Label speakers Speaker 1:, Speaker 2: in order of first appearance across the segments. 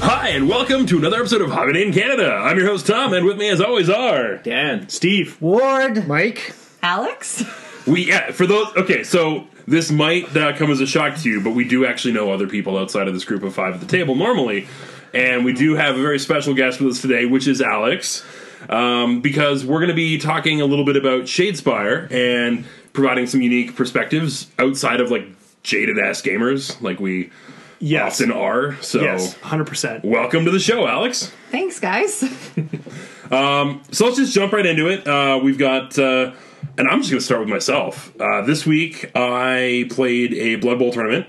Speaker 1: Hi, and welcome to another episode of Hobbit in Canada. I'm your host, Tom, and with me, as always, are.
Speaker 2: Dan, Steve.
Speaker 3: Ward.
Speaker 4: Mike.
Speaker 5: Alex?
Speaker 1: We, yeah, for those. Okay, so this might uh, come as a shock to you, but we do actually know other people outside of this group of five at the table normally. And we do have a very special guest with us today, which is Alex, um, because we're going to be talking a little bit about Shadespire and providing some unique perspectives outside of like jaded ass gamers, like we
Speaker 2: Yes.
Speaker 1: often are. So,
Speaker 2: Yes. 100%.
Speaker 1: welcome to the show, Alex.
Speaker 5: Thanks, guys.
Speaker 1: So let's just jump right into it. Uh, we've got, uh, and I'm just going to start with myself. Uh, this week, I played a Blood Bowl tournament.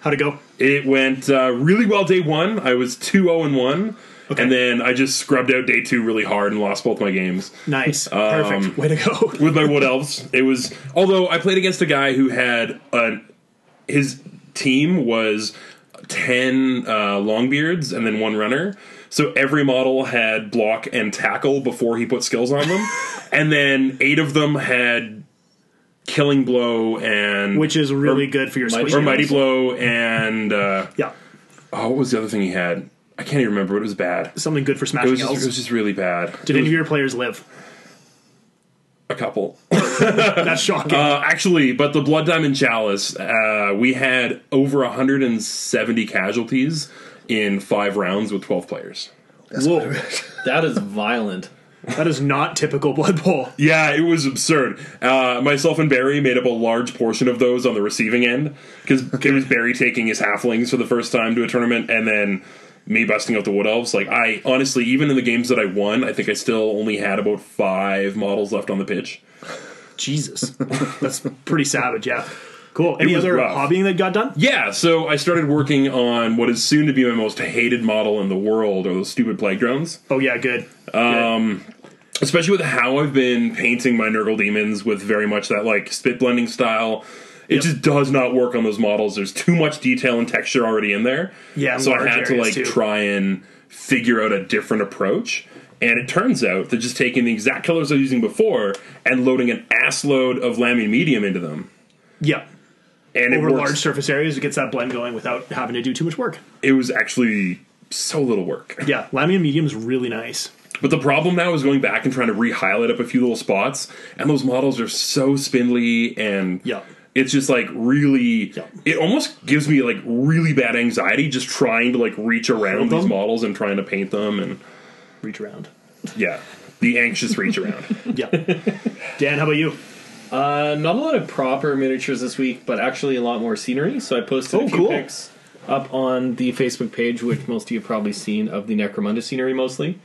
Speaker 2: How'd it go?
Speaker 1: It went uh, really well day one. I was 2 0 and 1. And then I just scrubbed out day two really hard and lost both my games
Speaker 2: Nice.
Speaker 1: Um,
Speaker 2: Perfect. Way to go.
Speaker 1: with my Wood Elves. It was, although I played against a guy who had an, his team was 10 uh, Longbeards and then one runner. So every model had block and tackle before he put skills on them. and then eight of them had Killing Blow and.
Speaker 2: Which is really
Speaker 1: or-
Speaker 2: good for your squishy
Speaker 1: Or Mighty
Speaker 2: rolls.
Speaker 1: Blow and. Uh,
Speaker 2: Yeah.
Speaker 1: oh, what was the other thing he had? I can't even remember, but it was bad.
Speaker 2: Something good for
Speaker 1: It
Speaker 2: smashing
Speaker 1: was, just,
Speaker 2: elves.
Speaker 1: it was just really bad.
Speaker 2: Did any of your players live?
Speaker 1: A couple.
Speaker 2: That's shocking.
Speaker 1: Uh, actually, but the Blood Diamond Chalice, uh, we had over 170 casualties in five rounds with 12 players.
Speaker 2: Whoa.
Speaker 6: That is violent.
Speaker 2: that is not typical Blood Bowl.
Speaker 1: Yeah, it was absurd. Uh, myself and Barry made up a large portion of those on the receiving end because it was Barry taking his halflings for the first time to a tournament, and then me busting out the wood elves. Like I honestly, even in the games that I won, I think I still only had about five models left on the pitch.
Speaker 2: Jesus. That's pretty savage, yeah. Cool. Any
Speaker 1: was
Speaker 2: other
Speaker 1: rough.
Speaker 2: hobbying that got done?
Speaker 1: Yeah, so I started working on what is soon to be my most hated model in the world, or those stupid plague drones.
Speaker 2: Oh, yeah, good.
Speaker 1: Uh,
Speaker 2: Um,
Speaker 1: especially with how I've been painting my Nurgle demons with very much that like spit blending style. It
Speaker 2: Yep.
Speaker 1: just does not work on those models. There's too much detail and texture already in there.
Speaker 2: Yeah, and
Speaker 1: so I
Speaker 2: large
Speaker 1: had to
Speaker 2: areas,
Speaker 1: like
Speaker 2: too.
Speaker 1: try and figure out a different approach. And it turns out that just taking the exact colors I was using before and loading an ass load of lammy medium into them,
Speaker 2: yeah.
Speaker 1: and
Speaker 2: Over
Speaker 1: it works.
Speaker 2: large surface areas, it gets that blend going without having to do too much work.
Speaker 1: It was actually so little work.
Speaker 2: Yeah, Lamium Medium is really nice.
Speaker 1: But the problem now is going back and trying to re-highlight up a few little spots, and those models are so spindly and
Speaker 2: Yeah.
Speaker 1: it's just like really
Speaker 2: Yeah.
Speaker 1: it almost gives me like really bad anxiety just trying to like reach around these
Speaker 2: them?
Speaker 1: models and trying to paint them and
Speaker 2: Reach around.
Speaker 1: yeah. The anxious reach around.
Speaker 2: Yeah. Dan, how about you?
Speaker 6: Uh, not a lot of proper miniatures this week, but actually a lot more scenery. So I posted
Speaker 2: Oh,
Speaker 6: a few
Speaker 2: cool.
Speaker 6: pics up on the Facebook page, which most of you have probably seen, of the Necromunda scenery mostly.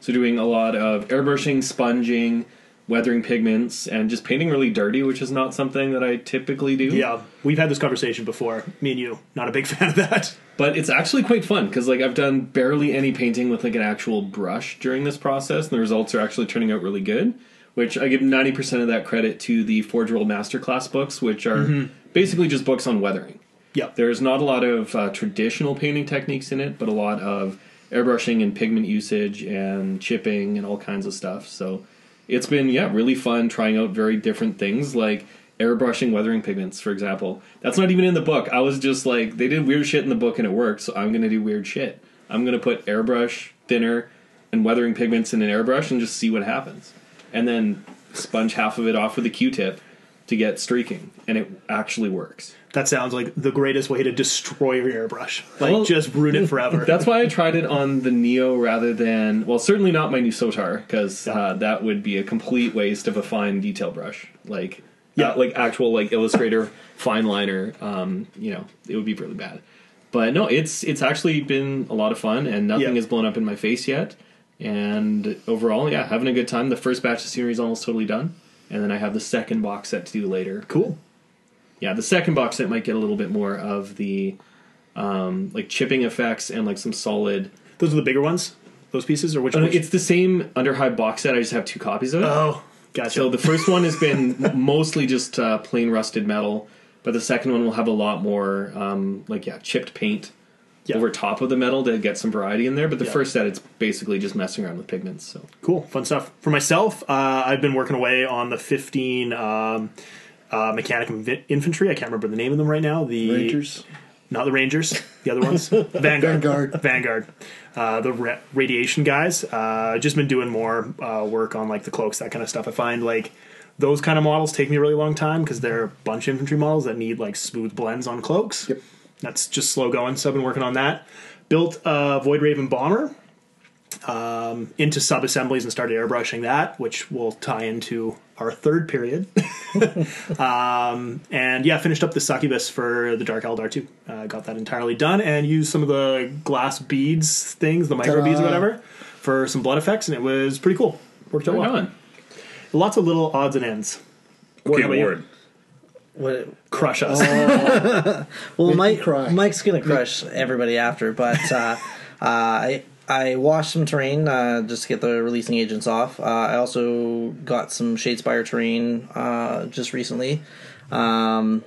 Speaker 6: So doing a lot of airbrushing, sponging, weathering pigments, and just painting really dirty, which is not something that I typically do.
Speaker 2: Yeah, we've had this conversation before. Me and you, not a big fan of that.
Speaker 6: But it's actually quite fun because like I've done barely any painting with like an actual brush during this process, and the results are actually turning out really good. Which I give ninety percent of that credit to the Forge World Masterclass books, which are basically just books on weathering.
Speaker 2: Yeah,
Speaker 6: There's not a lot of uh, traditional painting techniques in it, but a lot of airbrushing and pigment usage and chipping and all kinds of stuff. So it's been yeah really fun trying out very different things like airbrushing weathering pigments, for example. That's not even in the book. I was just like they did weird shit in the book and it worked, so I'm gonna do weird shit. I'm gonna put airbrush thinner and weathering pigments in an airbrush and just see what happens, and then sponge half of it off with a Q-tip to get streaking, and it actually works.
Speaker 2: that sounds like the greatest way to destroy your airbrush. Like,
Speaker 6: Well-
Speaker 2: just ruin it forever.
Speaker 6: That's why I tried it on the Neo rather than, well, certainly not my new Sotar because uh, that would be a complete waste of a fine detail brush. Like, yeah,
Speaker 2: Yeah.
Speaker 6: like actual like Illustrator fine liner. Um, you know, it would be really bad. But no, it's it's actually been a lot of fun, and nothing
Speaker 2: Yeah.
Speaker 6: has blown up in my face yet. And overall, yeah, having a good time. The first batch of scenery is almost totally done, and then I have the second box set to do later.
Speaker 2: cool.
Speaker 6: Yeah, the second box set might get a little bit more of the um, like chipping effects and like some solid
Speaker 2: Those are the bigger ones. those pieces, or which?
Speaker 6: Uh,
Speaker 2: ones?
Speaker 6: It's the same under high box set. I just have two copies of it.
Speaker 2: oh, gotcha.
Speaker 6: So the first one has been mostly just uh, plain rusted metal, but the second one will have a lot more, um, like yeah, chipped paint
Speaker 2: Yeah.
Speaker 6: over top of the metal to get some variety in there. But the
Speaker 2: Yeah.
Speaker 6: first set, it's basically just messing around with pigments. So
Speaker 2: cool, fun stuff. For myself, uh, I've been working away on the fifteen um, uh, mechanic inv- infantry. I can't remember the name of them right now. The
Speaker 3: Rangers.
Speaker 2: not the Rangers, the other ones, Vanguard,
Speaker 3: Vanguard.
Speaker 2: Vanguard, uh, the ra- radiation guys. Uh, just been doing more uh, work on like the cloaks, that kind of stuff. I find like those kind of models take me a really long time because they're a bunch of infantry models that need like smooth blends on cloaks.
Speaker 3: Yep.
Speaker 2: That's just slow going, so I've been working on that. Built a Void Raven bomber um, into sub assemblies and started airbrushing that, which will tie into our third period. Um, and yeah, finished up the succubus for the Dark Eldar too. Uh, got that entirely done and used some of the glass beads things, the micro beads or
Speaker 3: Ta-da.
Speaker 2: whatever, for some blood effects, and it was pretty cool. Worked out
Speaker 6: right
Speaker 2: well.
Speaker 6: on.
Speaker 2: Lots of little odds and ends. What
Speaker 1: Okay,
Speaker 2: about you?
Speaker 1: Ward.
Speaker 4: What,
Speaker 2: Crush us.
Speaker 4: well, Mike,
Speaker 3: cry.
Speaker 4: Mike's gonna crush everybody after, but uh, uh, I I washed some terrain uh, just to get the releasing agents off. Uh, I also got some Shadespire terrain uh, just recently. Um,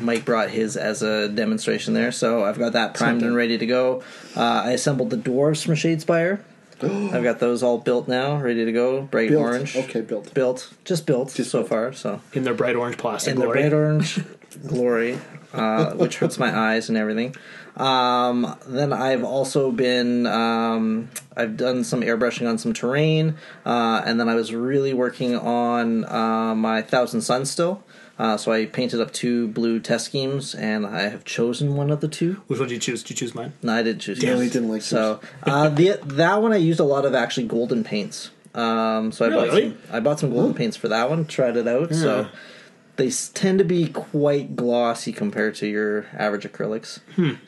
Speaker 4: Mike brought his as a demonstration there, so I've got that primed and ready to go. Uh, I assembled the dwarves from Shadespire. I've got those all built now, ready to go, bright
Speaker 3: Built.
Speaker 4: orange.
Speaker 3: Okay, built.
Speaker 4: built, just built
Speaker 3: Just
Speaker 4: so
Speaker 3: built.
Speaker 4: far. So
Speaker 2: in their bright orange plastic
Speaker 4: in
Speaker 2: glory.
Speaker 4: the red orange glory, uh, which hurts my eyes and everything. Um, then I've also been um, I've done some airbrushing on some terrain, uh, and then I was really working on uh, my Thousand Suns still. Uh, so I painted up two blue test schemes, and I have chosen one of the two.
Speaker 2: Which one did you choose? Did you choose mine?
Speaker 4: No, I didn't choose.
Speaker 3: Damn,
Speaker 4: yours.
Speaker 3: he didn't like
Speaker 4: so. uh, the that one I used a lot of actually golden paints. Um, so I bought
Speaker 2: Really?
Speaker 4: some, I bought some golden paints for that one. Tried it out. So they s- tend to be quite glossy compared to your average acrylics.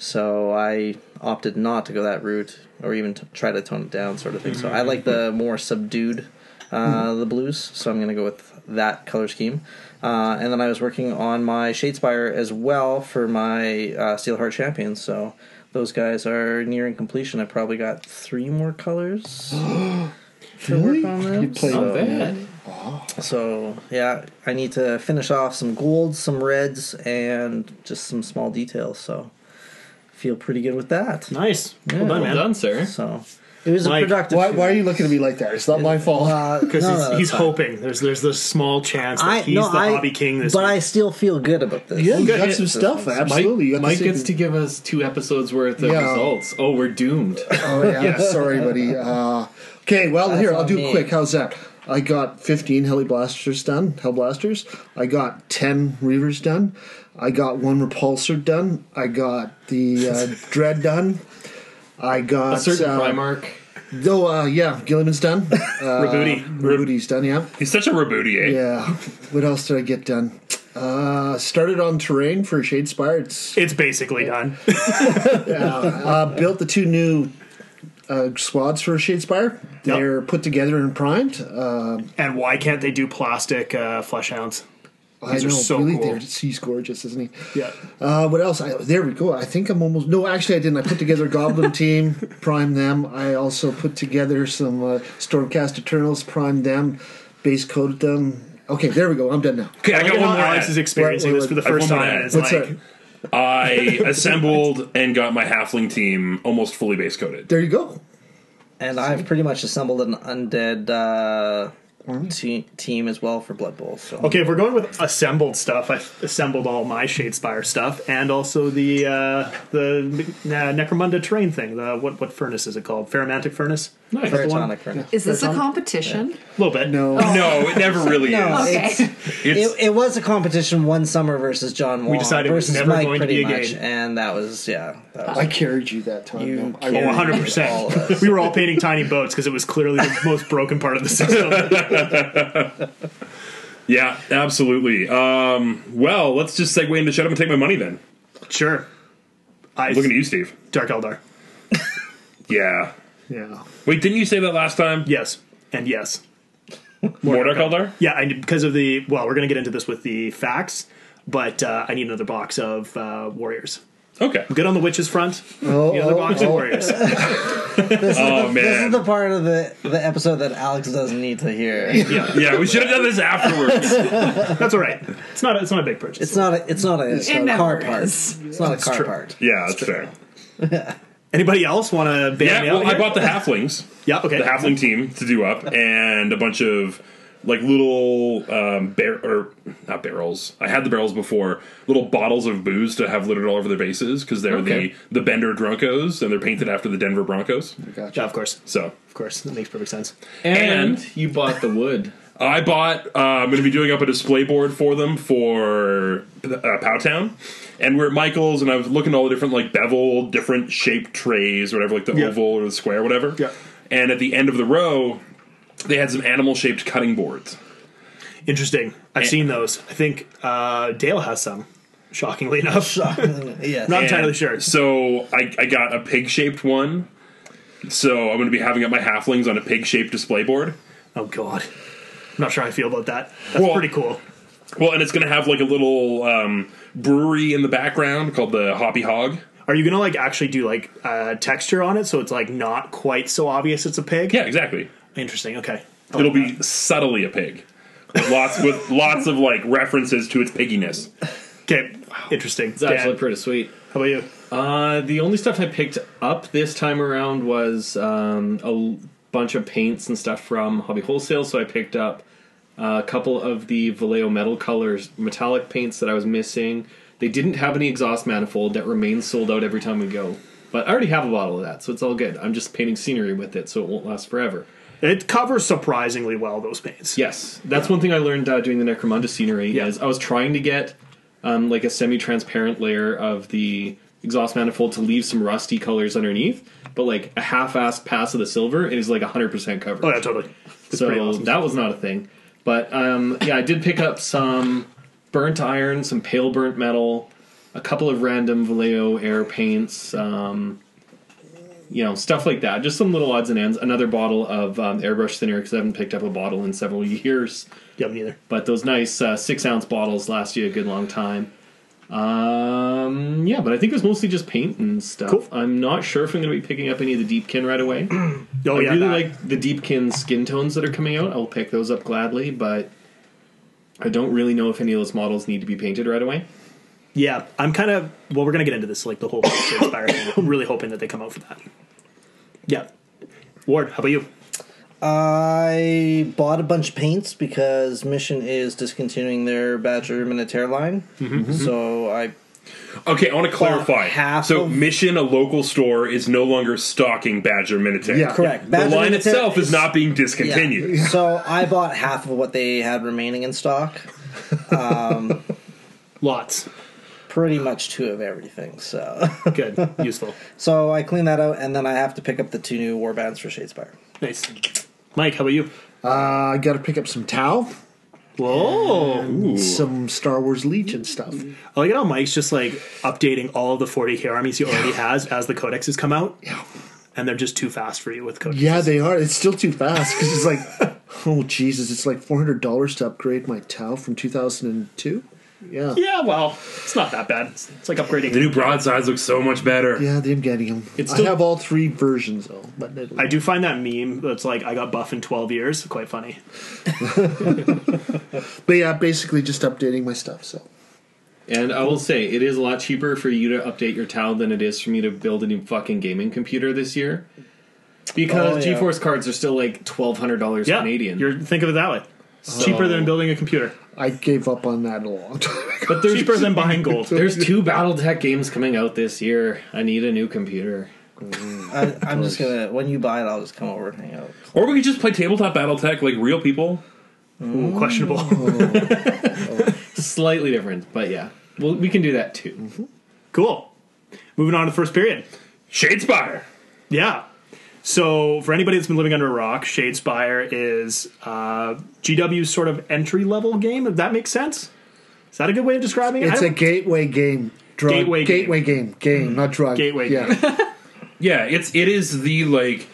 Speaker 4: So I opted not to go that route or even to try to tone it down, sort of thing. So I like the more subdued uh, the blues. So I'm going to go with that color scheme. Uh, and then I was working on my Shadespire as well for my uh, Steelheart Champions. So those guys are nearing completion. I probably got three more colors to work on them.
Speaker 3: You played-
Speaker 6: Not
Speaker 4: so,
Speaker 6: bad.
Speaker 4: so yeah, I need to finish off some golds, some reds, and just some small details. So feel pretty good with that.
Speaker 2: Nice. well done,
Speaker 6: Well
Speaker 2: man.
Speaker 6: done, sir.
Speaker 4: So it was
Speaker 2: Mike,
Speaker 4: a productive.
Speaker 3: Why, why are you looking at me like that? It's not my fault.
Speaker 2: Because
Speaker 4: No, no,
Speaker 2: he's,
Speaker 4: that's
Speaker 2: he's
Speaker 4: fine.
Speaker 2: hoping. There's there's this small chance that
Speaker 4: I,
Speaker 2: he's
Speaker 4: no,
Speaker 2: the
Speaker 4: I,
Speaker 2: hobby king this
Speaker 4: but I
Speaker 2: week.
Speaker 4: still feel good about this.
Speaker 3: yeah, you got
Speaker 6: Yeah,
Speaker 3: some
Speaker 6: this
Speaker 3: stuff.
Speaker 4: one's-
Speaker 3: Absolutely.
Speaker 6: Mike,
Speaker 3: you got
Speaker 6: Mike
Speaker 3: the same-
Speaker 6: gets to give us two episodes worth of
Speaker 3: Yeah.
Speaker 6: results. Oh, we're doomed.
Speaker 3: Oh yeah, sorry, buddy. Uh, okay, well here I'll
Speaker 4: on
Speaker 3: do
Speaker 4: me.
Speaker 3: it quick. How's that? I got 15 heli blasters done, hell blasters. I got 10 reavers done. I got one repulsor done. I got the uh, dread done. I got
Speaker 6: A certain
Speaker 3: uh,
Speaker 6: Primark.
Speaker 3: No, uh, yeah, Gilliman's done. Uh,
Speaker 1: Rabooty.
Speaker 3: Rudy's done. Yeah,
Speaker 1: He's such a eh? Raboutier.
Speaker 3: yeah. What else did I get done? Uh, started on terrain for Shadespire. It's
Speaker 2: it's basically done.
Speaker 3: uh, built the two new uh, squads for Shadespire. They're put together and primed. Uh,
Speaker 2: and why can't they do plastic uh, flesh hounds?
Speaker 3: I
Speaker 2: These
Speaker 3: know,
Speaker 2: are so
Speaker 3: really,
Speaker 2: cool.
Speaker 3: they're- he's gorgeous, isn't he?
Speaker 2: Yeah.
Speaker 3: Uh, what else? I, there we go. I think I'm almost. No, actually, I didn't. I put together a Goblin team, primed them. I also put together some uh, Stormcast Eternals, primed them, base coded them. Okay, there we go. I'm done now.
Speaker 1: Okay, I got
Speaker 2: Look at
Speaker 1: one
Speaker 2: how
Speaker 1: more.
Speaker 2: Alex
Speaker 1: ad.
Speaker 2: is experiencing
Speaker 3: Wait,
Speaker 2: this for the
Speaker 1: wait, wait.
Speaker 2: first
Speaker 1: uh, I have one more
Speaker 2: time.
Speaker 1: ad.
Speaker 2: and It's
Speaker 3: What's
Speaker 2: like,
Speaker 3: that?
Speaker 1: I assembled and got my halfling team almost fully base coated.
Speaker 3: There you go.
Speaker 4: And I've pretty much assembled an undead uh, te- team as well for Blood Bowl. So
Speaker 2: Okay, if we're going with assembled stuff, I assembled all my Shadespire stuff and also the uh, the uh, Necromunda terrain thing. The what what furnace is it called? Ferromantic furnace.
Speaker 6: Nice.
Speaker 2: That's the one?
Speaker 4: Veritonic furnace.
Speaker 5: Is this a competition?
Speaker 2: A little bit.
Speaker 3: No.
Speaker 1: No, it never really
Speaker 4: No,
Speaker 1: is.
Speaker 5: Okay.
Speaker 1: It's,
Speaker 4: It, it was a competition one summer versus John Wong.
Speaker 2: decided it was
Speaker 4: versus
Speaker 2: never
Speaker 4: Mike
Speaker 2: going to
Speaker 4: pretty
Speaker 2: be a
Speaker 4: much,
Speaker 2: game.
Speaker 4: and that was yeah. That was,
Speaker 3: I carried you that time.
Speaker 4: You
Speaker 3: no, I
Speaker 4: carried-
Speaker 2: Oh,
Speaker 3: really-
Speaker 2: 100%.
Speaker 4: All of us.
Speaker 2: We were all painting tiny boats because it was clearly the most broken part of the system.
Speaker 1: yeah, absolutely. Um, well, let's just segue into shut up and take my money then.
Speaker 2: sure. I
Speaker 1: Looking at you, Steve.
Speaker 2: Dark Eldar.
Speaker 1: Yeah.
Speaker 3: Yeah.
Speaker 1: Wait, didn't you say that last time?
Speaker 2: Yes. And yes.
Speaker 1: More Dark Eldar?
Speaker 2: Yeah, I, because of the well, we're going to get into this with the facts, but uh, I need another box of uh, warriors.
Speaker 1: Okay.
Speaker 2: Good on the witches front.
Speaker 3: Oh,
Speaker 2: The other
Speaker 3: oh,
Speaker 2: box
Speaker 3: oh.
Speaker 2: of warriors.
Speaker 4: This,
Speaker 1: Oh,
Speaker 4: is, the, this
Speaker 1: man.
Speaker 4: is the part of the, the episode that Alex doesn't need to hear.
Speaker 6: Yeah.
Speaker 1: Yeah, we should have done this afterwards.
Speaker 2: That's all right. It's not. It's not a big purchase.
Speaker 4: It's not a, it's not a
Speaker 3: It's
Speaker 4: car
Speaker 3: not
Speaker 5: a- It never
Speaker 4: part.
Speaker 5: is.
Speaker 4: It's not a car
Speaker 2: true.
Speaker 4: part.
Speaker 1: Yeah, that's fair.
Speaker 2: Anybody else want to ban
Speaker 1: Yeah,
Speaker 2: me out
Speaker 1: well, I
Speaker 2: here?
Speaker 1: bought the halflings,
Speaker 2: yeah. Okay.
Speaker 1: the halfling team to do up, and a bunch of like little um, bar or not barrels. I had the barrels before, little bottles of booze to have littered all over their bases because they're
Speaker 6: Okay.
Speaker 1: the the Bender Drunkos, and they're painted after the Denver Broncos.
Speaker 2: Yeah,
Speaker 3: Uh,
Speaker 2: of course.
Speaker 1: So
Speaker 2: Of course, that makes perfect sense.
Speaker 6: And,
Speaker 1: And-
Speaker 6: you bought the wood.
Speaker 1: I bought. Uh, I'm going to be doing up a display board for them for uh, Powtown, and we're at Michaels, and I was looking at all the different like bevel, different shaped trays, or whatever, like the
Speaker 2: Yeah.
Speaker 1: oval or the square, whatever.
Speaker 2: Yeah.
Speaker 1: And at the end of the row, they had some animal shaped cutting boards.
Speaker 2: Interesting. I've
Speaker 1: And-
Speaker 2: seen those. I think uh, Dale has some. Shockingly enough,
Speaker 4: yes.
Speaker 2: not
Speaker 1: And
Speaker 2: entirely sure.
Speaker 1: So I, I got a pig shaped one. So I'm going to be having up my halflings on a pig shaped display board.
Speaker 2: Oh God, I'm not sure how I feel about that. That's
Speaker 1: Well-
Speaker 2: pretty cool.
Speaker 1: Well, and it's going to have like a little um, brewery in the background called the Hoppy Hog.
Speaker 2: Are you gonna like actually do like uh, texture on it so it's like not quite so obvious it's a pig?
Speaker 1: Yeah, exactly.
Speaker 2: Interesting. Okay. I
Speaker 1: It'll
Speaker 2: like
Speaker 1: be subtly a pig. With lots with lots of like references to its pigginess.
Speaker 2: that. okay. Interesting.
Speaker 6: It's actually
Speaker 2: Dan,
Speaker 6: pretty sweet.
Speaker 2: how about you?
Speaker 6: Uh, the only stuff I picked up this time around was um, a l- bunch of paints and stuff from Hobby Wholesale. So I picked up uh, a couple of the Vallejo metal colors, metallic paints that I was missing. They didn't have any exhaust manifold that remains sold out every time we go. But I already have a bottle of that, so it's all good. I'm just painting scenery with it, so it won't last forever.
Speaker 2: It covers surprisingly well those paints.
Speaker 6: Yes, that's one thing I learned uh, doing the Necromunda scenery. Is I was trying to get um, like a semi-transparent layer of the exhaust manifold to leave some rusty colors underneath, but like a half-assed pass of the silver is like 100% covered.
Speaker 2: Oh yeah, totally. It's
Speaker 6: so
Speaker 2: pretty awesome.
Speaker 6: that was not a thing. But um, yeah, I did pick up some burnt iron, some pale burnt metal, a couple of random Vallejo air paints. Um, you know, stuff like that. Just some little odds and ends. Another bottle of um, airbrush thinner because I haven't picked up a bottle in several years.
Speaker 2: yeah, me neither.
Speaker 6: But those nice uh, six ounce bottles last you a good long time. Um, yeah, but I think it was mostly just paint and stuff.
Speaker 2: Cool.
Speaker 6: I'm not sure if I'm going to be picking up any of the Deepkin right away.
Speaker 2: Oh
Speaker 6: I
Speaker 2: yeah,
Speaker 6: really
Speaker 2: that.
Speaker 6: like the Deepkin skin tones that are coming out. I'll pick those up gladly, but I don't really know if any of those models need to be painted right away.
Speaker 2: Yeah, I'm kind of. Well, we're gonna get into this like the whole Shakespeare thing. I'm really hoping that they come out for that. Yeah, Ward, how about you?
Speaker 4: I bought a bunch of paints because Mission is discontinuing their Badger Minotaur line.
Speaker 2: Mm-hmm.
Speaker 4: So I
Speaker 1: Okay, I want to clarify.
Speaker 4: half
Speaker 1: so
Speaker 4: of-
Speaker 1: Mission, a local store, is no longer stocking Badger Minotaur.
Speaker 3: Yeah.
Speaker 4: correct.
Speaker 1: The
Speaker 4: Badger
Speaker 1: line
Speaker 4: Minotaur
Speaker 1: itself is not being
Speaker 4: yeah.
Speaker 1: discontinued.
Speaker 4: So I bought half of what they had remaining in stock.
Speaker 2: Lots.
Speaker 4: Pretty much two of everything. So
Speaker 2: Good. Useful.
Speaker 4: so I clean that out, and then I have to pick up the two new warbands for Shadespire.
Speaker 2: Nice. Mike, how about you?
Speaker 3: Uh, I got to pick up some Tau,
Speaker 2: Whoa.
Speaker 3: some Star Wars Legion stuff.
Speaker 2: I like it how Mike's just like updating all the 40k armies he already has as the codexes come out. Yeah. And they're just too fast for you with codexes.
Speaker 3: Yeah, they are. It's still too fast because it's like, oh Jesus, it's like four hundred dollars to upgrade my Tau from two thousand and two. Yeah.
Speaker 2: Yeah, well, it's not that bad. It's, it's like
Speaker 1: The
Speaker 2: upgrading.
Speaker 1: new broadsides look so much better.
Speaker 3: Yeah, I'm getting them.
Speaker 2: It's
Speaker 3: I
Speaker 2: still-
Speaker 3: have all three versions though, but it-
Speaker 2: I do find that meme that's like, I got buff in 12 years quite funny.
Speaker 3: but yeah, basically just updating my stuff. So
Speaker 6: And I will say, it is a lot cheaper for you to update your towel than it is for me to build a new fucking gaming computer this year. Because
Speaker 4: Oh, yeah.
Speaker 6: GeForce cards are still like twelve hundred dollars
Speaker 2: Yeah.
Speaker 6: Canadian.
Speaker 2: You're, think of it that way. It's cheaper than building a computer,
Speaker 3: I gave up on that a long time. ago.
Speaker 6: but there's
Speaker 2: cheaper than buying gold.
Speaker 6: there's two BattleTech games coming out this year. I need a new computer.
Speaker 4: I, I'm just gonna when you buy it, I'll just come over and hang out.
Speaker 1: Or we could just play tabletop BattleTech like real people.
Speaker 2: Ooh, questionable.
Speaker 6: Slightly different, but yeah, well we can do that too.
Speaker 2: cool. Moving on to the first period.
Speaker 1: Shadespire.
Speaker 2: Yeah. So for anybody that's been living under a rock, Shadespire is uh, GW's sort of entry level game. If that makes sense, is that a good way of describing it?
Speaker 3: It's
Speaker 2: I
Speaker 3: a
Speaker 2: don't-
Speaker 3: gateway game. Drug,
Speaker 2: Gateway game. Mm-hmm.
Speaker 3: gateway game. Game, not drug.
Speaker 2: Gateway
Speaker 3: Yeah.
Speaker 1: Yeah, it's it is the like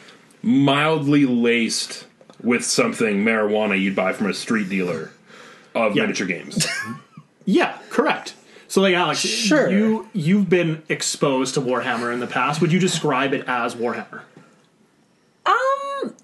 Speaker 1: mildly laced with something marijuana you'd buy from a street dealer of
Speaker 2: Yeah.
Speaker 1: miniature games.
Speaker 2: yeah, correct. So like Alex,
Speaker 4: Sure.
Speaker 2: you you've been exposed to Warhammer in the past. Would you describe it as Warhammer?
Speaker 5: Um,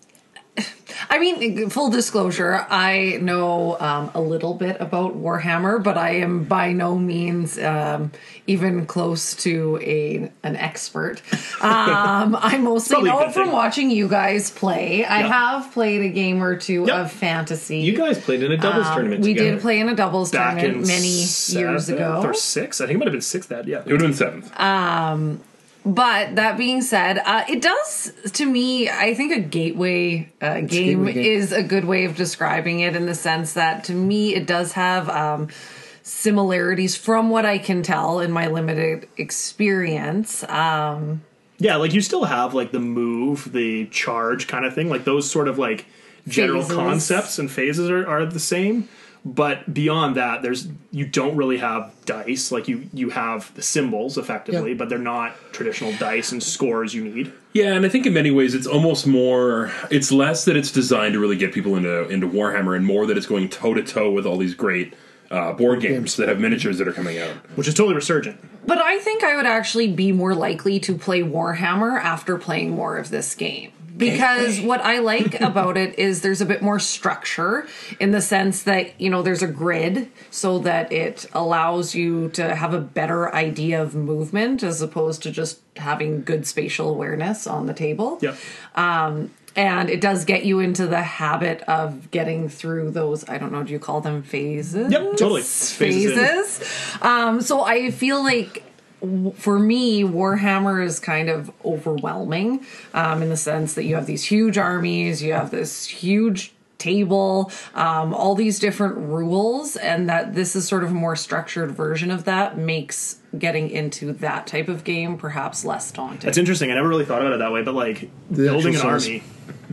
Speaker 5: I mean, full disclosure, I know um, a little bit about Warhammer, but I am by no means um, even close to a an expert. Um, I mostly
Speaker 2: Probably a
Speaker 5: know
Speaker 2: good
Speaker 5: it from
Speaker 2: thing.
Speaker 5: watching you guys play. I
Speaker 2: Yeah.
Speaker 5: have played a game or two
Speaker 6: Yep.
Speaker 5: of fantasy.
Speaker 6: You guys played in a doubles
Speaker 5: Um,
Speaker 6: tournament.
Speaker 5: we
Speaker 6: together.
Speaker 5: did play in a doubles
Speaker 2: back in
Speaker 5: tournament many years
Speaker 2: seventh
Speaker 5: ago.
Speaker 2: or six. I think it might have been six. That yeah.
Speaker 1: It would have been seventh.
Speaker 5: But that being said, uh, it does to me. I think a gateway, uh, game
Speaker 3: gateway game.
Speaker 5: is a good way of describing it in the sense that to me it does have um, similarities from what I can tell in my limited experience. Um,
Speaker 2: Yeah, like you still have like the move, the charge kind of thing, like those sort of like general
Speaker 5: Phases.
Speaker 2: concepts and phases are, are the same. But beyond that, there's you don't really have dice. Like you you have the symbols effectively,
Speaker 3: Yeah.
Speaker 2: but they're not traditional dice and scores you need.
Speaker 1: Yeah, and I think in many ways it's almost more it's less that it's designed to really get people into into Warhammer and more that it's going toe to toe with all these great uh, board games that have miniatures that are coming out.
Speaker 2: Which is totally resurgent.
Speaker 5: but I think I would actually be more likely to play Warhammer after playing more of this game. Because what I like about it is there's a bit more structure in the sense that, you know, there's a grid so that it allows you to have a better idea of movement as opposed to just having good spatial awareness on the table.
Speaker 2: Yep.
Speaker 5: Um, and it does get you into the habit of getting through those, I don't know, do you call them phases?
Speaker 2: Yep, totally.
Speaker 5: phases. Um, so I feel like w- for me, Warhammer is kind of overwhelming um, in the sense that you have these huge armies, you have this huge table, um, all these different rules, and that this is sort of a more structured version of that makes getting into that type of game perhaps less daunting.
Speaker 2: That's interesting. I never really thought about it that way, but like building an
Speaker 3: actual size.
Speaker 2: army,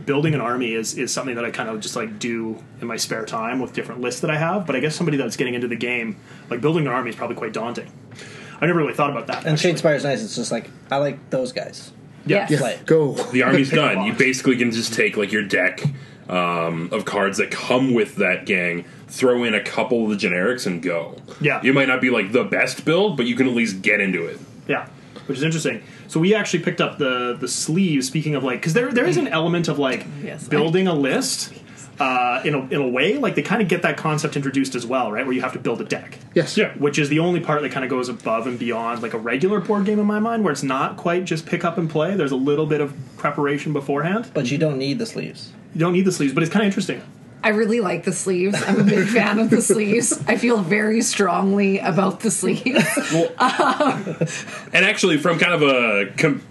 Speaker 2: building an army is is something that I kind of just like do in my spare time with different lists that I have. But I guess somebody that's getting into the game, like building an army, is probably quite daunting. I never really thought about that.
Speaker 4: And
Speaker 2: actually.
Speaker 4: Shadespire's nice. It's just like I like those guys.
Speaker 5: yes.
Speaker 3: Yeah,
Speaker 4: Play.
Speaker 3: go.
Speaker 1: The army's
Speaker 2: Pick a
Speaker 1: done.
Speaker 2: box.
Speaker 1: You basically can just take like your deck um, of cards that come with that gang, throw in a couple of the generics, and go.
Speaker 2: Yeah.
Speaker 1: you might not be like the best build, but you can at least get into it.
Speaker 2: Yeah, which is interesting. So we actually picked up the the sleeves. Speaking of like, because there there is an element of like
Speaker 5: Yes, I-
Speaker 2: building a list. Uh, in, a, in a way, like they kind of get that concept introduced as well, right? Where you have to build a deck.
Speaker 3: Yes. Yeah.
Speaker 2: Which is the only part that kind of goes above and beyond like a regular board game in my mind, where it's not quite just pick up and play. There's a little bit of preparation beforehand.
Speaker 4: But you don't need the sleeves.
Speaker 2: You don't need the sleeves, but it's kind of interesting.
Speaker 5: I really like the sleeves. I'm a big fan of the sleeves. I feel very strongly about the sleeves.
Speaker 1: And actually, from kind of a com-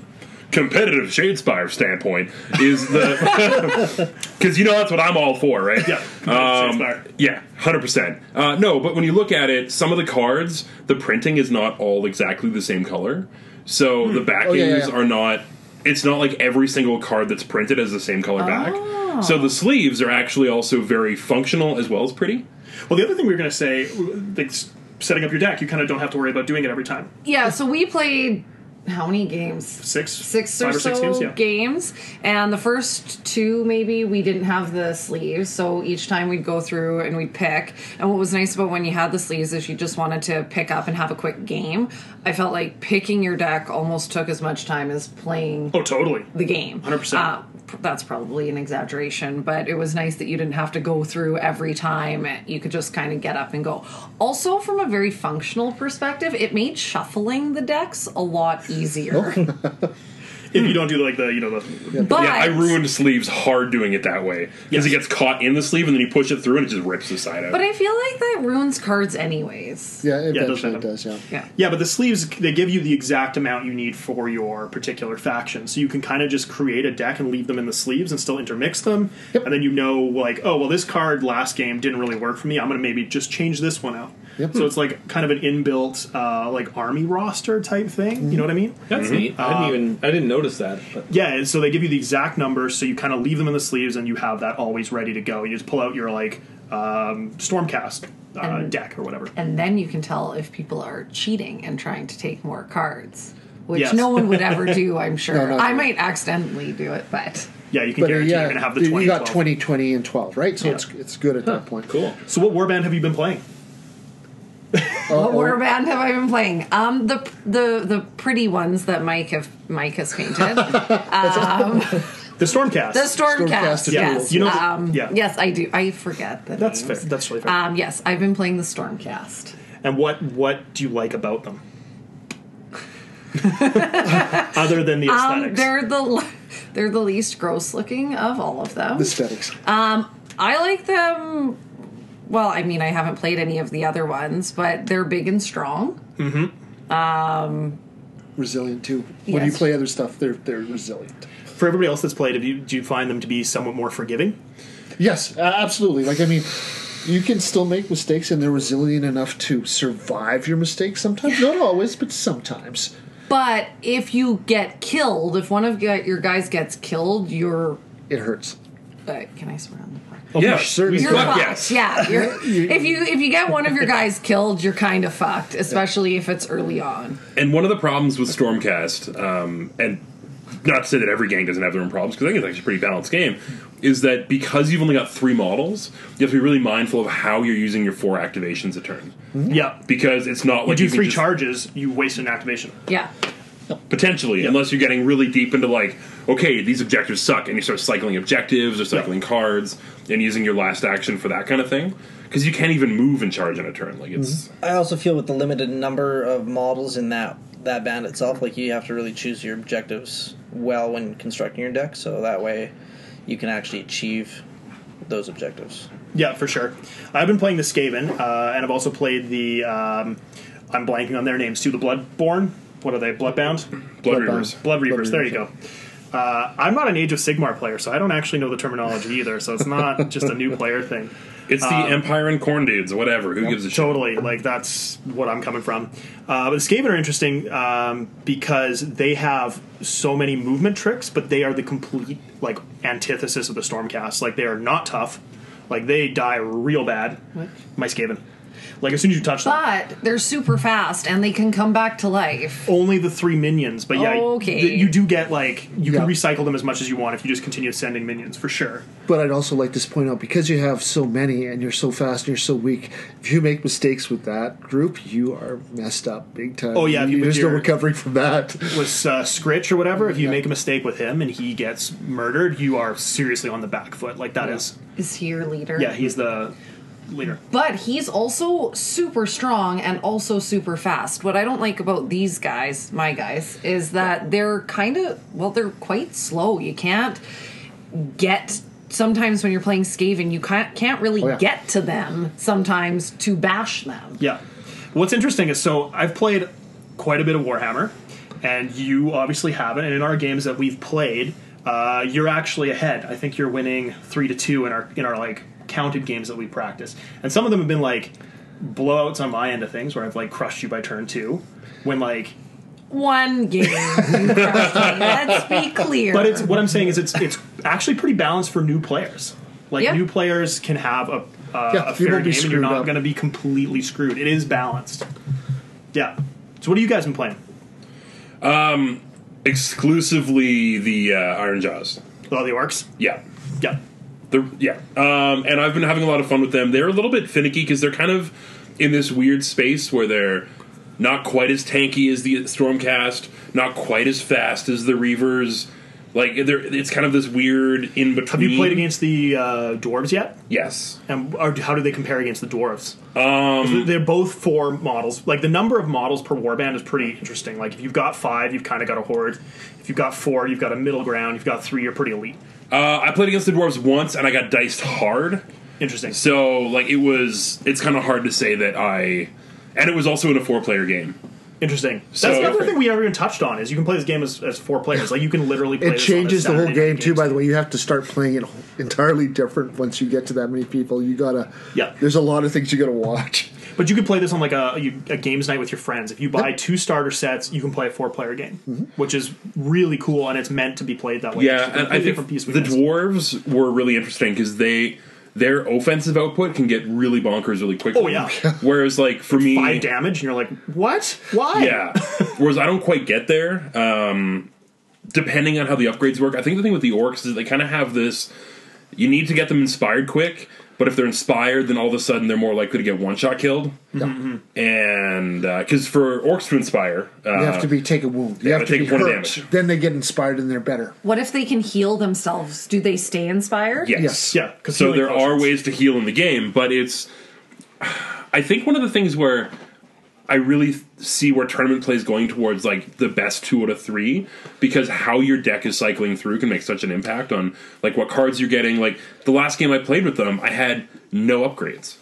Speaker 1: competitive Shadespire standpoint, is the because you know that's what I'm all for, right?
Speaker 2: Yeah.
Speaker 1: Um,
Speaker 2: Shadespire.
Speaker 1: yeah, hundred percent. Uh, no, but when you look at it, some of the cards, the printing is not all exactly the same color, so
Speaker 2: Hmm.
Speaker 1: the backings
Speaker 3: Oh, yeah, yeah, yeah.
Speaker 1: are not. It's not like every single card that's printed has the same color
Speaker 3: Oh.
Speaker 1: back. So the sleeves are actually also very functional as well as pretty.
Speaker 2: Well, the other thing we were going to say, like s- setting up your deck, you kind of don't have to worry about doing it every time.
Speaker 5: Yeah, so we played how many games?
Speaker 2: Six,
Speaker 5: Six or
Speaker 2: five
Speaker 5: so
Speaker 2: or six games. Yeah.
Speaker 5: games, and the first two maybe we didn't have the sleeves, so each time we'd go through and we'd pick. And what was nice about when you had the sleeves is you just wanted to pick up and have a quick game. I felt like picking your deck almost took as much time as playing
Speaker 2: Oh, totally.
Speaker 5: the game.
Speaker 2: 100%.
Speaker 5: Uh, pr- that's probably an exaggeration, but it was nice that you didn't have to go through every time. You could just kind of get up and go. Also, from a very functional perspective, it made shuffling the decks a lot easier.
Speaker 2: If you don't do like the you know the
Speaker 5: but
Speaker 1: Yeah, I ruined sleeves hard doing it that way because
Speaker 2: Yes.
Speaker 1: it gets caught in the sleeve and then you push it through and it just rips the side out.
Speaker 5: But I feel like that ruins cards, anyways.
Speaker 3: Yeah,
Speaker 2: does
Speaker 3: eventually
Speaker 2: that.
Speaker 3: it does. Yeah.
Speaker 5: Yeah.
Speaker 2: yeah, but the sleeves they give you the exact amount you need for your particular faction, so you can kind of just create a deck and leave them in the sleeves and still intermix them, and then you know like oh well this card last game didn't really work for me, I'm gonna maybe just change this one out.
Speaker 3: Yep.
Speaker 2: So it's like kind of an inbuilt uh, like army roster type thing.
Speaker 3: Mm-hmm.
Speaker 2: You know what I mean?
Speaker 6: That's neat.
Speaker 2: Uh,
Speaker 6: I didn't even I didn't notice that. But
Speaker 2: Yeah, and so they give you the exact number, so you kind of leave them in the sleeves, and you have that always ready to go. You just pull out your like um, stormcast uh,
Speaker 3: Mm-hmm.
Speaker 5: And-
Speaker 2: deck or whatever.
Speaker 5: And then you can tell if people are cheating and trying to take more cards, which
Speaker 2: Yes.
Speaker 5: no one would ever do, I'm sure.
Speaker 3: no,
Speaker 5: I
Speaker 3: no.
Speaker 5: might accidentally do it, but.
Speaker 2: Yeah, you can
Speaker 3: But uh,
Speaker 2: guarantee
Speaker 3: yeah,
Speaker 2: you're gonna have the
Speaker 3: you-
Speaker 2: 20,
Speaker 3: you got
Speaker 2: 12.
Speaker 3: 20, 20, and 12, right? So
Speaker 2: Yeah.
Speaker 3: it's it's good at that point.
Speaker 6: cool.
Speaker 2: So what warband have you been playing?
Speaker 3: Uh,
Speaker 5: What war band have I been playing? Um, the the the pretty ones that Mike have Mike has painted.
Speaker 2: The Stormcast.
Speaker 5: The Stormcast.
Speaker 3: Stormcast
Speaker 2: Yeah.
Speaker 5: Yes.
Speaker 2: You know-
Speaker 5: um,
Speaker 2: yeah.
Speaker 5: Yes, I do. I forget that.
Speaker 2: That's fair. That's really fair.
Speaker 5: Um, yes, I've been playing the Stormcast.
Speaker 2: and what what do you like about them? Other than the
Speaker 5: Um,
Speaker 2: aesthetics.
Speaker 5: they're the le- they're the least gross looking of all of them.
Speaker 3: aesthetics.
Speaker 5: I like them. Well, I mean, I haven't played any of the other ones, but they're big and strong.
Speaker 3: resilient too. When you
Speaker 5: Yes.
Speaker 3: play other stuff, they're they're resilient.
Speaker 2: For everybody else that's played, have you, do you find them to be somewhat more forgiving?
Speaker 3: Yes, a- absolutely. Like I mean, you can still make mistakes, and they're resilient enough to survive your mistakes. Sometimes, not always, but sometimes.
Speaker 5: But if you get killed, if one of y- your guys gets killed, you're.
Speaker 3: It hurts.
Speaker 5: Uh, can I swear on the part?
Speaker 2: Oh,
Speaker 1: yeah,
Speaker 3: certainly.
Speaker 5: You're
Speaker 1: Fuck
Speaker 5: fucked.
Speaker 1: yes.
Speaker 5: Yeah. You're, if you if you get one of your guys killed, you're kind of fucked, especially if it's early on.
Speaker 1: And one of the problems with Stormcast, um, and not to say that every gang doesn't have their own problems, because I think it's actually a pretty balanced game, is that because you've only got three models, you have to be really mindful of how you're using your four activations a turn.
Speaker 2: Yeah.
Speaker 1: Because it's not
Speaker 2: You
Speaker 1: like
Speaker 2: do
Speaker 1: can
Speaker 2: three
Speaker 1: just-
Speaker 2: charges, you waste an activation.
Speaker 5: Yeah.
Speaker 1: potentially, unless you're getting really deep into like, okay, these objectives suck, and you start cycling objectives or cycling cards and using your last action for that kind of thing. Because you can't even move and charge in a turn. Like it's
Speaker 2: Mm-hmm.
Speaker 4: I also feel with the limited number of models in that that band itself, like you have to really choose your objectives well when constructing your deck, so that way you can actually achieve those objectives.
Speaker 2: Yeah, for sure. I've been playing the Skaven, uh, and I've also played the. Um, I'm blanking on their names too. The Bloodborne. What are they? Bloodbound.
Speaker 1: blood
Speaker 3: Bloodbound.
Speaker 1: rivers.
Speaker 2: Blood Reapers. There you go. Uh, I'm not an Age of Sigmar player, so I don't actually know the terminology either. So it's not just a new player thing.
Speaker 1: It's the
Speaker 2: Uh,
Speaker 1: Empire and Corn dudes, whatever. Who gives a shit?
Speaker 2: Totally, like that's what I'm coming from. Uh, but the Skaven are interesting um, because they have so many movement tricks, but they are the complete like antithesis of the Stormcast. Like they are not tough. Like they die real bad. My Skaven. Like as soon as you touch them,
Speaker 5: But they're super fast and they can come back to life.
Speaker 2: only the three minions. But yeah,
Speaker 5: Okay.
Speaker 2: th- you do get like you
Speaker 3: Yeah.
Speaker 2: can recycle them as much as you want if you just continue sending minions for sure.
Speaker 3: But I'd also like to point out because you have so many and you're so fast and you're so weak, if you make mistakes with that group, you are messed up big time.
Speaker 2: Oh, yeah, if you-
Speaker 3: there's
Speaker 2: if
Speaker 3: no
Speaker 2: you're-
Speaker 3: recovering from that.
Speaker 2: Was uh, Scritch or whatever? If you
Speaker 3: Yeah.
Speaker 2: make a mistake with him and he gets murdered, you are seriously on the back foot. Like that is.
Speaker 5: Is he your leader?
Speaker 2: Yeah, he's the leader.
Speaker 5: But he's also super strong and also super fast. What I don't like about these guys, my guys, is that they're kind of, well, they're quite slow. You can't get. Sometimes when you're playing Skaven, you can't, can't really
Speaker 3: Oh, yeah.
Speaker 5: get to them sometimes to bash them.
Speaker 2: Yeah. What's interesting is so I've played quite a bit of Warhammer, and you obviously haven't. And in our games that we've played, uh, you're actually ahead. I think you're winning three to two in our in our like counted games that we practice. And some of them have been like blowouts on my end of things where I've like crushed you by turn two. When like
Speaker 5: One game. you crushed me. Let's be clear.
Speaker 2: But it's what I'm saying is it's it's actually pretty balanced for new players. Like
Speaker 5: Yeah.
Speaker 2: new players can have a uh,
Speaker 3: Yeah,
Speaker 2: a fair
Speaker 3: you won't be
Speaker 2: game, and you're
Speaker 3: screwed
Speaker 2: not
Speaker 3: up.
Speaker 2: going to be completely screwed. It is balanced. Yeah. So what have you guys been playing?
Speaker 1: exclusively the uh, Iron Jaws.
Speaker 2: Oh, the orcs.
Speaker 1: Yeah.
Speaker 2: Yeah.
Speaker 1: They're, yeah. Um, and I've been having a lot of fun with them. They're a little bit finicky because they're kind of in this weird space where they're not quite as tanky as the Stormcast, not quite as fast as the Reavers. Like, they're, it's kind of this weird in between.
Speaker 2: Have you played against the uh, dwarves yet?
Speaker 1: Yes.
Speaker 2: And or how do they compare against the dwarves? Um, they're both four models. Like the number of models per warband is pretty interesting. Like if you've got five, you've kind of got a horde. If you've got four, you've got a middle ground. You've got three, you're pretty elite.
Speaker 1: Uh, I played against the Dwarves once and I got diced hard.
Speaker 2: Interesting.
Speaker 1: So, like, it was. It's kind of hard to say that I. And it was also in a four player game.
Speaker 2: Interesting.
Speaker 1: So-
Speaker 2: That's another thing we never even touched on is you can play this game as, as four players. Like you can literally play
Speaker 3: It
Speaker 2: this
Speaker 3: changes the
Speaker 2: on a
Speaker 3: whole
Speaker 2: Saturday
Speaker 3: game
Speaker 2: night
Speaker 3: too. By
Speaker 2: games.
Speaker 3: the way, you have to start playing it entirely different once you get to that many people. You gotta.
Speaker 2: Yeah.
Speaker 3: There's a lot of things you gotta watch.
Speaker 2: But you could play this on like a, you- a games night with your friends. If you buy two starter sets, you can play a four player game,
Speaker 3: Mm-hmm.
Speaker 2: which is really cool and it's meant to be played that way. It's a
Speaker 1: Yeah, and
Speaker 2: completely
Speaker 1: I think
Speaker 2: different piece we
Speaker 1: the
Speaker 2: missed.
Speaker 1: dwarves were really interesting because they their offensive output can get really bonkers really quickly.
Speaker 2: Oh, yeah.
Speaker 1: Whereas like for me,
Speaker 2: five damage, and you're like, what? Why?
Speaker 1: yeah. Whereas I don't quite get there. Um, depending on how the upgrades work, I think the thing with the orcs is they kind of have this. You need to get them inspired quick, But if they're inspired, then all of a sudden they're more likely to get one shot killed. And because for orcs to inspire, uh,
Speaker 3: You have to be take a wound. You
Speaker 1: yeah,
Speaker 3: have to
Speaker 1: take
Speaker 3: be
Speaker 1: one
Speaker 3: hurt.
Speaker 1: damage.
Speaker 3: Then they get inspired and they're better.
Speaker 5: What if they can heal themselves? Do they stay inspired?
Speaker 1: yes,
Speaker 3: Yes.
Speaker 2: Yeah, 'cause
Speaker 1: So
Speaker 2: healing
Speaker 1: there are
Speaker 2: potions.
Speaker 1: ways to heal in the game, but it's. I think one of the things where I really th- see where tournament play is going towards, like the best two out of three, because how your deck is cycling through can make such an impact on like what cards you're getting. Like the last game I played with them, I had no upgrades.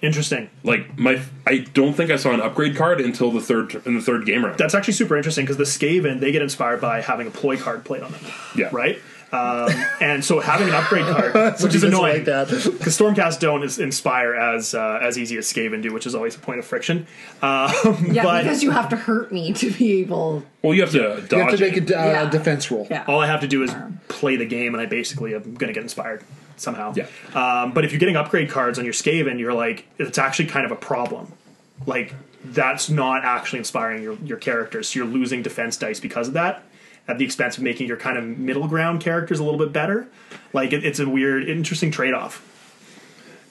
Speaker 2: Interesting.
Speaker 1: Like my, I don't think I saw an upgrade card until the third in the third game round.
Speaker 2: That's actually super interesting because the Skaven they get inspired by having a ploy card played on them,
Speaker 1: yeah,
Speaker 2: right? Um, and so having an upgrade card, which is
Speaker 3: Something
Speaker 2: annoying,
Speaker 3: like that.
Speaker 2: because Stormcast don't is- inspire as uh, as easy as Skaven do, which is always a point of friction. Um,
Speaker 5: Yeah,
Speaker 2: but
Speaker 5: because you have to hurt me to be able.
Speaker 1: Well, you have to dodge.
Speaker 3: You have to
Speaker 1: it.
Speaker 3: make a d- uh,
Speaker 5: Yeah.
Speaker 3: defense roll.
Speaker 5: Yeah.
Speaker 2: all I have to do is play the game, and I basically am going to get inspired somehow.
Speaker 1: Yeah.
Speaker 2: Um, but if you're getting upgrade cards on your Skaven, you're like, it's actually kind of a problem. Like that's not actually inspiring your your characters. So you're losing defense dice because of that, at the expense of making your kind of middle ground characters a little bit better. Like it, it's a weird, interesting trade off.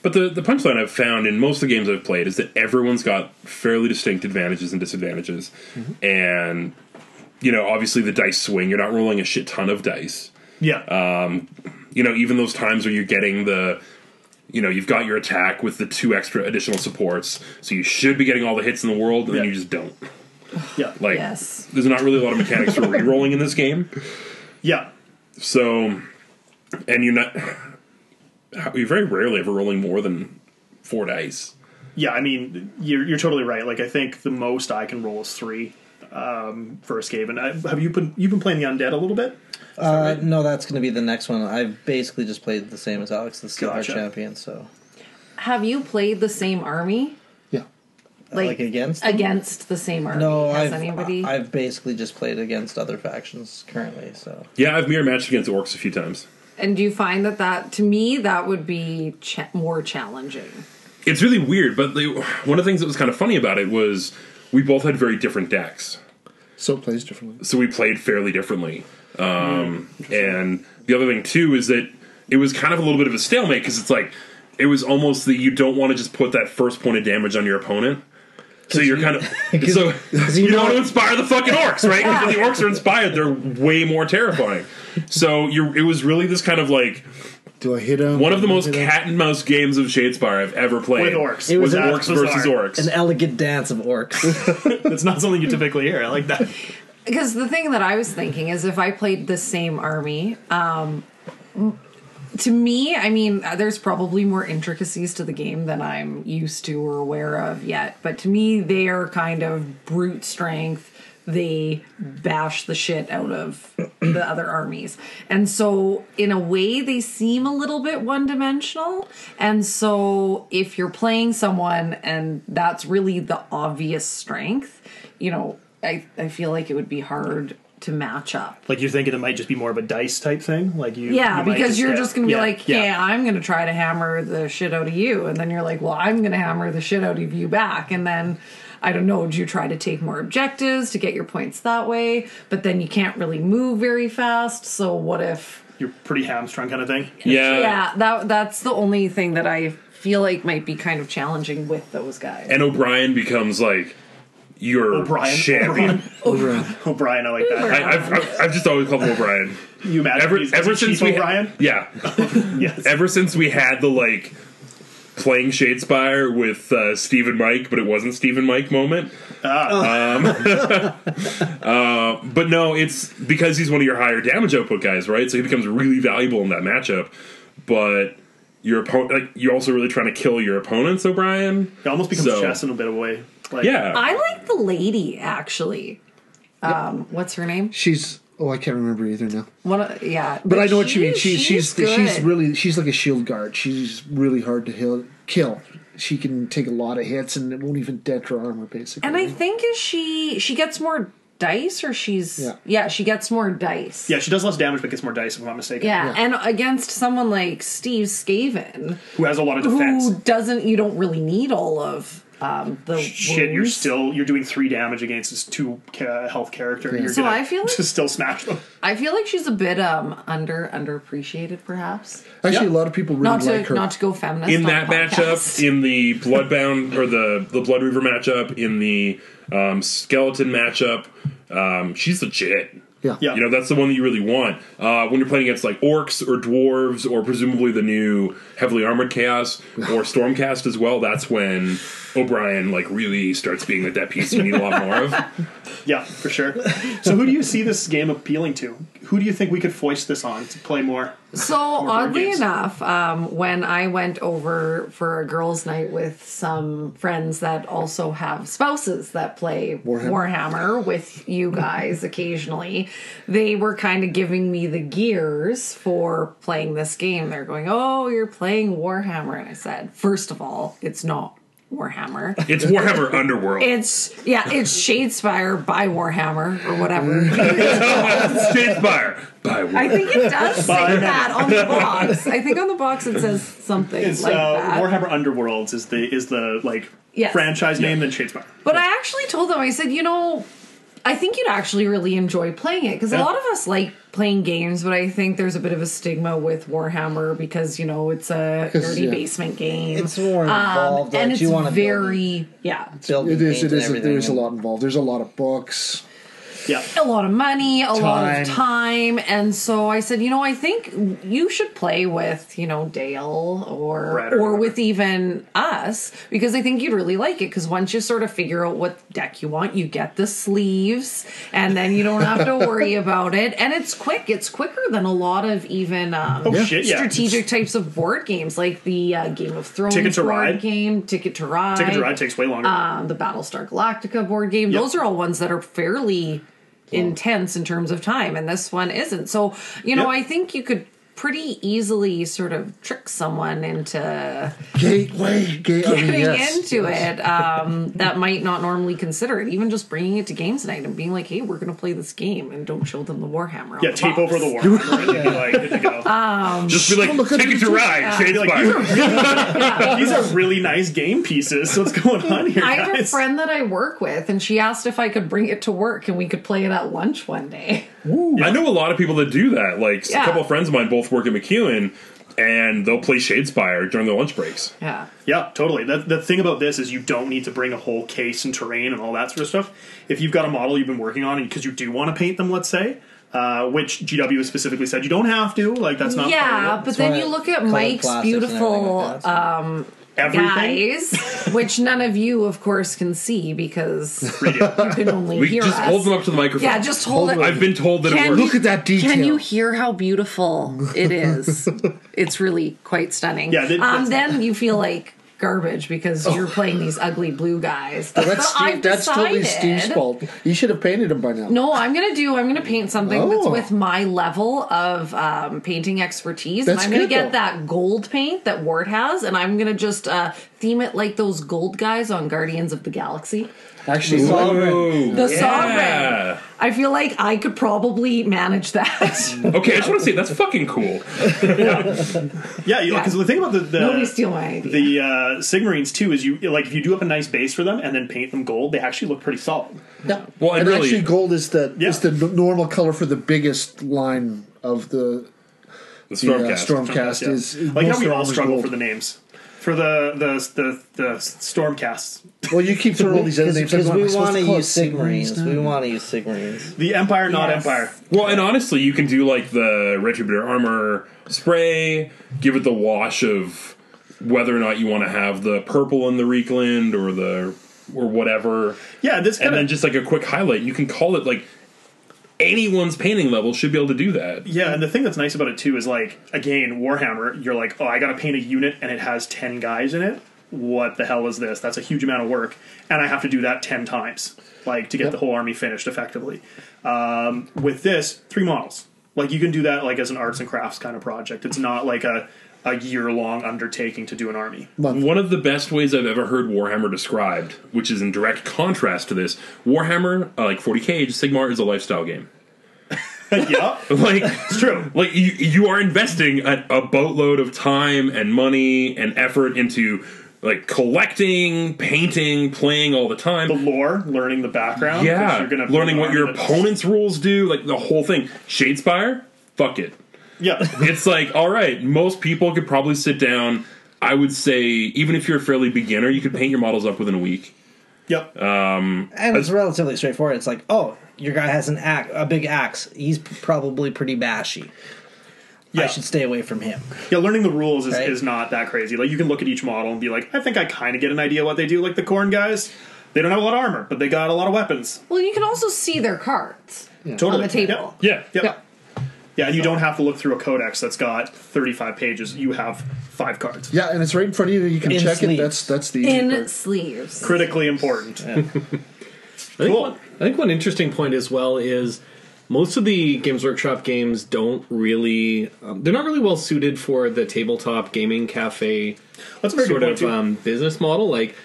Speaker 1: But the, the punchline I've found in most of the games I've played is that everyone's got fairly distinct advantages and disadvantages. And, you know, obviously the dice swing, you're not rolling a shit ton of dice.
Speaker 2: Yeah.
Speaker 1: Uh, You know, even those times where you're getting the, you know, you've got your attack with the two extra additional supports, so you should be getting all the hits in the world, and then
Speaker 2: Yeah.
Speaker 1: you just don't.
Speaker 2: yeah.
Speaker 1: Like,
Speaker 5: Yes.
Speaker 1: there's not really a lot of mechanics for rerolling in this game.
Speaker 2: yeah.
Speaker 1: So, and you're not, you're very rarely ever rolling more than four dice.
Speaker 2: Yeah, I mean, you're, you're totally right. Like, I think the most I can roll is three um, for a Skaven. I, have you been you've been playing the undead a little bit?
Speaker 4: Uh, no, that's going to be the next one. I've basically just played the same as Alex, the Steel
Speaker 2: Gotcha.
Speaker 4: champion. So
Speaker 5: Have you played the same army?
Speaker 3: Yeah.
Speaker 4: Like against them?
Speaker 5: against the same army?
Speaker 4: no,
Speaker 5: Has
Speaker 4: I've
Speaker 5: anybody?
Speaker 4: I've basically just played against other factions currently. So
Speaker 1: Yeah, I've mirror matched against orcs a few times.
Speaker 5: and do you find that that to me that would be cha- more challenging?
Speaker 1: It's really weird, but they, one of the things that was kind of funny about it was we both had very different decks,
Speaker 3: So it plays differently.
Speaker 1: so we played fairly differently. Um, and the other thing too is that it was kind of a little bit of a stalemate because it's like it was almost the you don't want to just put that first point of damage on your opponent. So you're kind of so you, don't want to inspire the fucking orcs, right? Because when the orcs are inspired, they're way more terrifying. So you're it was really this kind of like
Speaker 3: Do I hit him?
Speaker 1: one of the most
Speaker 3: Hit him?
Speaker 1: cat and mouse games of Shadespire I've ever played.
Speaker 2: With orcs.
Speaker 4: It was
Speaker 1: with
Speaker 4: an-
Speaker 1: orcs versus orcs.
Speaker 4: an elegant dance of orcs.
Speaker 2: That's not something you typically hear. I like that.
Speaker 5: Because the thing that I was thinking is if I played the same army, um, to me, I mean, uh, there's probably more intricacies to the game than I'm used to or aware of yet. But to me, they are kind of brute strength. They bash the shit out of the other armies. And so, in a way, they seem a little bit one dimensional. And so, if you're playing someone and that's really the obvious strength, you know, I, I feel like it would be hard to match up.
Speaker 2: Like you're thinking it might just be more of a dice type thing. Like you,
Speaker 5: Yeah,
Speaker 2: you might
Speaker 5: because you're
Speaker 2: yeah.
Speaker 5: just going to be
Speaker 2: Yeah,
Speaker 5: like, yeah, I'm going to try to hammer the shit out of you. And then you're like, well, I'm going to hammer the shit out of you back. And then, I don't know, do you try to take more objectives to get your points that way? But then you can't really move very fast. So what if.
Speaker 2: you're pretty hamstrung kind of thing.
Speaker 1: Yeah.
Speaker 5: yeah, that that's the only thing that I feel like might be kind of challenging with those guys.
Speaker 1: And O'Brien becomes like your
Speaker 2: O'Brien,
Speaker 1: champion.
Speaker 5: Oh,
Speaker 2: O'Brien, O'Brien, I like that.
Speaker 1: I, I've, I've, I've just always called him O'Brien.
Speaker 2: You imagine
Speaker 1: Ever,
Speaker 2: he's-
Speaker 1: ever
Speaker 2: he's
Speaker 1: since
Speaker 2: Chief
Speaker 1: we
Speaker 2: O'Brien?
Speaker 1: yeah,
Speaker 2: Yes.
Speaker 1: ever since we had the like playing Shadespire with uh, Steve and Mike, but it wasn't Steve and Mike moment. Um, uh, but no, it's because he's one of your higher damage output guys, right? So he becomes really valuable in that matchup. But your opponent, like you're also really trying to kill your opponents, O'Brien.
Speaker 2: it almost becomes
Speaker 1: So-
Speaker 2: chess in a bit of a way. Like,
Speaker 1: Yeah,
Speaker 5: I like the lady actually. Um, what's her name?
Speaker 3: She's. Oh, I can't remember either now.
Speaker 5: One, of- yeah,
Speaker 3: But I know what you mean. She, she's she's,
Speaker 5: good.
Speaker 3: really she's like a shield guard. She's really hard to heal, kill. She can take a lot of hits and it won't even dent her armor basically.
Speaker 5: And I think is she she gets more dice or she's
Speaker 3: Yeah.
Speaker 5: yeah, she gets more dice.
Speaker 2: yeah, she does less damage but gets more dice if I'm not mistaken.
Speaker 5: Yeah, and against someone like Steve Skaven,
Speaker 2: who has a lot of defense.
Speaker 5: who doesn't, you don't really need all of um, the
Speaker 2: Shit, you're
Speaker 5: wounds.
Speaker 2: still you're doing three damage against this two ca- health character. You're
Speaker 5: So
Speaker 2: gonna
Speaker 5: I feel like-
Speaker 2: just still smash them.
Speaker 5: I feel like she's a bit um under underappreciated, perhaps.
Speaker 3: Actually,
Speaker 2: Yeah.
Speaker 3: a lot of people really
Speaker 5: Not to
Speaker 3: like her.
Speaker 5: not to go feminist
Speaker 1: in
Speaker 5: on
Speaker 1: that
Speaker 5: the podcast.
Speaker 1: matchup, in the Bloodbound or the the Blood Reaver matchup, in the um, Skeleton matchup, um, she's legit.
Speaker 3: yeah.
Speaker 2: Yeah.
Speaker 1: You know, that's the one that you really want. Uh, when you're playing against like orcs or dwarves or presumably the new heavily armored chaos or stormcast as well, that's when O'Brien like really starts being like that piece you need a lot more of.
Speaker 2: Yeah, for sure. So who do you see this game appealing to? Who do you think we could foist this on to play more?
Speaker 5: So
Speaker 2: board
Speaker 5: oddly
Speaker 2: games.
Speaker 5: enough, um, when I went over for a girls' night with some friends that also have spouses that play Warhammer, with you guys occasionally, they were kind of giving me the gears for playing this game. They're going, "Oh, you're playing Warhammer," and I said, first of all, it's not Warhammer."
Speaker 1: It's Warhammer Underworld.
Speaker 5: It's yeah, it's Shadespire by Warhammer or whatever.
Speaker 1: Oh, Shadespire by
Speaker 5: I
Speaker 1: Warhammer.
Speaker 5: think it does
Speaker 2: By-
Speaker 5: say that on the box. I think on the box it says something
Speaker 2: It's
Speaker 5: like
Speaker 2: uh,
Speaker 5: that.
Speaker 2: Warhammer Underworlds is the is the like
Speaker 5: Yes.
Speaker 2: franchise name than Shadespire.
Speaker 5: But I actually told them I said, you know, I think you'd actually really enjoy playing it because a
Speaker 2: Yeah.
Speaker 5: lot of us like playing games, but I think there's a bit of a stigma with Warhammer because you know it's a dirty
Speaker 3: yeah.
Speaker 5: basement game. Um,
Speaker 4: It's more involved, like,
Speaker 5: and
Speaker 4: you
Speaker 5: it's
Speaker 4: wanna build
Speaker 5: very yeah.
Speaker 4: Building
Speaker 3: It is.
Speaker 4: paint
Speaker 3: It
Speaker 4: and
Speaker 3: is.
Speaker 4: everything
Speaker 3: There's a
Speaker 4: and-
Speaker 3: lot involved. There's a lot of books.
Speaker 2: Yeah.
Speaker 5: a lot of money, a lot
Speaker 3: Time.
Speaker 5: of time. And so I said, you know, I think you should play with, you know, Dale or
Speaker 2: Right,
Speaker 5: or
Speaker 2: right, right.
Speaker 5: with even us because I think you'd really like it because once you sort of figure out what deck you want, you get the sleeves and then you don't have to worry about it. And it's quick. It's quicker than a lot of even um
Speaker 2: Oh shit! Yeah.
Speaker 5: strategic types of board games like the uh, Game of Thrones
Speaker 2: Ticket to
Speaker 5: board
Speaker 2: Ride.
Speaker 5: game, Ticket to Ride.
Speaker 2: Ticket to Ride takes way longer.
Speaker 5: um, the Battlestar Galactica board game.
Speaker 2: Yep.
Speaker 5: Those are all ones that are fairly intense in terms of time, and this one isn't. So, you know,
Speaker 2: Yep.
Speaker 5: I think you could pretty easily sort of trick someone into
Speaker 3: Gateway. Gate.
Speaker 2: Mm,
Speaker 3: I mean,
Speaker 5: getting
Speaker 3: yes.
Speaker 5: into it um, that might not normally consider it. Even just bringing it to games night and being like, "Hey, we're going to play this game," and don't show them the Warhammer. on
Speaker 2: yeah,
Speaker 5: the
Speaker 2: tape
Speaker 5: box.
Speaker 2: over the Warhammer and you'd be like, good to go.
Speaker 5: Um,
Speaker 1: Just be
Speaker 3: Look
Speaker 1: like,
Speaker 3: at
Speaker 1: take
Speaker 3: the
Speaker 1: it to ride, Shadespire.
Speaker 2: These are really nice game pieces. What's going on here,
Speaker 5: I have a
Speaker 2: guys?
Speaker 5: friend that I work with, and she asked if I could bring it to work and we could play it at lunch one day.
Speaker 1: I know a lot of people that do that. Like
Speaker 5: Yeah.
Speaker 1: a couple of friends of mine both work at McEwen and they'll play Shadespire during their lunch breaks.
Speaker 5: Yeah.
Speaker 2: Yeah, totally. The, the thing about this is you don't need to bring a whole case and terrain and all that sort of stuff. If you've got a model you've been working on because you do want to paint them, let's say, uh, which GW has specifically said you don't have to. Like that's not
Speaker 5: yeah,
Speaker 2: part of
Speaker 5: but then
Speaker 4: why
Speaker 5: you look at
Speaker 4: colored
Speaker 5: Mike's
Speaker 4: plastics and everything
Speaker 5: beautiful
Speaker 4: like that, so-
Speaker 5: uh,
Speaker 2: it. everything.
Speaker 5: guys, which none of you, of course, can see because you can only
Speaker 1: We
Speaker 5: hear
Speaker 1: just
Speaker 5: us.
Speaker 1: hold them up to the microphone.
Speaker 5: yeah, just hold, it.
Speaker 1: I've been told that it
Speaker 5: Can
Speaker 1: works.
Speaker 5: you-
Speaker 3: Look at that detail.
Speaker 5: Can you hear how beautiful it is? it's really quite stunning.
Speaker 2: Yeah, that-
Speaker 5: um,
Speaker 2: that's-
Speaker 5: then you feel like garbage because you're playing these ugly blue guys.
Speaker 3: That's
Speaker 5: But
Speaker 3: Steve,
Speaker 5: I've
Speaker 3: that's totally
Speaker 5: decided-
Speaker 3: Steve's fault. You should have painted him by now.
Speaker 5: No, I'm gonna do. I'm gonna paint something that's
Speaker 3: Oh.
Speaker 5: with my level of um, painting expertise,
Speaker 3: That's
Speaker 5: and I'm gonna
Speaker 3: good,
Speaker 5: get
Speaker 3: though.
Speaker 5: that gold paint that Ward has, and I'm gonna just uh, theme it like those gold guys on Guardians of the Galaxy.
Speaker 3: Actually, uh,
Speaker 1: Ooh,
Speaker 5: The I feel like I could probably manage that.
Speaker 1: Okay, I just want to say that's fucking cool.
Speaker 2: Yeah, because the thing about the
Speaker 5: Nobody
Speaker 2: the,
Speaker 5: steal my idea.
Speaker 2: the uh, Sigmarines too is you like if you do up a nice base for them and then paint them gold, they actually look pretty solid.
Speaker 3: Yeah.
Speaker 1: Well, and
Speaker 3: and
Speaker 1: really-
Speaker 3: actually, gold is the
Speaker 2: Yeah.
Speaker 3: is the n- normal color for the biggest line of the,
Speaker 1: The
Speaker 3: the, uh,
Speaker 1: Stormcast.
Speaker 3: Stormcast
Speaker 2: Yeah.
Speaker 3: is
Speaker 2: like how
Speaker 3: most
Speaker 2: we
Speaker 3: of
Speaker 2: all
Speaker 3: them is
Speaker 2: struggle
Speaker 3: gold.
Speaker 2: for the names for the the the, the stormcasts.
Speaker 3: Well, you keep throwing all these other names.
Speaker 4: Because
Speaker 3: I'm
Speaker 4: we
Speaker 3: supposed
Speaker 4: want to
Speaker 3: call it
Speaker 4: use Sigmarines.
Speaker 3: now?
Speaker 4: We want to use Sigmarines.
Speaker 2: The Empire, not
Speaker 5: Yes.
Speaker 2: Empire.
Speaker 1: well, and honestly, you can do like the Retributor armor spray, give it the wash of whether or not you want to have the purple in the Reekland or the or whatever,
Speaker 2: Yeah, this
Speaker 1: and
Speaker 2: kind
Speaker 1: then
Speaker 2: of
Speaker 1: just like a quick highlight. You can call it like anyone's painting level should be able to do that.
Speaker 2: yeah, and the thing that's nice about it too is like again Warhammer. You're like, oh, I got to paint a unit and it has ten guys in it. What the hell is this? That's a huge amount of work, and I have to do that ten times, like to get the whole army finished effectively. Um, with this, three models. Like you can do that like as an arts and crafts kind of project. It's not like a a year long undertaking to do an army.
Speaker 1: One of the best ways I've ever heard Warhammer described, which is in direct contrast to this, Warhammer, uh, like 40k Age of Sigmar, is a lifestyle game.
Speaker 2: yeah,
Speaker 1: Like
Speaker 2: it's true.
Speaker 1: like you, you are investing a, a boatload of time and money and effort into like collecting, painting, playing all the time.
Speaker 2: The lore, learning the background. 'cause
Speaker 1: yeah,
Speaker 2: you're gonna build
Speaker 1: learning
Speaker 2: an
Speaker 1: what your
Speaker 2: army that's-
Speaker 1: opponent's rules do, like the whole thing. Shadespire, fuck it.
Speaker 2: Yeah,
Speaker 1: It's like all right, most people could probably sit down. I would say even if you're a fairly beginner, you could paint your models up within a week.
Speaker 2: yep.
Speaker 4: And it's relatively straightforward. It's like, oh, your guy has an axe, a big axe. He's p- probably pretty bashy. I
Speaker 2: Yeah.
Speaker 4: should stay away from him.
Speaker 2: Yeah, learning the rules is,
Speaker 4: Right.
Speaker 2: is not that crazy. Like you can look at each model and be like, I think I kind of get an idea what they do. Like the corn guys, they don't have a lot of armor, but they got a lot of weapons.
Speaker 5: Well, you can also see their cards
Speaker 2: Totally.
Speaker 5: on the table.
Speaker 2: Yep.
Speaker 1: Yeah,
Speaker 2: Yep.
Speaker 5: Yeah.
Speaker 2: Yeah. and you don't have to look through a codex that's got 35 pages. You have five cards.
Speaker 3: Yeah, and it's right in front of you. You can
Speaker 4: In
Speaker 3: check
Speaker 4: sleeves.
Speaker 3: it. That's that's the easy
Speaker 5: In
Speaker 3: part.
Speaker 5: sleeves.
Speaker 2: Critically important.
Speaker 6: I think,
Speaker 2: Cool.
Speaker 6: one, I think one interesting point as well is most of the Games Workshop games don't really, um, they're not really well suited for the tabletop gaming cafe
Speaker 2: That's a very
Speaker 6: sort
Speaker 2: good point, too.
Speaker 6: of um, business model. Like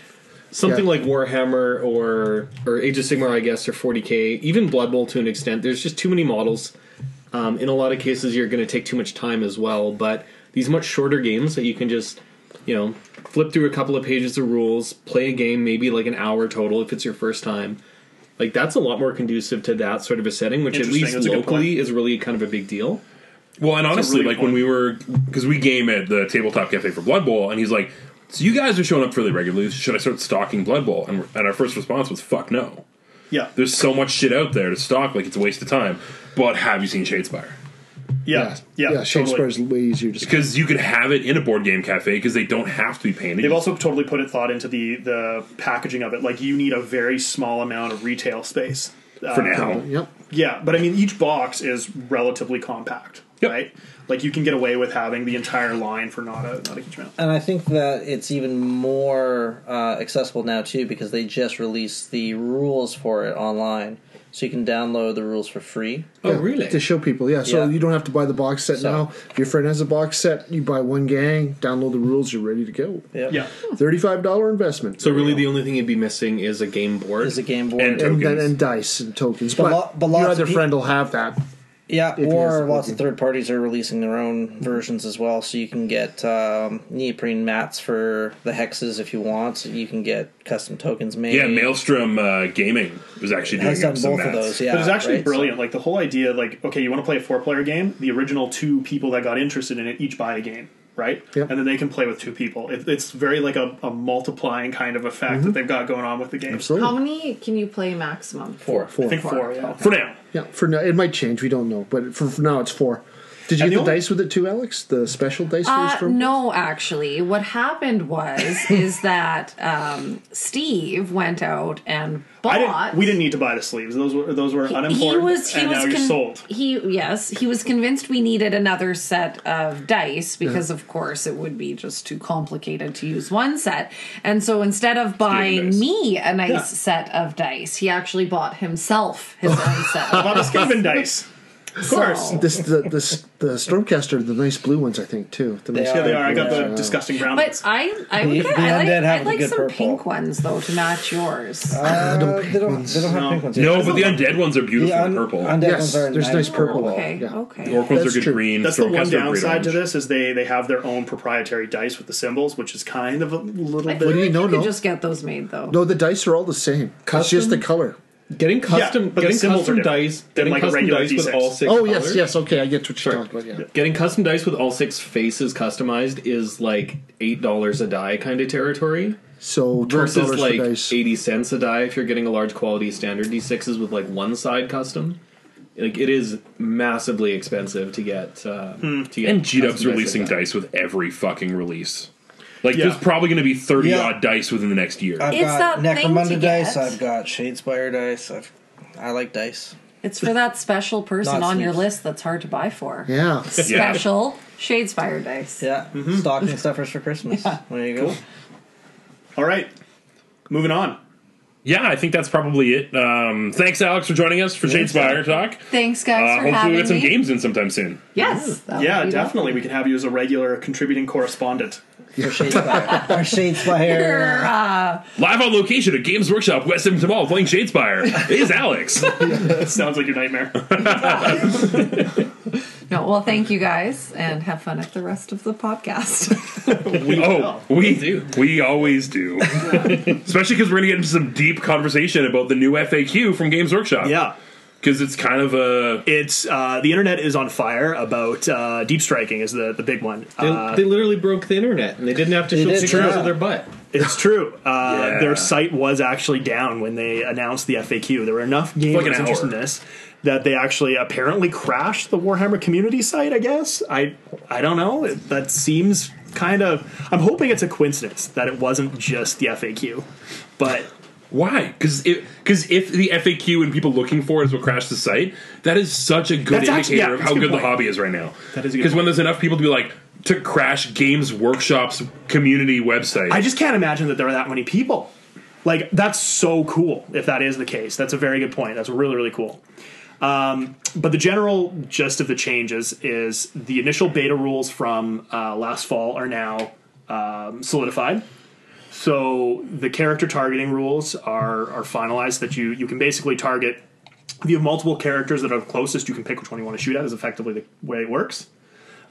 Speaker 6: something
Speaker 3: Yeah.
Speaker 6: like Warhammer or or Age of Sigmar, I guess, or 40k, even Blood Bowl to an extent. There's just too many models. Um, in a lot of cases, you're going to take too much time as well. But these much shorter games that you can just, you know, flip through a couple of pages of rules, play a game, maybe like an hour total if it's your first time. Like that's a lot more conducive to that sort of a setting, which at
Speaker 2: Interesting,
Speaker 6: least
Speaker 2: that's a good
Speaker 6: locally is really kind of a big deal.
Speaker 1: Well, and honestly,
Speaker 2: really good
Speaker 1: like when
Speaker 2: point.
Speaker 1: we were, because we game at the tabletop cafe for Blood Bowl, and he's like, "So you guys are showing up fairly regularly. Should I start stocking Blood Bowl?" And, and our first response was, "Fuck no.
Speaker 2: Yeah.
Speaker 1: There's so much shit out there to stock. Like it's a waste of time." But have you seen Shadespire?
Speaker 2: Yeah. Yeah.
Speaker 3: yeah.
Speaker 2: totally.
Speaker 3: Shakespeare's way easier to. Speak.
Speaker 1: Because you could have it in a board game cafe because they don't have to be painted.
Speaker 2: They've also totally put a thought into the, the packaging of it. Like, you need a very small amount of retail space. Uh,
Speaker 1: for now.
Speaker 3: Yep.
Speaker 2: Yeah, but I mean, each box is relatively compact,
Speaker 1: Yep.
Speaker 2: right? Like you can get away with having the entire line for not a not a huge amount.
Speaker 4: And I think that it's even more uh, accessible now too because they just released the rules for it online, so you can download the rules for free.
Speaker 6: Oh,
Speaker 3: Yeah, To show people, yeah. So
Speaker 4: Yeah.
Speaker 3: you don't have to buy the box set
Speaker 4: So-
Speaker 3: now. If your friend has a box set, you buy one gang, download the rules, you're ready to go.
Speaker 4: Yep.
Speaker 2: Yeah,
Speaker 3: Thirty-five dollar investment.
Speaker 6: So really, the only thing you'd be missing is a game board.
Speaker 4: Is a game board.
Speaker 1: And-
Speaker 3: and then
Speaker 1: tokens.
Speaker 3: and dice and tokens.
Speaker 4: But
Speaker 3: But,
Speaker 4: lo- but lots
Speaker 3: your
Speaker 4: of
Speaker 3: other
Speaker 4: peop-
Speaker 3: friend will have that.
Speaker 4: Yeah,
Speaker 3: he has
Speaker 4: or
Speaker 3: the
Speaker 4: lots
Speaker 3: cookie.
Speaker 4: of third parties are releasing their own versions as well. So you can get um, neoprene mats for the hexes if you want. You can get custom tokens made.
Speaker 1: Yeah, Maelstrom uh, Gaming was actually doing
Speaker 4: has done
Speaker 1: up some
Speaker 4: both
Speaker 1: mats.
Speaker 4: of those. Yeah,
Speaker 2: but it's actually
Speaker 4: right? So-
Speaker 2: brilliant. Like the whole idea, like okay, you want to play a four player game. The original two people that got interested in it each buy a game, right?
Speaker 3: Yep.
Speaker 2: And then they can play with two people. It, it's very like a, a multiplying kind of effect that they've got going on with the game.
Speaker 3: Absolutely.
Speaker 5: How many can you play maximum?
Speaker 4: Four.
Speaker 2: I think four.
Speaker 5: Four,
Speaker 2: yeah.
Speaker 5: yeah.
Speaker 1: For now,
Speaker 3: Yeah, for now it might change. We don't know, but for, for now it's four. Did you
Speaker 2: And
Speaker 3: get
Speaker 2: the
Speaker 3: the
Speaker 2: only-
Speaker 3: dice with it too, Alex? The special dice for your
Speaker 5: Uh,
Speaker 3: storm?
Speaker 5: no, actually, what happened was is that um, Steve went out and bought.
Speaker 2: I didn't, we didn't need to buy the sleeves. Those were those were
Speaker 5: He
Speaker 2: unimportant.
Speaker 5: was. He
Speaker 2: and
Speaker 5: was.
Speaker 2: now you're
Speaker 5: con-
Speaker 2: sold.
Speaker 5: He yes. He was convinced we needed another set of dice because, of course, it would be just too complicated to use one set. And so instead of buying
Speaker 1: dice.
Speaker 5: me a nice
Speaker 2: Yeah.
Speaker 5: set of dice, he actually bought himself his own set.
Speaker 2: Not the Skaven dice.
Speaker 5: of
Speaker 2: course.
Speaker 3: This the this the Stormcaster, the nice blue ones, I think too. The nice
Speaker 4: are.
Speaker 2: Yeah, they are. I got
Speaker 3: blue
Speaker 2: the
Speaker 3: ones.
Speaker 2: disgusting brown
Speaker 5: But
Speaker 2: ones.
Speaker 5: I, I
Speaker 4: The-
Speaker 5: would,
Speaker 4: the
Speaker 5: I like,
Speaker 4: undead have
Speaker 5: I'd
Speaker 4: the
Speaker 5: like
Speaker 4: good
Speaker 5: some
Speaker 4: purple.
Speaker 5: pink ones though to match yours.
Speaker 4: Uh, they don't. They don't have
Speaker 2: No.
Speaker 4: pink ones.
Speaker 1: no, but the undead ones are beautiful
Speaker 4: Yeah,
Speaker 1: in
Speaker 4: un-
Speaker 1: purple.
Speaker 4: undead
Speaker 3: Yes,
Speaker 4: ones are
Speaker 3: there's nice purple.
Speaker 5: okay,
Speaker 3: yeah.
Speaker 5: okay.
Speaker 1: Orc ones are
Speaker 3: That's
Speaker 1: good
Speaker 3: true.
Speaker 1: green.
Speaker 2: That's the
Speaker 1: Stormcaster are
Speaker 2: one
Speaker 1: green
Speaker 2: downside to
Speaker 1: orange.
Speaker 2: this is they they have their own proprietary dice with the symbols, which is kind of a little
Speaker 5: I
Speaker 2: bit.
Speaker 5: feel like you
Speaker 3: no,
Speaker 5: could
Speaker 3: no.
Speaker 5: just get those made though.
Speaker 3: No, the dice are all the same. It's just the color.
Speaker 6: Getting custom,
Speaker 2: but the
Speaker 6: getting
Speaker 2: symbols are
Speaker 6: custom
Speaker 2: different
Speaker 6: dice,
Speaker 2: than,
Speaker 6: getting
Speaker 2: like, a
Speaker 6: custom
Speaker 2: regular
Speaker 6: dice with
Speaker 2: D6.
Speaker 6: all six.
Speaker 3: Oh yes,
Speaker 6: colors.
Speaker 3: yes, okay, I get what you're
Speaker 6: Sure.
Speaker 3: talking about. Yeah.
Speaker 6: Getting custom dice with all six faces customized is like eight dollars a die kind of territory
Speaker 3: So twelve
Speaker 6: versus
Speaker 3: dollars
Speaker 6: like
Speaker 3: for dice.
Speaker 6: eighty cents a die if you're getting a large quality standard D6s with like one side custom. Like it is massively expensive to get. Um, to get
Speaker 1: And G Dub's
Speaker 6: custom like
Speaker 1: releasing
Speaker 6: that.
Speaker 1: dice with every fucking release. Like
Speaker 2: Yeah.
Speaker 1: there's probably going to be thirty
Speaker 4: Yeah.
Speaker 1: odd dice within the next year.
Speaker 4: I've
Speaker 5: It's that
Speaker 4: got
Speaker 5: thing to
Speaker 4: Necromunda
Speaker 5: get.
Speaker 4: dice. I've got Shadespire dice. I've, I like dice.
Speaker 5: It's for that special person
Speaker 4: Not
Speaker 5: on your
Speaker 4: sleeves.
Speaker 5: list that's hard to buy for.
Speaker 3: yeah.
Speaker 5: Special Shadespire dice.
Speaker 4: Yeah,
Speaker 2: Mm-hmm.
Speaker 4: stocking stuffers for Christmas. There you go.
Speaker 2: All right, moving on.
Speaker 1: yeah, I think that's probably it. Um, thanks, Alex, for joining us for Shadespire Talk.
Speaker 5: Thanks guys
Speaker 1: Uh,
Speaker 5: for
Speaker 1: hopefully,
Speaker 5: having
Speaker 1: we get some
Speaker 5: me.
Speaker 1: games in sometime soon.
Speaker 5: Yes. that would
Speaker 2: yeah,
Speaker 5: be
Speaker 2: definitely, we can have you as a regular contributing correspondent.
Speaker 4: For Shadespire. For
Speaker 5: lovely.
Speaker 4: Shadespire.
Speaker 1: Live on location at Games Workshop West Edmonton Mall playing Shadespire is Alex.
Speaker 2: Sounds like your nightmare.
Speaker 5: No, well, thank you guys, and have fun at the rest of the podcast.
Speaker 1: oh, we do. We always do. Especially because we're going to get into some deep conversation about the new FAQ from Games Workshop.
Speaker 2: Yeah.
Speaker 1: Because it's kind of a.
Speaker 2: It's uh, the internet is on fire about uh, deep striking is the, the big one.
Speaker 6: They,
Speaker 2: Uh,
Speaker 6: they literally broke the internet, and they didn't have to show
Speaker 4: did,
Speaker 6: pictures
Speaker 4: yeah.
Speaker 6: of their butt.
Speaker 2: it's true. Uh,
Speaker 1: Yeah.
Speaker 2: Their site was actually down when they announced the FAQ. There were enough
Speaker 1: Like
Speaker 2: gamers
Speaker 1: an
Speaker 2: interested in
Speaker 1: hour.
Speaker 2: this that they actually apparently crashed the Warhammer community site. I guess I I don't know. It, that seems kind of. I'm hoping it's a coincidence that it wasn't just the FAQ, but
Speaker 1: Why? Because if the FAQ and people looking for it is what crashed the site, that is such a good
Speaker 2: That's
Speaker 1: indicator
Speaker 2: actually- yeah,
Speaker 1: of how
Speaker 2: that's a
Speaker 1: good,
Speaker 2: good
Speaker 1: the
Speaker 2: point.
Speaker 1: hobby is right now.
Speaker 2: That is a good
Speaker 1: Because when there's enough people to be like, to crash Games Workshop's community website.
Speaker 2: I just can't imagine that there are that many people. Like that's so cool. If that is the case, that's a very good point. That's really really cool. Um, but the general gist of the changes is the initial beta rules from uh, last fall are now um, solidified. So the character targeting rules are are finalized. That you you can basically target. If you have multiple characters that are closest, you can pick which one you want to shoot at. Is effectively the way it works.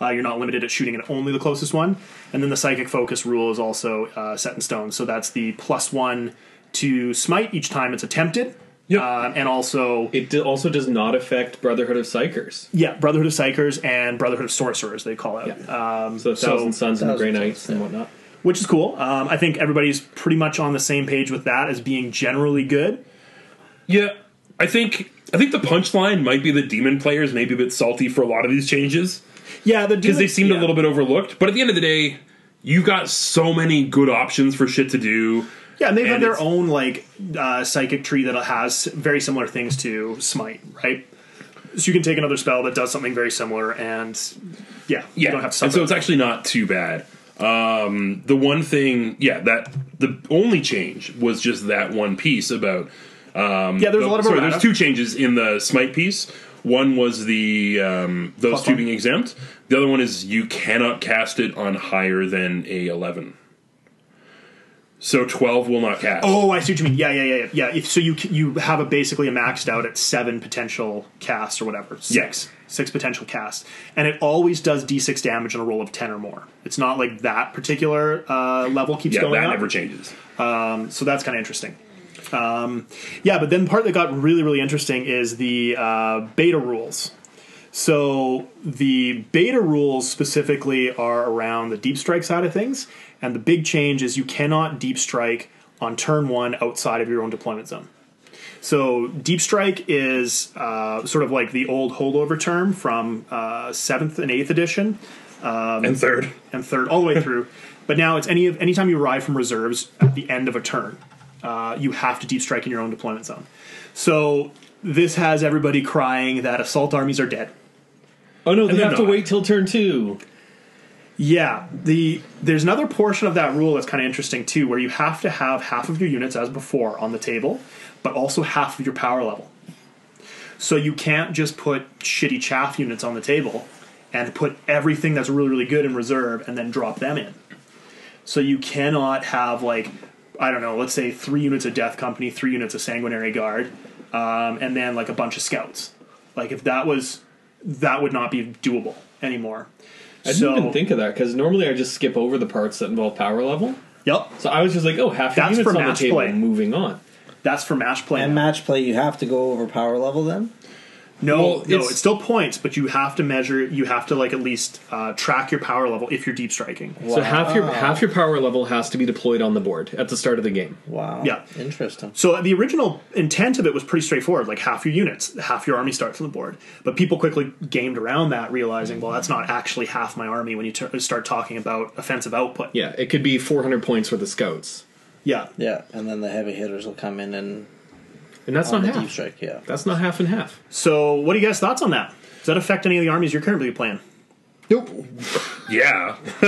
Speaker 2: Uh, you're not limited at shooting at only the closest one. And then the psychic focus rule is also uh, set in stone. So that's the plus one to smite each time it's attempted.
Speaker 1: Yep.
Speaker 2: Uh, and also,
Speaker 6: It do- also does not affect Brotherhood of Psychers.
Speaker 2: yeah, Brotherhood of Psychers and Brotherhood of Sorcerers, they call it.
Speaker 1: Um,
Speaker 6: So,
Speaker 2: so-
Speaker 6: Thousand Sons and the Grey
Speaker 4: Thousand
Speaker 6: Knights
Speaker 4: Sons,
Speaker 6: and
Speaker 4: yeah.
Speaker 6: whatnot.
Speaker 2: which is cool. Um, I think everybody's pretty much on the same page with that as being generally good.
Speaker 1: Yeah, I think I think the punchline might be that demon players may be a bit salty for a lot of these changes
Speaker 2: Yeah, the
Speaker 1: because they seemed a little bit overlooked. But at the end of the day, you've got so many good options for shit to do.
Speaker 2: Yeah, and they've
Speaker 1: and
Speaker 2: had their
Speaker 1: it's-
Speaker 2: own like uh, psychic tree that has very similar things to smite, right? So you can take another spell that does something very similar, and yeah, you don't have to
Speaker 1: and
Speaker 2: suffer.
Speaker 1: so it's actually not too bad. Um, the one thing, yeah, that the only change was just that one piece about. Um,
Speaker 2: Yeah, there's a
Speaker 1: the-
Speaker 2: lot of
Speaker 1: sorry,
Speaker 2: errata.
Speaker 1: there's two changes in the smite piece. One was the um, those
Speaker 2: Plus
Speaker 1: two
Speaker 2: one.
Speaker 1: being exempt. The other one is you cannot cast it on higher than a eleven. So twelve will not cast.
Speaker 2: oh, I see what you mean. Yeah, yeah, yeah, yeah. yeah. If, so you c- you have a basically a maxed out at seven potential casts or whatever. Six, six potential casts, and it always does d6 damage on a roll of ten or more. It's not like that particular uh, level keeps
Speaker 1: yeah,
Speaker 2: going
Speaker 1: that
Speaker 2: up.
Speaker 1: never changes.
Speaker 2: so that's kind of interesting. Um, yeah, but then the part that got really, really interesting is the uh, beta rules. So the beta rules specifically are around the deep strike side of things, and the big change is you cannot deep strike on turn one outside of your own deployment zone. So deep strike is uh, sort of like the old holdover term from uh, seventh and eighth edition
Speaker 1: and third,
Speaker 2: and third all the way through. but now it's any of anytime you arrive from reserves at the end of a turn, uh, you have to deep strike in your own deployment zone. So this has everybody crying that assault armies are dead.
Speaker 6: Oh no, they
Speaker 1: they're
Speaker 6: have to
Speaker 1: not.
Speaker 6: wait till turn two.
Speaker 2: Yeah, the there's another portion of that rule that's kind of interesting too, where you have to have half of your units as before on the table, but also half of your power level. So you can't just put shitty chaff units on the table and put everything that's really really good in reserve and then drop them in. So you cannot have like I don't know, let's say three units of Death Company, three units of Sanguinary Guard, um, and then like a bunch of scouts. Like if that was that would not be doable anymore.
Speaker 6: I didn't even think of that because normally I just skip over the parts that involve power level.
Speaker 2: Yep.
Speaker 6: So I was just like, oh, half the
Speaker 2: That's
Speaker 6: units
Speaker 2: for
Speaker 6: on the
Speaker 2: match
Speaker 6: table,
Speaker 2: play.
Speaker 6: moving on.
Speaker 2: That's for match play.
Speaker 4: And
Speaker 2: now.
Speaker 4: match play, you have to go over power level then?
Speaker 2: no,
Speaker 6: well,
Speaker 2: no,
Speaker 6: it's-
Speaker 2: it's still points, but you have to measure. You have to like at least uh, track your power level if you're deep striking.
Speaker 6: So half your half your power level has to be deployed on the board at the start of the game.
Speaker 4: Wow.
Speaker 2: Yeah.
Speaker 4: Interesting.
Speaker 2: So the original intent of it was pretty straightforward. Like half your units, half your army starts on the board. But people quickly gamed around that, realizing, well, that's not actually half my army when you t- start talking about offensive output.
Speaker 6: Yeah, it could be 400 points for the scouts,
Speaker 2: Yeah.
Speaker 4: Yeah, and then the heavy hitters will come in and
Speaker 6: and that's
Speaker 4: on
Speaker 6: not
Speaker 4: the
Speaker 6: half.
Speaker 4: deep strike, yeah.
Speaker 6: That's not half and half.
Speaker 2: So what do you guys' thoughts on that? Does that affect any of the armies you're currently playing?
Speaker 3: Nope.
Speaker 1: yeah.